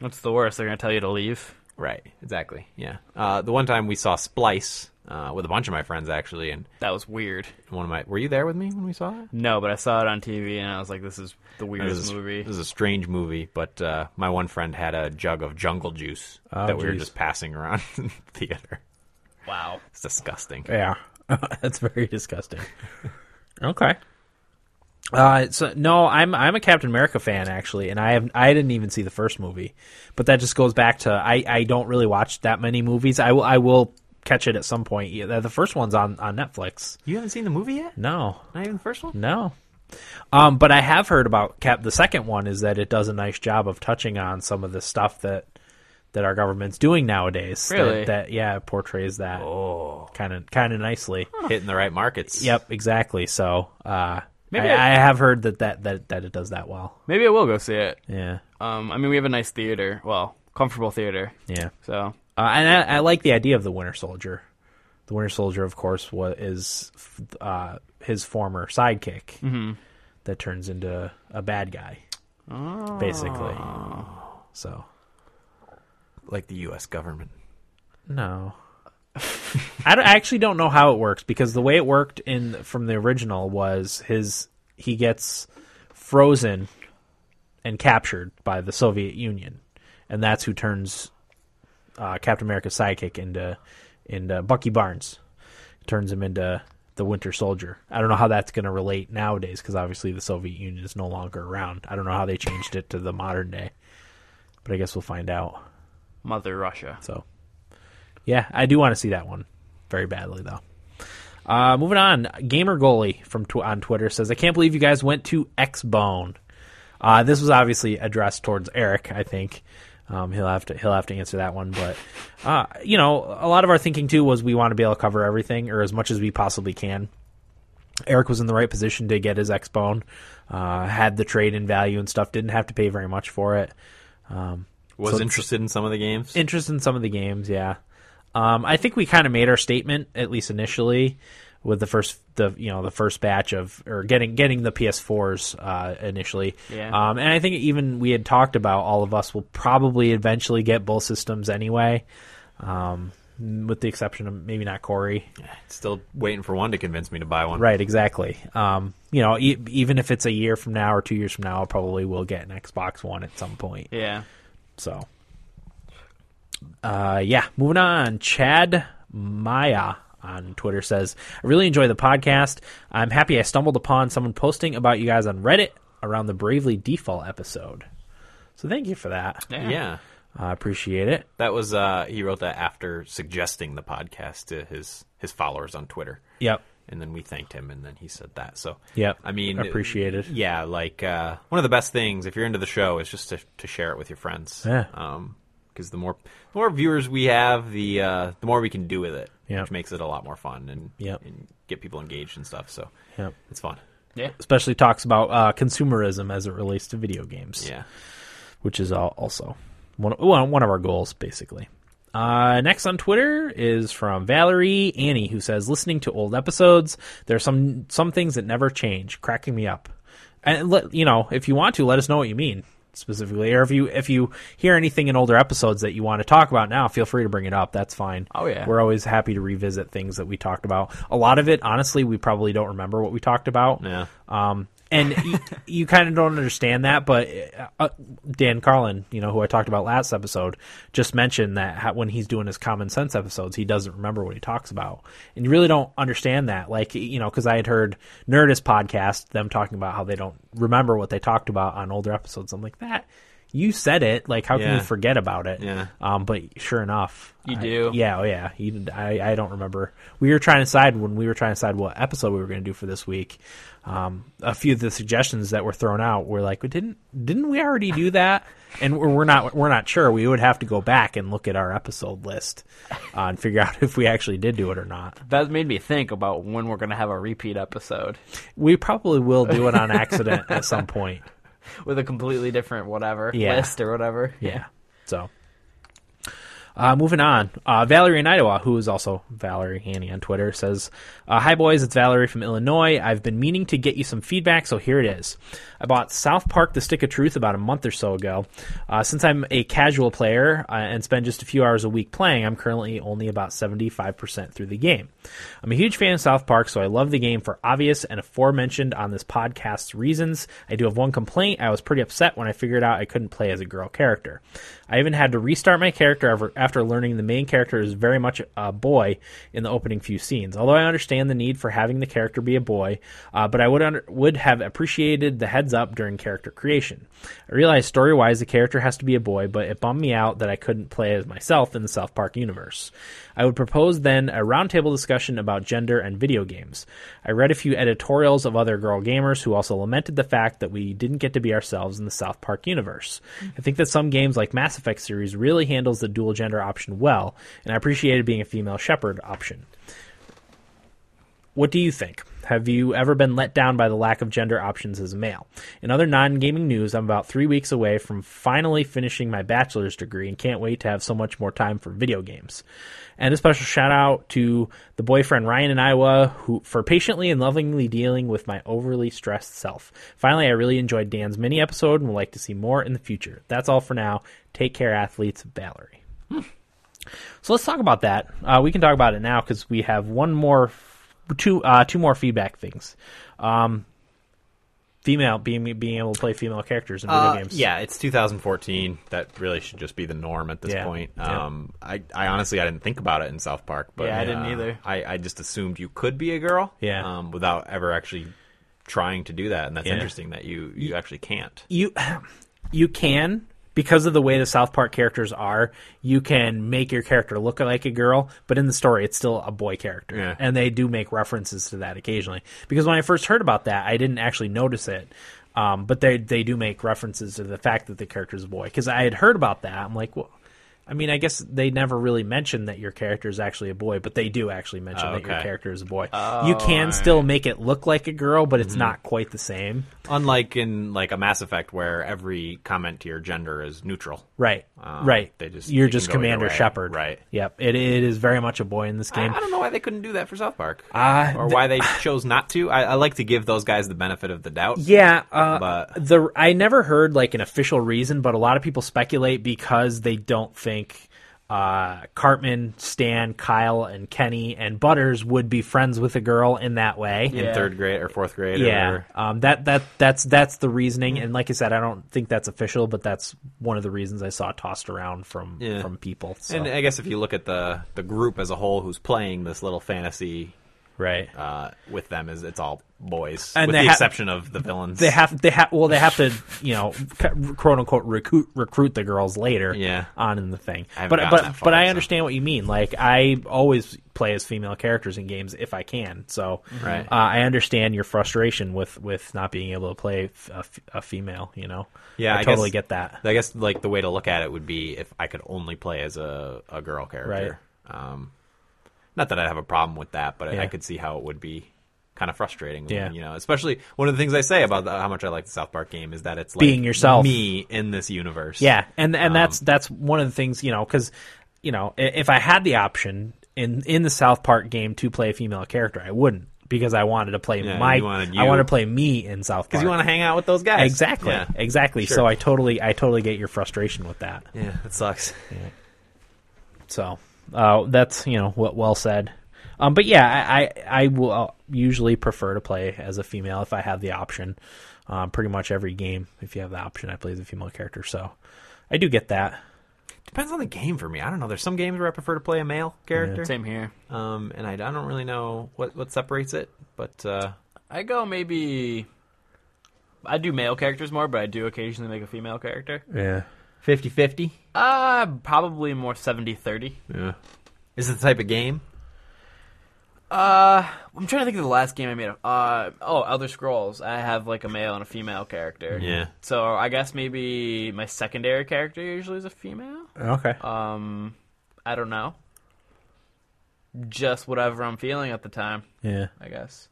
Speaker 3: What's the worst? They're going to tell you to leave.
Speaker 4: right exactly yeah. Uh, the one time we saw Splice uh, with a bunch of my friends actually, and
Speaker 3: That was weird.
Speaker 4: one of my were you there with me when we saw it?
Speaker 3: No, but I saw it on TV and I was like, this is the
Speaker 4: This
Speaker 3: weirdest
Speaker 4: is,
Speaker 3: movie.
Speaker 4: this is a strange movie, but uh, my one friend had a jug of jungle juice
Speaker 1: Oh,
Speaker 4: that we were
Speaker 1: geez.
Speaker 4: just passing around <laughs> in the theater.
Speaker 3: Wow.
Speaker 4: It's disgusting.
Speaker 1: Yeah. <laughs> That's very disgusting. <laughs> okay. Uh, so no, I'm I'm a Captain America fan actually, and I have I didn't even see the first movie, but that just goes back to I, I don't really watch that many movies. I will I will catch it at some point. Yeah, the first one's on on Netflix.
Speaker 4: You haven't seen the movie yet?
Speaker 1: No,
Speaker 4: Not even the first one?
Speaker 1: No. Um, but I have heard about Cap. The second one is that it does a nice job of touching on some of the stuff that that our government's doing nowadays. that-
Speaker 3: Really?
Speaker 1: That, yeah, it portrays that kind of kind of nicely.
Speaker 4: Hitting the right markets.
Speaker 1: Oh. Yep, exactly. So uh,
Speaker 3: Maybe
Speaker 1: I, I
Speaker 3: I-
Speaker 1: have heard that, that that that it does that well.
Speaker 3: Maybe I will go see it.
Speaker 1: Yeah,
Speaker 3: Um, I mean, we have a nice theater. Well, comfortable theater.
Speaker 1: yeah.
Speaker 3: So
Speaker 1: Uh, and I, I like the idea of the Winter Soldier. The The Winter Soldier, of course, was is f- uh, his former sidekick that turns into a bad guy, basically. So
Speaker 4: like the U.S. government.
Speaker 1: no. I, don't- I actually don't know how it works because the way it worked in from the original was his he gets frozen and captured by the Soviet Union, and that's who turns uh, Captain America's sidekick into into Bucky Barnes, turns him into the Winter Soldier. I don't know how that's going to relate nowadays because obviously the Soviet Union is no longer around. I don't know how they changed it to the modern day, but I guess we'll find out.
Speaker 5: Mother Russia.
Speaker 1: So, yeah, I do want to see that one very badly, though. Uh, moving on, Gamer Goalie from tw- on Twitter says, "I can't believe you guys went to Xbone." Uh, this was obviously addressed towards Eric. I think um, he'll have to he'll have to answer that one. But uh, you know, a lot of our thinking too was we want to be able to cover everything or as much as we possibly can. Eric was in the right position to get his Xbone, uh, had the trade in value and stuff. Didn't have to pay very much for it.
Speaker 4: Was
Speaker 1: So-
Speaker 4: interested in some of the games.
Speaker 1: interest in some of the games. Yeah, um, I think we kind of made our statement at least initially with the first the you know the first batch of or getting getting the PS4s uh, initially.
Speaker 5: Yeah.
Speaker 1: Um, and I think even we had talked about all of us will probably eventually get both systems anyway. Um, with the exception of maybe not Corey,
Speaker 4: Still waiting for one to convince me to buy one.
Speaker 1: Right, exactly. Um, you know, e- even if it's a year from now or two years from now, I probably will get an Xbox One at some point.
Speaker 5: Yeah.
Speaker 1: So, uh, yeah, moving on. Chad Maya on Twitter says, I really enjoy the podcast. I'm happy I stumbled upon someone posting about you guys on Reddit around the Bravely Default episode. So, thank you for that.
Speaker 4: Yeah.
Speaker 1: I appreciate it.
Speaker 4: That was uh he wrote that after suggesting the podcast to his his followers on Twitter.
Speaker 1: Yep.
Speaker 4: And then we thanked him and then he said that. So
Speaker 1: Yep.
Speaker 4: I mean
Speaker 1: Appreciated.
Speaker 4: Yeah, like uh one of the best things if you're into the show is just to, to share it with your friends.
Speaker 1: Yeah.
Speaker 4: Um because the more the more viewers we have, the uh the more we can do with it.
Speaker 1: Yep.
Speaker 4: Which makes it a lot more fun and,
Speaker 1: Yep.
Speaker 4: and get people engaged and stuff. So
Speaker 1: Yep.
Speaker 4: it's fun.
Speaker 1: Especially talks about uh, consumerism as it relates to video games.
Speaker 4: Yeah.
Speaker 1: which is al- also one one one of our goals, basically. Uh, next on Twitter is from Valerie Annie, who says, "Listening to old episodes, there are some some things that never change, cracking me up." And let you know if you want to, let us know what you mean specifically, or if you if you hear anything in older episodes that you want to talk about now, feel free to bring it up. That's fine.
Speaker 5: Oh, yeah.
Speaker 1: we're always happy to revisit things that we talked about. A lot of it, honestly, we probably don't remember what we talked about.
Speaker 4: Yeah.
Speaker 1: Um, and
Speaker 4: <laughs>
Speaker 1: you, you kind of don't understand that, but uh, Dan Carlin, you know, who I talked about last episode, just mentioned that how, when he's doing his common sense episodes, he doesn't remember what he talks about, and you really don't understand that. Like, you know, because I had heard Nerdist podcast them talking about how they don't remember what they talked about on older episodes. I'm like, that you said it. Like, how can
Speaker 4: Yeah.
Speaker 1: you forget about it?
Speaker 4: Yeah.
Speaker 1: Um, but sure enough,
Speaker 5: You
Speaker 1: I-
Speaker 5: do.
Speaker 1: yeah, oh yeah. You, I, I don't remember. We were trying to decide when we were trying to decide what episode we were going to do for this week. Um, a few of the suggestions that were thrown out were like, didn't didn't we already do that? <laughs> And we're, we're not we're not sure. We would have to go back and look at our episode list uh, and figure out <laughs> if we actually did do it or not.
Speaker 5: That made me think about when we're gonna have a repeat episode
Speaker 1: We probably will do it on accident at some point.
Speaker 5: with a completely different whatever
Speaker 1: Yeah.
Speaker 5: list or whatever.
Speaker 1: Yeah. So, uh, moving on. Uh, Valerie in Idaho, who is also Valerie Annie on Twitter, says, uh, Hi, boys. It's Valerie from Illinois. I've been meaning to get you some feedback, so here it is. I bought South Park The Stick of Truth about a month or so ago. Uh, since I'm a casual player uh, and spend just a few hours a week playing, I'm currently only about 75% through the game. I'm a huge fan of South Park, so I love the game for obvious and aforementioned on this podcast's reasons. I do have one complaint. I was pretty upset when I figured out I couldn't play as a girl character. I even had to restart my character ever- after learning the main character is very much a boy in the opening few scenes. Although I understand the need for having the character be a boy, uh, but I would under- would have appreciated the heads up during character creation. I realized story wise the character has to be a boy, but it bummed me out that I couldn't play as myself in the South Park universe. I would propose then a roundtable discussion about gender and video games. I read a few editorials of other girl gamers who also lamented the fact that we didn't get to be ourselves in the South Park universe. I think that some games like Mass Effect series really handles the dual gender option well, and I appreciated being a female shepherd option. What do you think? Have you ever been let down by the lack of gender options as a male? In other non gaming news, I'm about three weeks away from finally finishing my bachelor's degree and can't wait to have so much more time for video games. And a special shout out to the boyfriend Ryan in Iowa who for patiently and lovingly dealing with my overly stressed self. Finally, I really enjoyed Dan's mini episode and would like to see more in the future. That's all for now. Take care, athletes. Valerie. So let's talk about that. Uh, we can talk about it now because we have one more, two uh, two more feedback things. Um, female being being able to play female characters in video
Speaker 4: Uh,
Speaker 1: games.
Speaker 4: Yeah, it's 2014. That really should just be the norm at this
Speaker 1: Yeah,
Speaker 4: point.
Speaker 1: yeah.
Speaker 4: Um, I, I honestly I didn't think about it in South Park, but
Speaker 5: Yeah, I didn't
Speaker 4: uh,
Speaker 5: either.
Speaker 4: I, I just assumed you could be a girl,
Speaker 1: Yeah.
Speaker 4: um, without ever actually trying to do that, and that's
Speaker 1: Yeah.
Speaker 4: interesting that you you actually can't.
Speaker 1: you you can because of the way the South Park characters are, you can make your character look like a girl, but in the story, it's still a boy character,
Speaker 4: Yeah.
Speaker 1: and they do make references to that occasionally. Because when I first heard about that, I didn't actually notice it, um, but they they do make references to the fact that the character is a boy. Because I had heard about that, I'm like, well, I mean, I guess they never really mention that your character is actually a boy, but they do actually mention that your
Speaker 4: Oh, Okay. Oh,
Speaker 1: character is a boy. you can still make it look like a girl, but
Speaker 4: Mm-hmm.
Speaker 1: it's not quite the same,
Speaker 4: Unlike in like a Mass Effect, where every comment to your gender is neutral.
Speaker 1: Right.
Speaker 4: Um,
Speaker 1: right.
Speaker 4: they just-
Speaker 1: you're
Speaker 4: it can
Speaker 1: just
Speaker 4: go either
Speaker 1: Commander
Speaker 4: way.
Speaker 1: Shepard.
Speaker 4: Right.
Speaker 1: Yep. It it is very much a boy in this
Speaker 4: I,
Speaker 1: game.
Speaker 4: I don't know why they couldn't do that for South Park,
Speaker 1: Uh,
Speaker 4: or why they chose not to. I, I like to give those guys the benefit of the doubt.
Speaker 1: Yeah, uh,
Speaker 4: But-
Speaker 1: the I never heard like an official reason, but a lot of people speculate because they don't think uh, Cartman, Stan, Kyle, and Kenny and Butters would be friends with a girl in that way.
Speaker 4: in
Speaker 3: Yeah.
Speaker 4: third grade or fourth grade. or
Speaker 1: Yeah,
Speaker 4: whatever.
Speaker 1: um, that that that's that's the reasoning, and like I said, I don't think that's official, but that's one of the reasons I saw tossed around from
Speaker 4: Yeah.
Speaker 1: from people. So.
Speaker 4: And uh, I guess if you look at the the group as a whole, who's playing this little fantasy
Speaker 1: right,
Speaker 4: uh, with them is it's all boys,
Speaker 1: And
Speaker 4: with
Speaker 1: they
Speaker 4: the
Speaker 1: ha-
Speaker 4: exception of the villains.
Speaker 1: they have they have well they have to you know c- quote unquote recruit recruit the girls later
Speaker 4: Yeah.
Speaker 1: on in the thing
Speaker 4: I haven't
Speaker 1: but
Speaker 4: gotten
Speaker 1: but
Speaker 4: that far,
Speaker 1: but I
Speaker 4: so.
Speaker 1: understand what you mean like I always play as female characters in games if I can so
Speaker 4: Right.
Speaker 1: uh, I understand your frustration with with not being able to play f- a, f- a female you know
Speaker 4: Yeah,
Speaker 1: I,
Speaker 4: I
Speaker 1: totally
Speaker 4: guess-
Speaker 1: get that
Speaker 4: I guess like the way to look at it would be if I could only play as a, a girl character. Um, not that I have a problem with that, but I- I,
Speaker 1: Yeah.
Speaker 4: could see how it would be kind of frustrating.
Speaker 1: Yeah.
Speaker 4: you know, especially one of the things I say about the, how much I like the South Park game is that it's like
Speaker 1: Being yourself.
Speaker 4: me in this universe.
Speaker 1: yeah and and that's
Speaker 4: um,
Speaker 1: that's one of the things you know because you know i- if I had the option in in the South Park game to play a female character I wouldn't because I wanted to play
Speaker 4: Yeah,
Speaker 1: my
Speaker 4: you wanted
Speaker 1: I
Speaker 4: you.
Speaker 1: want to play me in South Park
Speaker 4: because you want to hang out with those guys.
Speaker 1: Exactly.
Speaker 4: Yeah.
Speaker 1: Exactly. So
Speaker 4: Sure.
Speaker 1: I totally I totally get your frustration with that.
Speaker 4: Yeah, that sucks.
Speaker 1: So uh, that's you know what well said. Um, but yeah, I I, I will uh, usually prefer to play as a female if I have the option. Um, pretty much every game, if you have the option, I play as a female character. So I do get that.
Speaker 4: Depends on the game for me. I don't know. There's some games where I prefer to play a male character.
Speaker 5: Same here.
Speaker 4: um, and I, I don't really know what, what separates it, but uh,
Speaker 3: I go maybe. I do male characters more, but I do occasionally make a female character.
Speaker 1: Yeah.
Speaker 4: 50-50
Speaker 3: Uh, probably more 70 30.
Speaker 4: yeah. is it the type of game.
Speaker 3: Uh, I'm trying to think of the last game I made. Of. Uh, oh, Elder Scrolls. I have like a male and a female character.
Speaker 4: Yeah.
Speaker 3: So I guess maybe my secondary character usually is a female.
Speaker 1: Okay.
Speaker 3: Um, I don't know. Just whatever I'm feeling at the time,
Speaker 1: Yeah.
Speaker 3: I guess.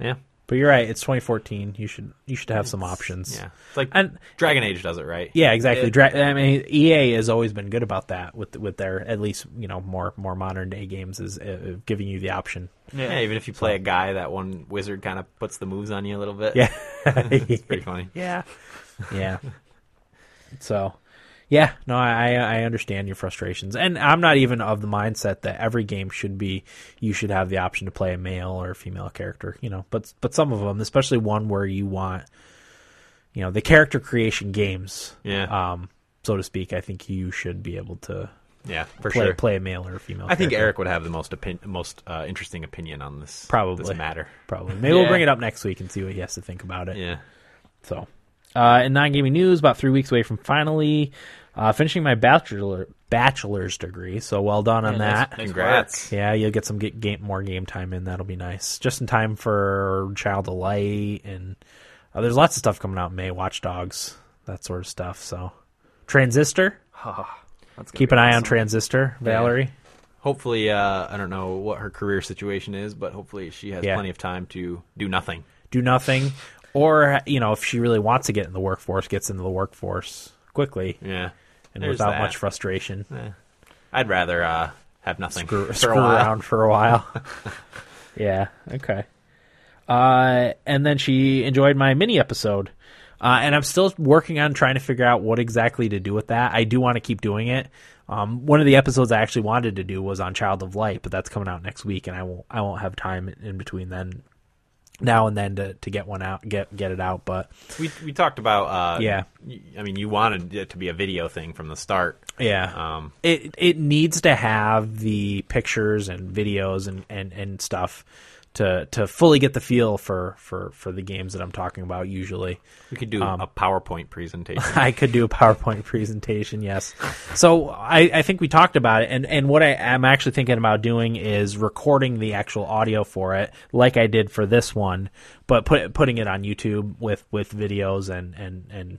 Speaker 4: Yeah,
Speaker 1: But you're right. It's 2014. You should you should have some options.
Speaker 4: yeah. It's like
Speaker 1: And
Speaker 4: Dragon Age does it right.
Speaker 1: Yeah, exactly.
Speaker 3: It-
Speaker 1: Dra- I mean, EA has always been good about that with with their at least you know more more modern day games is uh, giving you the option.
Speaker 4: Yeah, even if you play a guy, that one wizard kind of puts the moves on you a little bit.
Speaker 1: Yeah,
Speaker 4: it's <laughs> pretty funny.
Speaker 1: yeah, yeah. So, yeah, no, I I understand your frustrations, and I'm not even of the mindset that every game should be you should have the option to play a male or a female character. You know, but but some of them, especially one where you want, you know, the character creation games,
Speaker 4: Yeah,
Speaker 1: um, so to speak. I think you should be able to
Speaker 4: yeah, for
Speaker 1: play
Speaker 4: sure.
Speaker 1: play a male or a female.
Speaker 4: I think
Speaker 1: character.
Speaker 4: Eric would have the most opin- most uh, interesting opinion on this
Speaker 1: Probably.
Speaker 4: this matter.
Speaker 1: Probably. Maybe we'll
Speaker 3: Yeah.
Speaker 1: bring it up next week and see what he has to think about it.
Speaker 4: Yeah,
Speaker 1: So, uh, in non gaming news, about three weeks away from finally uh, finishing my bachelor bachelor's degree. So well done on
Speaker 3: Yeah,
Speaker 1: that.
Speaker 3: nice- nice
Speaker 4: congrats.
Speaker 1: Yeah, you'll get some get game, more game time in. That'll be nice. Just in time for Child of Light, and uh, there's lots of stuff coming out in May. Watch Dogs, that sort of stuff. So, Transistor.
Speaker 3: work. <laughs> That's gonna
Speaker 1: Keep
Speaker 3: be
Speaker 1: an eye on
Speaker 3: awesome.
Speaker 1: Transistor, Valerie.
Speaker 4: hopefully, uh, I don't know what her career situation is, but hopefully she has
Speaker 1: Yeah.
Speaker 4: plenty of time to do nothing.
Speaker 1: do nothing, or you know, if she really wants to get in the workforce, gets into the workforce quickly
Speaker 4: Yeah,
Speaker 1: and
Speaker 4: There's
Speaker 1: without
Speaker 4: that.
Speaker 1: much frustration.
Speaker 4: I'd rather uh, have nothing for
Speaker 1: screw,
Speaker 4: a
Speaker 1: screw
Speaker 4: while.
Speaker 1: around for a
Speaker 4: <laughs>
Speaker 1: while. yeah. Okay. Uh, and then she enjoyed my mini episode, uh, and I'm still working on trying to figure out what exactly to do with that. I do want to keep doing it. Um, one of the episodes I actually wanted to do was on Child of Light, but that's coming out next week, and I won't I won't have time in between then now and then to, to get one out get get it out. But
Speaker 4: We we talked about uh,
Speaker 1: Yeah.
Speaker 4: y- I mean, you wanted it to be a video thing from the start.
Speaker 1: yeah,
Speaker 4: Um,
Speaker 1: it it needs to have the pictures and videos and, and, and stuff to to fully get the feel for, for, for the games that I'm talking about usually.
Speaker 4: we could do a PowerPoint <laughs> presentation.
Speaker 1: <laughs> I could do a PowerPoint presentation, yes. So I, I think we talked about it, and, and what I am actually thinking about doing is recording the actual audio for it, like I did for this one, but put, putting it on YouTube with, with videos and, and, and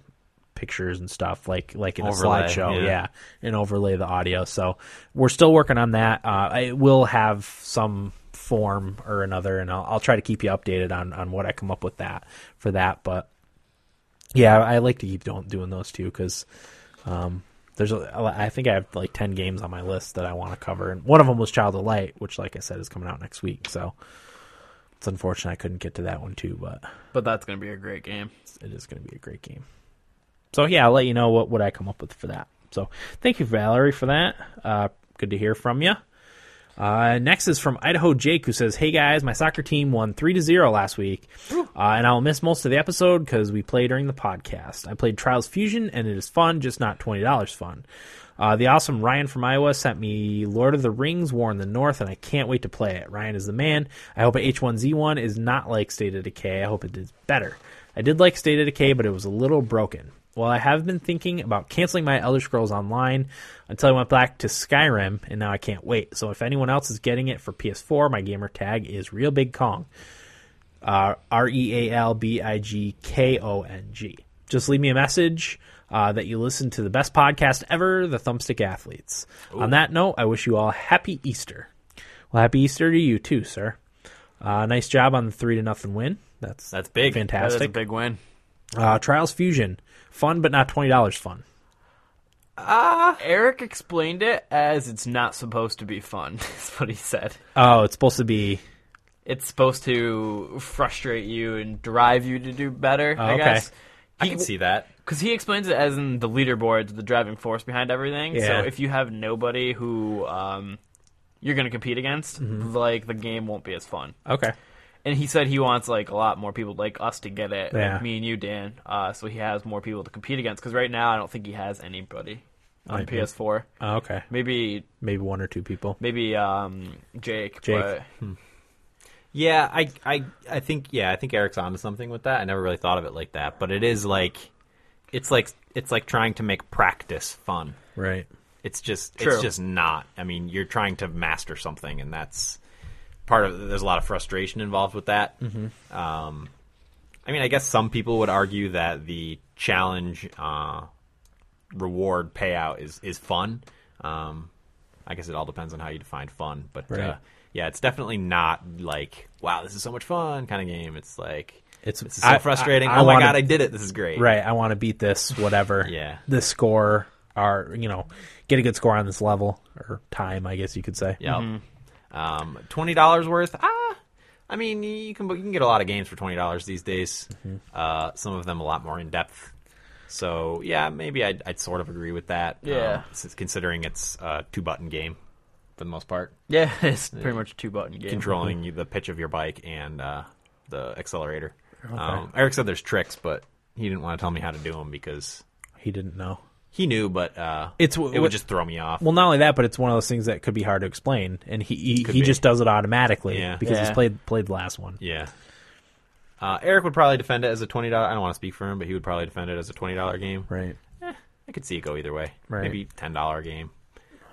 Speaker 1: pictures and stuff, like like in
Speaker 4: Overlay,
Speaker 1: a slideshow,
Speaker 4: yeah.
Speaker 1: yeah. and overlay the audio. So we're still working on that. Uh, it will have some form or another, and I'll, I'll try to keep you updated on on what I come up with that for that, but. Yeah, I like to keep doing, doing those too because um, there's a, I think I have like ten games on my list that I want to cover, and one of them was Child of Light, which, like I said, is coming out next week. So it's unfortunate I couldn't get to that one too, but
Speaker 5: But that's gonna be a great game.
Speaker 1: it is going to be a great game. So yeah, I'll let you know what what I come up with for that. So thank you, Valerie, for that. Uh, good to hear from you. Uh, next is from Idaho Jake, who says, "Hey guys, my soccer team won three to zero last week, uh, and I'll miss most of the episode because we play during the podcast. I played Trials Fusion, and it is fun, just not twenty dollars fun. Uh, the awesome Ryan from Iowa sent me Lord of the Rings: War in the North, and I can't wait to play it. Ryan is the man. I hope H1Z1 is not like State of Decay. I hope it is better. I did like State of Decay, but it was a little broken. Well, I have been thinking about canceling my Elder Scrolls Online until I went back to Skyrim, and now I can't wait. So if anyone else is getting it for PS4, my gamer tag is Real Big Kong. Uh, R E A L B I G K O N G. Just leave me a message uh, that you listen to the best podcast ever, The Thumbstick Athletes. On that note, I wish you all happy Easter. Well, happy Easter to you too, sir. Uh, nice job on the three to nothing win. That's
Speaker 4: That's big.
Speaker 5: That is a
Speaker 1: fantastic.
Speaker 5: big win.
Speaker 1: Uh, Trials Fusion, fun but not twenty dollars fun.
Speaker 5: Eric explained it as it's not supposed to be
Speaker 3: <laughs>
Speaker 5: fun. Is what he said.
Speaker 1: Oh, it's supposed to be
Speaker 5: It's supposed to frustrate you and drive you to do better. I
Speaker 1: okay.
Speaker 5: guess.
Speaker 4: I
Speaker 5: He-
Speaker 4: can see that.
Speaker 5: Because he explains it as in the leaderboards, the driving force behind everything.
Speaker 1: Yeah.
Speaker 5: So if you have nobody who um, you're going to compete against, like the game won't be as fun.
Speaker 1: okay.
Speaker 5: And he said he wants like a lot more people like us to get it,
Speaker 1: Yeah.
Speaker 5: like me and you, Dan. Uh, so he has more people to compete against. Because right now, I don't think he has anybody on
Speaker 1: Like,
Speaker 5: PS4.
Speaker 1: Oh, okay,
Speaker 5: Maybe
Speaker 1: maybe one or two people.
Speaker 5: maybe um, Jake.
Speaker 1: Jake.
Speaker 5: But
Speaker 4: Yeah, I, I, I think yeah, I think Eric's onto something with that. I never really thought of it like that, but it is like, it's like it's like trying to make practice fun.
Speaker 1: Right.
Speaker 4: It's just it's
Speaker 5: True.
Speaker 4: just not. I mean, you're trying to master something, and that's part of. There's a lot of frustration involved with that. Mm-hmm. Um, I mean, I guess some people would argue that the challenge uh, reward payout is is fun. Um, I guess it all depends on how you define fun, but uh,
Speaker 1: Right.
Speaker 4: yeah, it's definitely not like wow, this is so much fun kind of game. It's like
Speaker 1: It's-
Speaker 4: this is so
Speaker 1: I- I-
Speaker 4: frustrating.
Speaker 1: I
Speaker 4: oh my
Speaker 1: wanna-
Speaker 4: god, I did it. This is great.
Speaker 1: Right. I want to beat this. Whatever.
Speaker 4: <laughs> Yeah.
Speaker 1: The score, or you know, get a good score on this level or time. I guess you could say. Mm-hmm.
Speaker 4: Yep. Um, twenty dollars worth. Ah, I mean, you can you can get a lot of games for twenty dollars these days.
Speaker 1: Mm-hmm.
Speaker 4: Uh, some of them a lot more in depth. So yeah, maybe I'd, I'd sort of agree with that.
Speaker 5: Yeah.
Speaker 4: um, since- considering it's a two button game for the most part,
Speaker 5: yeah, <laughs> it's pretty much a two button game.
Speaker 4: controlling
Speaker 1: Mm-hmm.
Speaker 4: you the pitch of your bike and uh, the accelerator. Um, Eric said there's tricks, but he didn't want to tell me how to do them because
Speaker 1: He didn't know.
Speaker 4: he knew, but uh,
Speaker 1: It's
Speaker 4: it
Speaker 1: w-
Speaker 4: would just throw me off.
Speaker 1: Well, not only that, but it's one of those things that could be hard to explain, and he he,
Speaker 4: Could
Speaker 1: he
Speaker 4: be.
Speaker 1: just does it automatically
Speaker 4: Yeah.
Speaker 1: because he's
Speaker 5: Yeah.
Speaker 1: played played the last one.
Speaker 4: Yeah. Uh, Eric would probably defend it as a twenty dollar. I don't want to speak for him, but he would probably defend it as a twenty dollar game.
Speaker 1: Right.
Speaker 4: I could see it go either way.
Speaker 1: Right.
Speaker 4: Maybe ten dollar game.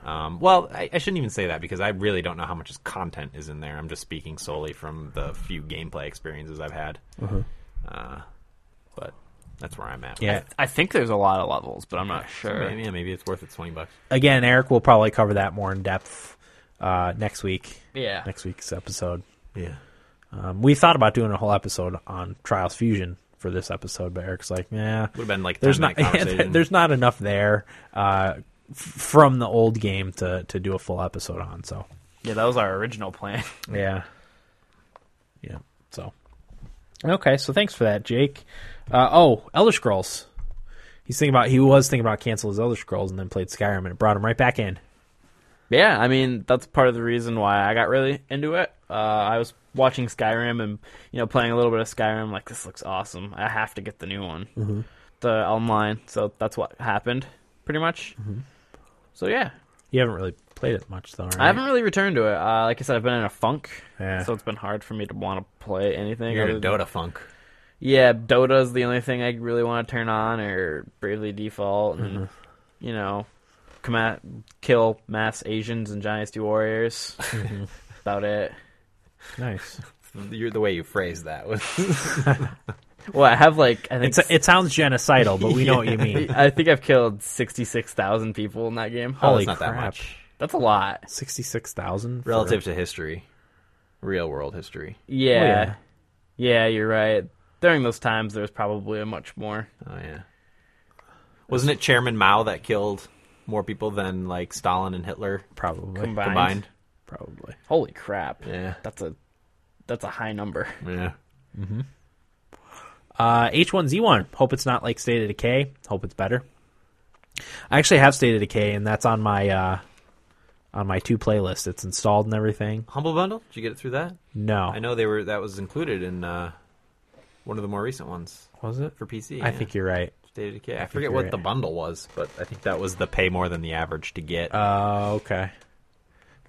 Speaker 4: Um, well, I, I shouldn't even say that because I really don't know how much content is in there. I'm just speaking solely from the few gameplay experiences I've had.
Speaker 1: Mm-hmm.
Speaker 4: Uh, but that's where I'm at.
Speaker 1: Yeah.
Speaker 5: I think there's a lot of levels, but I'm not
Speaker 4: So
Speaker 5: sure.
Speaker 4: Maybe, yeah, maybe it's worth it twenty bucks.
Speaker 1: Again, Eric will probably cover that more in depth uh, next week.
Speaker 3: Yeah.
Speaker 1: Next week's episode.
Speaker 4: Yeah.
Speaker 1: Um, we thought about doing a whole episode on Trials Fusion for this episode, but Eric's like, yeah,
Speaker 4: Would have been like
Speaker 1: there's
Speaker 4: 10
Speaker 1: not <laughs>
Speaker 4: minute conversation.
Speaker 1: there's not enough there uh, f- from the old game to to do a full episode on. So
Speaker 3: Yeah, that was our original plan. <laughs>
Speaker 1: yeah, yeah. So okay, so thanks for that, Jake. Uh, oh, Elder Scrolls. He's thinking about he was thinking about cancel his Elder Scrolls and then played Skyrim and it brought him right back in.
Speaker 3: Yeah, I mean that's part of the reason why I got really into it. Uh, I was watching Skyrim and you know playing a little bit of Skyrim. Like this looks awesome. I have to get the new one, mm-hmm. the online. So that's what happened, pretty much. So yeah,
Speaker 1: You haven't really played it much though. Right?
Speaker 3: I haven't really returned to it. Uh, like I said, I've been in a funk,
Speaker 1: Yeah.
Speaker 3: so <laughs> it's been hard for me to want to play anything.
Speaker 4: <laughs> You're in
Speaker 3: other
Speaker 4: a Dota
Speaker 3: than-
Speaker 4: funk.
Speaker 3: yeah, Dota is the only thing I really want to turn on, or Bravely Default, and you know, come at, kill mass Asians and Giants do warriors. <laughs> About it.
Speaker 1: Nice.
Speaker 4: You're, the way you phrased that <laughs> was
Speaker 3: Well, I have like I think
Speaker 1: It's it sounds genocidal, but we know
Speaker 3: <laughs>
Speaker 1: what you mean.
Speaker 3: I think I've killed sixty six thousand people in that game.
Speaker 1: Holy
Speaker 4: not that
Speaker 1: crap.
Speaker 4: much
Speaker 3: That's a lot.
Speaker 1: Sixty six thousand
Speaker 4: relative to history, real world history.
Speaker 3: Yeah.
Speaker 1: yeah.
Speaker 3: yeah, you're right. During those times, there was probably a much more.
Speaker 4: Oh yeah. Wasn't it Chairman Mao that killed more people than like Stalin and Hitler
Speaker 1: probably
Speaker 3: Combined.
Speaker 4: combined?
Speaker 1: probably.
Speaker 3: Holy crap!
Speaker 4: Yeah.
Speaker 3: that's a that's a high number.
Speaker 4: Yeah.
Speaker 1: Uh, H1Z1. Hope it's not like State of Decay. Hope it's better. I actually have State of Decay, and that's on my uh, on my two playlist. It's installed and everything.
Speaker 4: Humble Bundle? Did you get it through that?
Speaker 1: No,
Speaker 4: I know they were that was included in uh, one of the more recent ones
Speaker 1: was it?
Speaker 4: for PC.
Speaker 1: I
Speaker 4: yeah.
Speaker 1: think you're right.
Speaker 4: State of Decay. I, forget what
Speaker 1: you're
Speaker 4: the
Speaker 1: right.
Speaker 4: bundle was, but I think that was the pay more than the average to get.
Speaker 1: Uh, okay,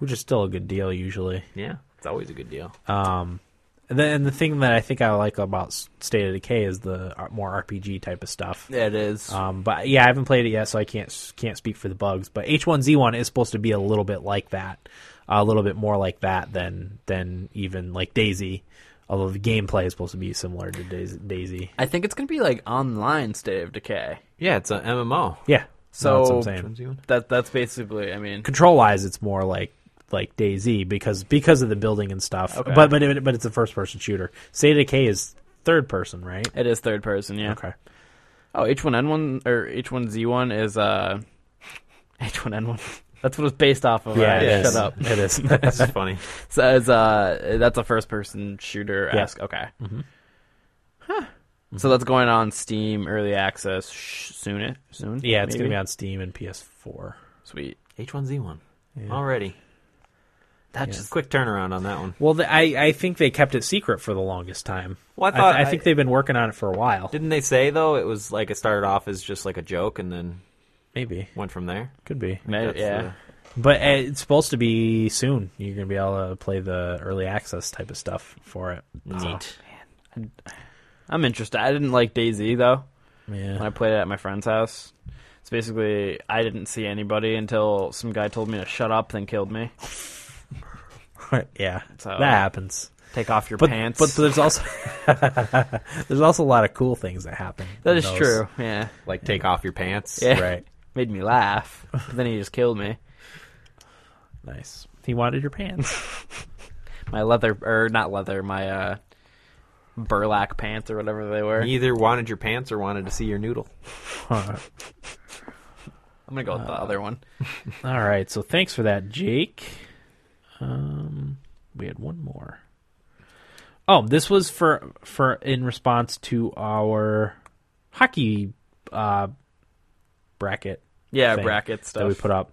Speaker 1: which is still a good deal usually.
Speaker 4: yeah, it's always a good deal.
Speaker 1: Um, and, then, and the thing that I think I like about S- State of Decay is the uh, more RPG type of stuff.
Speaker 3: It is.
Speaker 1: Um, but yeah, I haven't played it yet, so I can't can't speak for the bugs. But H1Z1 is supposed to be a little bit like that, a little bit more like that than than even like Daisy. Although the gameplay is supposed to be similar to Daisy. Daisy.
Speaker 3: I think it's gonna be like online State of Decay.
Speaker 4: Yeah, it's an MMO.
Speaker 1: Yeah,
Speaker 3: So-
Speaker 1: that's what I'm saying.
Speaker 4: Which one's you <laughs> in?
Speaker 3: That that's basically. I mean,
Speaker 1: Control wise, it's more like like Daisy because because of the building and stuff.
Speaker 3: Okay.
Speaker 1: But but it, but it's a first person shooter. State of Decay is third person, right?
Speaker 3: it is third person. Yeah.
Speaker 1: Okay.
Speaker 3: Oh, H1N1 or H1Z1 is uh <laughs> H1N1. That's what it's based off of.
Speaker 1: Yeah,
Speaker 3: right?
Speaker 1: it is.
Speaker 3: Shut up.
Speaker 1: <laughs> It is.
Speaker 3: <laughs>
Speaker 4: That's funny.
Speaker 3: So it's, uh, that's a first person shooter
Speaker 1: Yeah. Mm-hmm.
Speaker 3: esque. Okay. Huh. So that's going on Steam early access sh- soon. It soon.
Speaker 1: yeah, it's gonna
Speaker 3: maybe?
Speaker 1: be on Steam and PS4.
Speaker 3: Sweet.
Speaker 4: H1Z1 already.
Speaker 3: That
Speaker 4: Just quick turnaround on that one.
Speaker 1: Well, the, I I think they kept it secret for the longest time.
Speaker 4: Well, I
Speaker 1: I,
Speaker 4: thought
Speaker 1: I think they've been working on it for a while.
Speaker 4: Didn't they say though it was like it started off as just like a joke and then
Speaker 1: Maybe
Speaker 4: went from there?
Speaker 1: could be,
Speaker 3: May-
Speaker 4: That's
Speaker 3: yeah.
Speaker 4: the-
Speaker 1: but uh, it's supposed to be soon. You're gonna be able to play the early access type of stuff for it. So,
Speaker 4: Neat.
Speaker 3: I'm interested. I didn't like Daisy though when I
Speaker 1: yeah.
Speaker 3: played it at my friend's house. It's basically I didn't see anybody until some guy told me to shut up, then killed me.
Speaker 1: yeah,
Speaker 3: So-
Speaker 1: that happens.
Speaker 3: Take off your
Speaker 1: But
Speaker 3: pants.
Speaker 1: but there's also there's also a lot of cool things that happen.
Speaker 3: that
Speaker 1: in
Speaker 3: is
Speaker 1: those.
Speaker 3: true. Yeah.
Speaker 4: Like take off your pants.
Speaker 3: Yeah.
Speaker 1: Right.
Speaker 3: Made
Speaker 1: <laughs>
Speaker 3: me laugh. But then he just killed me.
Speaker 1: Nice. He wanted your pants.
Speaker 3: My leather, or not leather, my uh, burlap pants or whatever they were.
Speaker 4: He either wanted your pants or wanted to see your noodle.
Speaker 1: Huh.
Speaker 3: I'm gonna go
Speaker 1: uh,
Speaker 3: with the other one.
Speaker 1: All right. So thanks for that, Jake. Um, we had one more. Oh, this was for for in response to our hockey uh, bracket
Speaker 3: Yeah,
Speaker 1: thing
Speaker 3: bracket stuff.
Speaker 1: that we put up.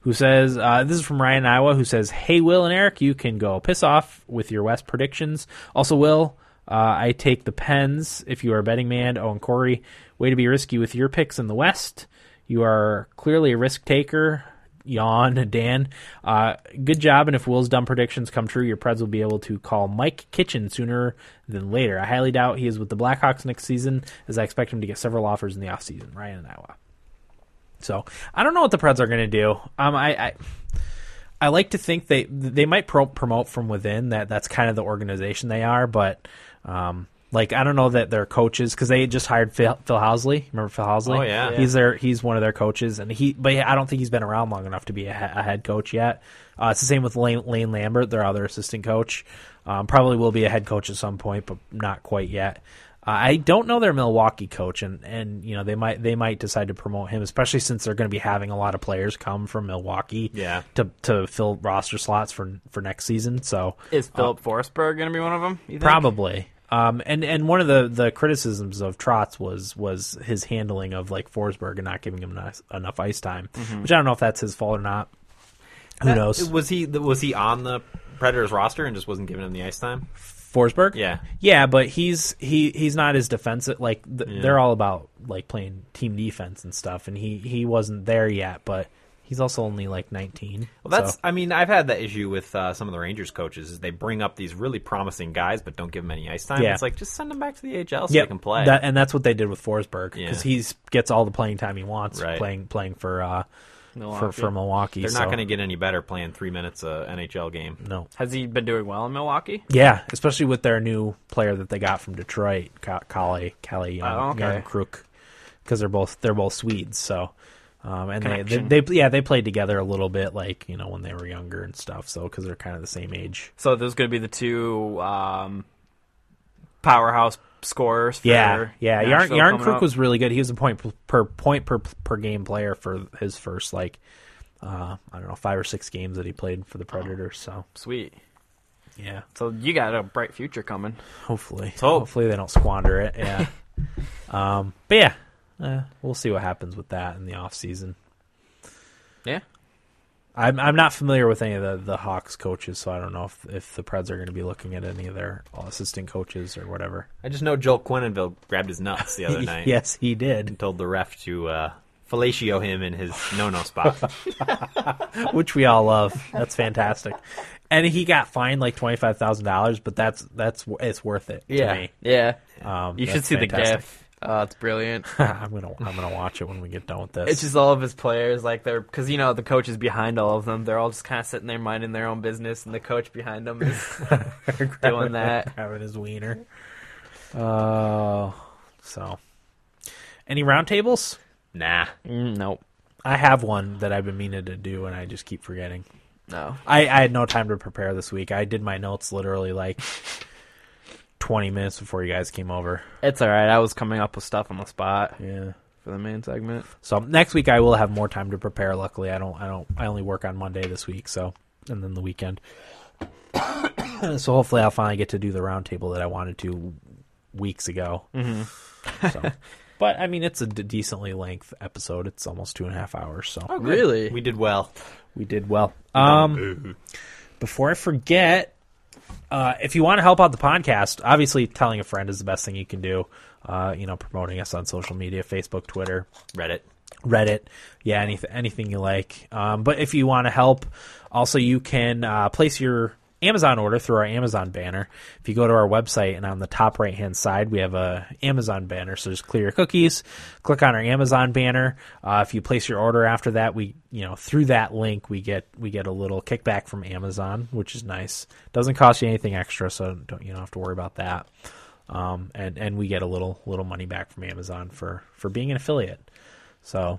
Speaker 1: Who says uh, this is from Ryan in Iowa? Who says, "Hey, Will and Eric, you can go piss off with your West predictions." Also, Will, uh, I take the Pens if you are a betting man. Oh, and Corey, way to be risky with your picks in the West. You are clearly a risk taker. Yawn, <laughs> Dan. Uh, good job, and if Will's dumb predictions come true, your Preds will be able to call Mike Kitchen sooner than later. I highly doubt he is with the Blackhawks next season, as I expect him to get several offers in the offseason. Ryan in Iowa. So I don't know what the Preds are going to do. Um, I, I I like to think they they might pro- promote from within. That that's kind of the organization they are. But um, Like I don't know that their coaches because they just hired Phil, Phil Housley. Remember Phil Housley?
Speaker 4: Oh, yeah.
Speaker 1: he's their he's one of their coaches, and he. But yeah, I don't think he's been around long enough to be a, he- a head coach yet. Uh, it's the same with Lane, Lane Lambert, their other assistant coach. Um, probably will be a head coach at some point, but not quite yet. Uh, I don't know their Milwaukee coach, and and you know they might they might decide to promote him, especially since they're going to be having a lot of players come from Milwaukee,
Speaker 4: Yeah.
Speaker 1: to to fill roster slots for for next season. So
Speaker 5: Is Philip Forsberg going to be one of them? You think?
Speaker 1: Probably. Um, and and one of the, the criticisms of Trotz was was his handling of like Forsberg and not giving him enough, enough ice time, which I don't know if that's his fault or not. Who
Speaker 4: Mm-hmm. That-
Speaker 1: knows?
Speaker 4: Was he was he on the Predators roster and just wasn't giving him the ice time?
Speaker 1: Forsberg,
Speaker 4: Yeah.
Speaker 1: yeah, but he's he he's not as defensive. Like th-
Speaker 4: Yeah.
Speaker 1: they're all about like playing team defense and stuff, and he he wasn't there yet. But he's also only like nineteen.
Speaker 4: Well, that's.
Speaker 1: so-
Speaker 4: I mean, I've had that issue with uh, some of the Rangers coaches. Is they bring up these really promising guys, but don't give them any ice time.
Speaker 1: Yeah.
Speaker 4: It's like just send them back to the AHL so
Speaker 1: Yep,
Speaker 4: they can play.
Speaker 1: That, and that's what they did with Forsberg
Speaker 4: Yeah.
Speaker 1: because he's gets all the playing time he wants
Speaker 4: Right.
Speaker 1: playing playing for uh, for
Speaker 5: Milwaukee.
Speaker 1: for Milwaukee.
Speaker 4: They're
Speaker 1: so-
Speaker 4: not going to get any better playing three minutes a NHL game.
Speaker 1: no.
Speaker 5: Has he been doing well in Milwaukee?
Speaker 1: Yeah, especially with their new player that they got from Detroit, Ka- Kale Kale Young,
Speaker 5: Oh, okay.
Speaker 1: Young Crook, because they're both they're both Swedes. So, um, and they,
Speaker 5: Connection.
Speaker 1: they they yeah they played together a little bit like you know when they were younger and stuff. So because they're kind of the same age.
Speaker 5: So those going to be the two um, powerhouse scorers. For
Speaker 1: Yeah, yeah. Yarn
Speaker 5: Nashville
Speaker 1: Yarn
Speaker 5: coming
Speaker 1: Crook
Speaker 5: up?
Speaker 1: was really good. He was a point p- per point per per game player for his first like uh, I don't know five or six games that he played for the Predators. So
Speaker 5: sweet.
Speaker 1: yeah,
Speaker 5: So you got a bright future coming.
Speaker 1: hopefully,
Speaker 4: hope.
Speaker 1: hopefully they don't squander
Speaker 5: <laughs>
Speaker 1: it. Yeah. um, but yeah, uh, we'll see what happens with that in the off season.
Speaker 5: Yeah.
Speaker 1: I'm I'm not familiar with any of the, the Hawks coaches, so I don't know if if the Preds are going to be looking at any of their assistant coaches or whatever.
Speaker 4: I just know Joel Quinnenville grabbed his nuts the
Speaker 1: <laughs>
Speaker 4: other night.
Speaker 1: yes, he did,
Speaker 4: and told the ref to uh, fellatio him in his
Speaker 1: <laughs>
Speaker 4: no-no spot.
Speaker 1: which we all love. That's fantastic. And he got fined like twenty five thousand dollars, but that's that's it's worth it.
Speaker 5: Yeah.
Speaker 1: to me.
Speaker 5: Yeah.
Speaker 1: Um,
Speaker 5: You should
Speaker 1: that's
Speaker 5: see the
Speaker 1: fantastic. <laughs>
Speaker 5: GIF. Uh, it's brilliant.
Speaker 1: I'm gonna I'm gonna watch it when we get done with this.
Speaker 5: It's just all of his players, like they're because you know the coach is behind all of them. They're all just kind of sitting there minding their own business, and the coach behind them <laughs> is doing that.
Speaker 1: having his wiener. Uh, so any roundtables?
Speaker 4: nah,
Speaker 5: Mm, nope,
Speaker 1: I have one that I've been meaning to do, and I just keep forgetting.
Speaker 5: no.
Speaker 1: I, I had no time to prepare this week. I did my notes literally like 20 minutes before you guys came over.
Speaker 5: It's all right. I was coming up with stuff on the spot
Speaker 1: Yeah.
Speaker 5: for the main segment.
Speaker 1: So next week I will have more time to prepare. Luckily, I don't I don't I only work on Monday this week, so and then the weekend. <coughs> so hopefully I'll finally get to do the roundtable that I wanted to weeks ago. so, but I mean, it's a d- decently length episode. It's almost two and a half hours. So
Speaker 3: Oh,
Speaker 5: Really?
Speaker 4: we did well.
Speaker 1: We did well. Um, before I forget, uh, if you want to help out the podcast, obviously telling a friend is the best thing you can do. Uh, you know, promoting us on social media, Facebook, Twitter,
Speaker 4: Reddit.
Speaker 1: Reddit, yeah, anything, anything you like. Um, but if you want to help, also you can uh, place your Amazon order through our Amazon banner. If you go to our website and on the top right hand side, we have a Amazon banner. So just clear your cookies, click on our Amazon banner. Uh, if you place your order after that, we you know through that link we get we get a little kickback from Amazon, which is nice. Doesn't cost you anything extra, so don't you don't have to worry about that. Um, and and we get a little little money back from Amazon for for being an affiliate. So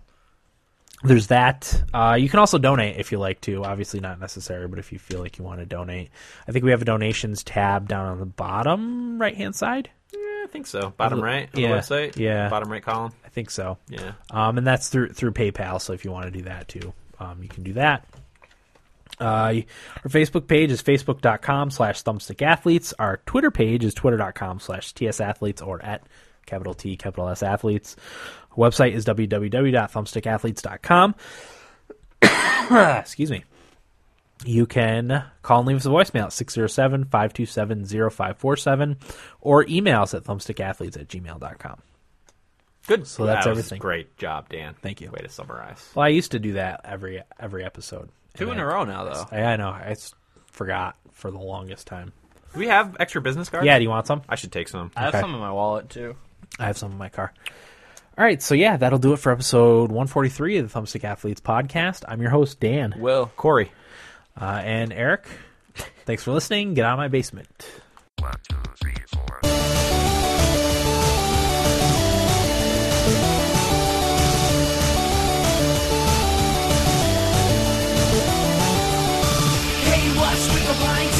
Speaker 1: there's that. Uh, you can also donate if you like to. Obviously, not necessary, but if you feel like you want to donate, I think we have a donations tab down on the bottom right hand side.
Speaker 4: Yeah, I think so. Bottom right on
Speaker 1: Yeah.
Speaker 4: the website.
Speaker 1: Yeah.
Speaker 4: Bottom right column.
Speaker 1: I think so.
Speaker 4: Yeah.
Speaker 1: Um, and that's through through PayPal. So if you want to do that too, um, you can do that. Uh, our Facebook page is facebook.com slash thumbstickathletes. Our Twitter page is twitter.com slash tsathletes or at capital T, capital S athletes. Our website is www.thumbstickathletes.com. <coughs> Excuse me. You can call and leave us a voicemail at 607 527 0547 or email us at thumbstickathletes at gmail.com.
Speaker 4: Good.
Speaker 1: So that's
Speaker 4: That was
Speaker 1: everything.
Speaker 4: Great job, Dan.
Speaker 1: Thank you.
Speaker 4: Way to summarize.
Speaker 1: Well, I used to do that every every episode.
Speaker 5: Two in
Speaker 1: And
Speaker 5: a
Speaker 1: I-
Speaker 5: row now, though.
Speaker 1: Yeah, I know. I s- forgot for the longest time.
Speaker 4: Do we have extra business cards?
Speaker 1: Yeah, do you want some?
Speaker 4: I should take some.
Speaker 5: I have
Speaker 1: Okay.
Speaker 5: some in my wallet too.
Speaker 1: I have some in my car. All right, so yeah, that'll do it for episode 143 of the Thumbstick Athletes podcast. I'm your host Dan
Speaker 5: Will.
Speaker 4: Corey.
Speaker 1: uh, and Eric. Thanks for listening. Get out of my basement.
Speaker 6: One, two, three, four. brainwashed with the blind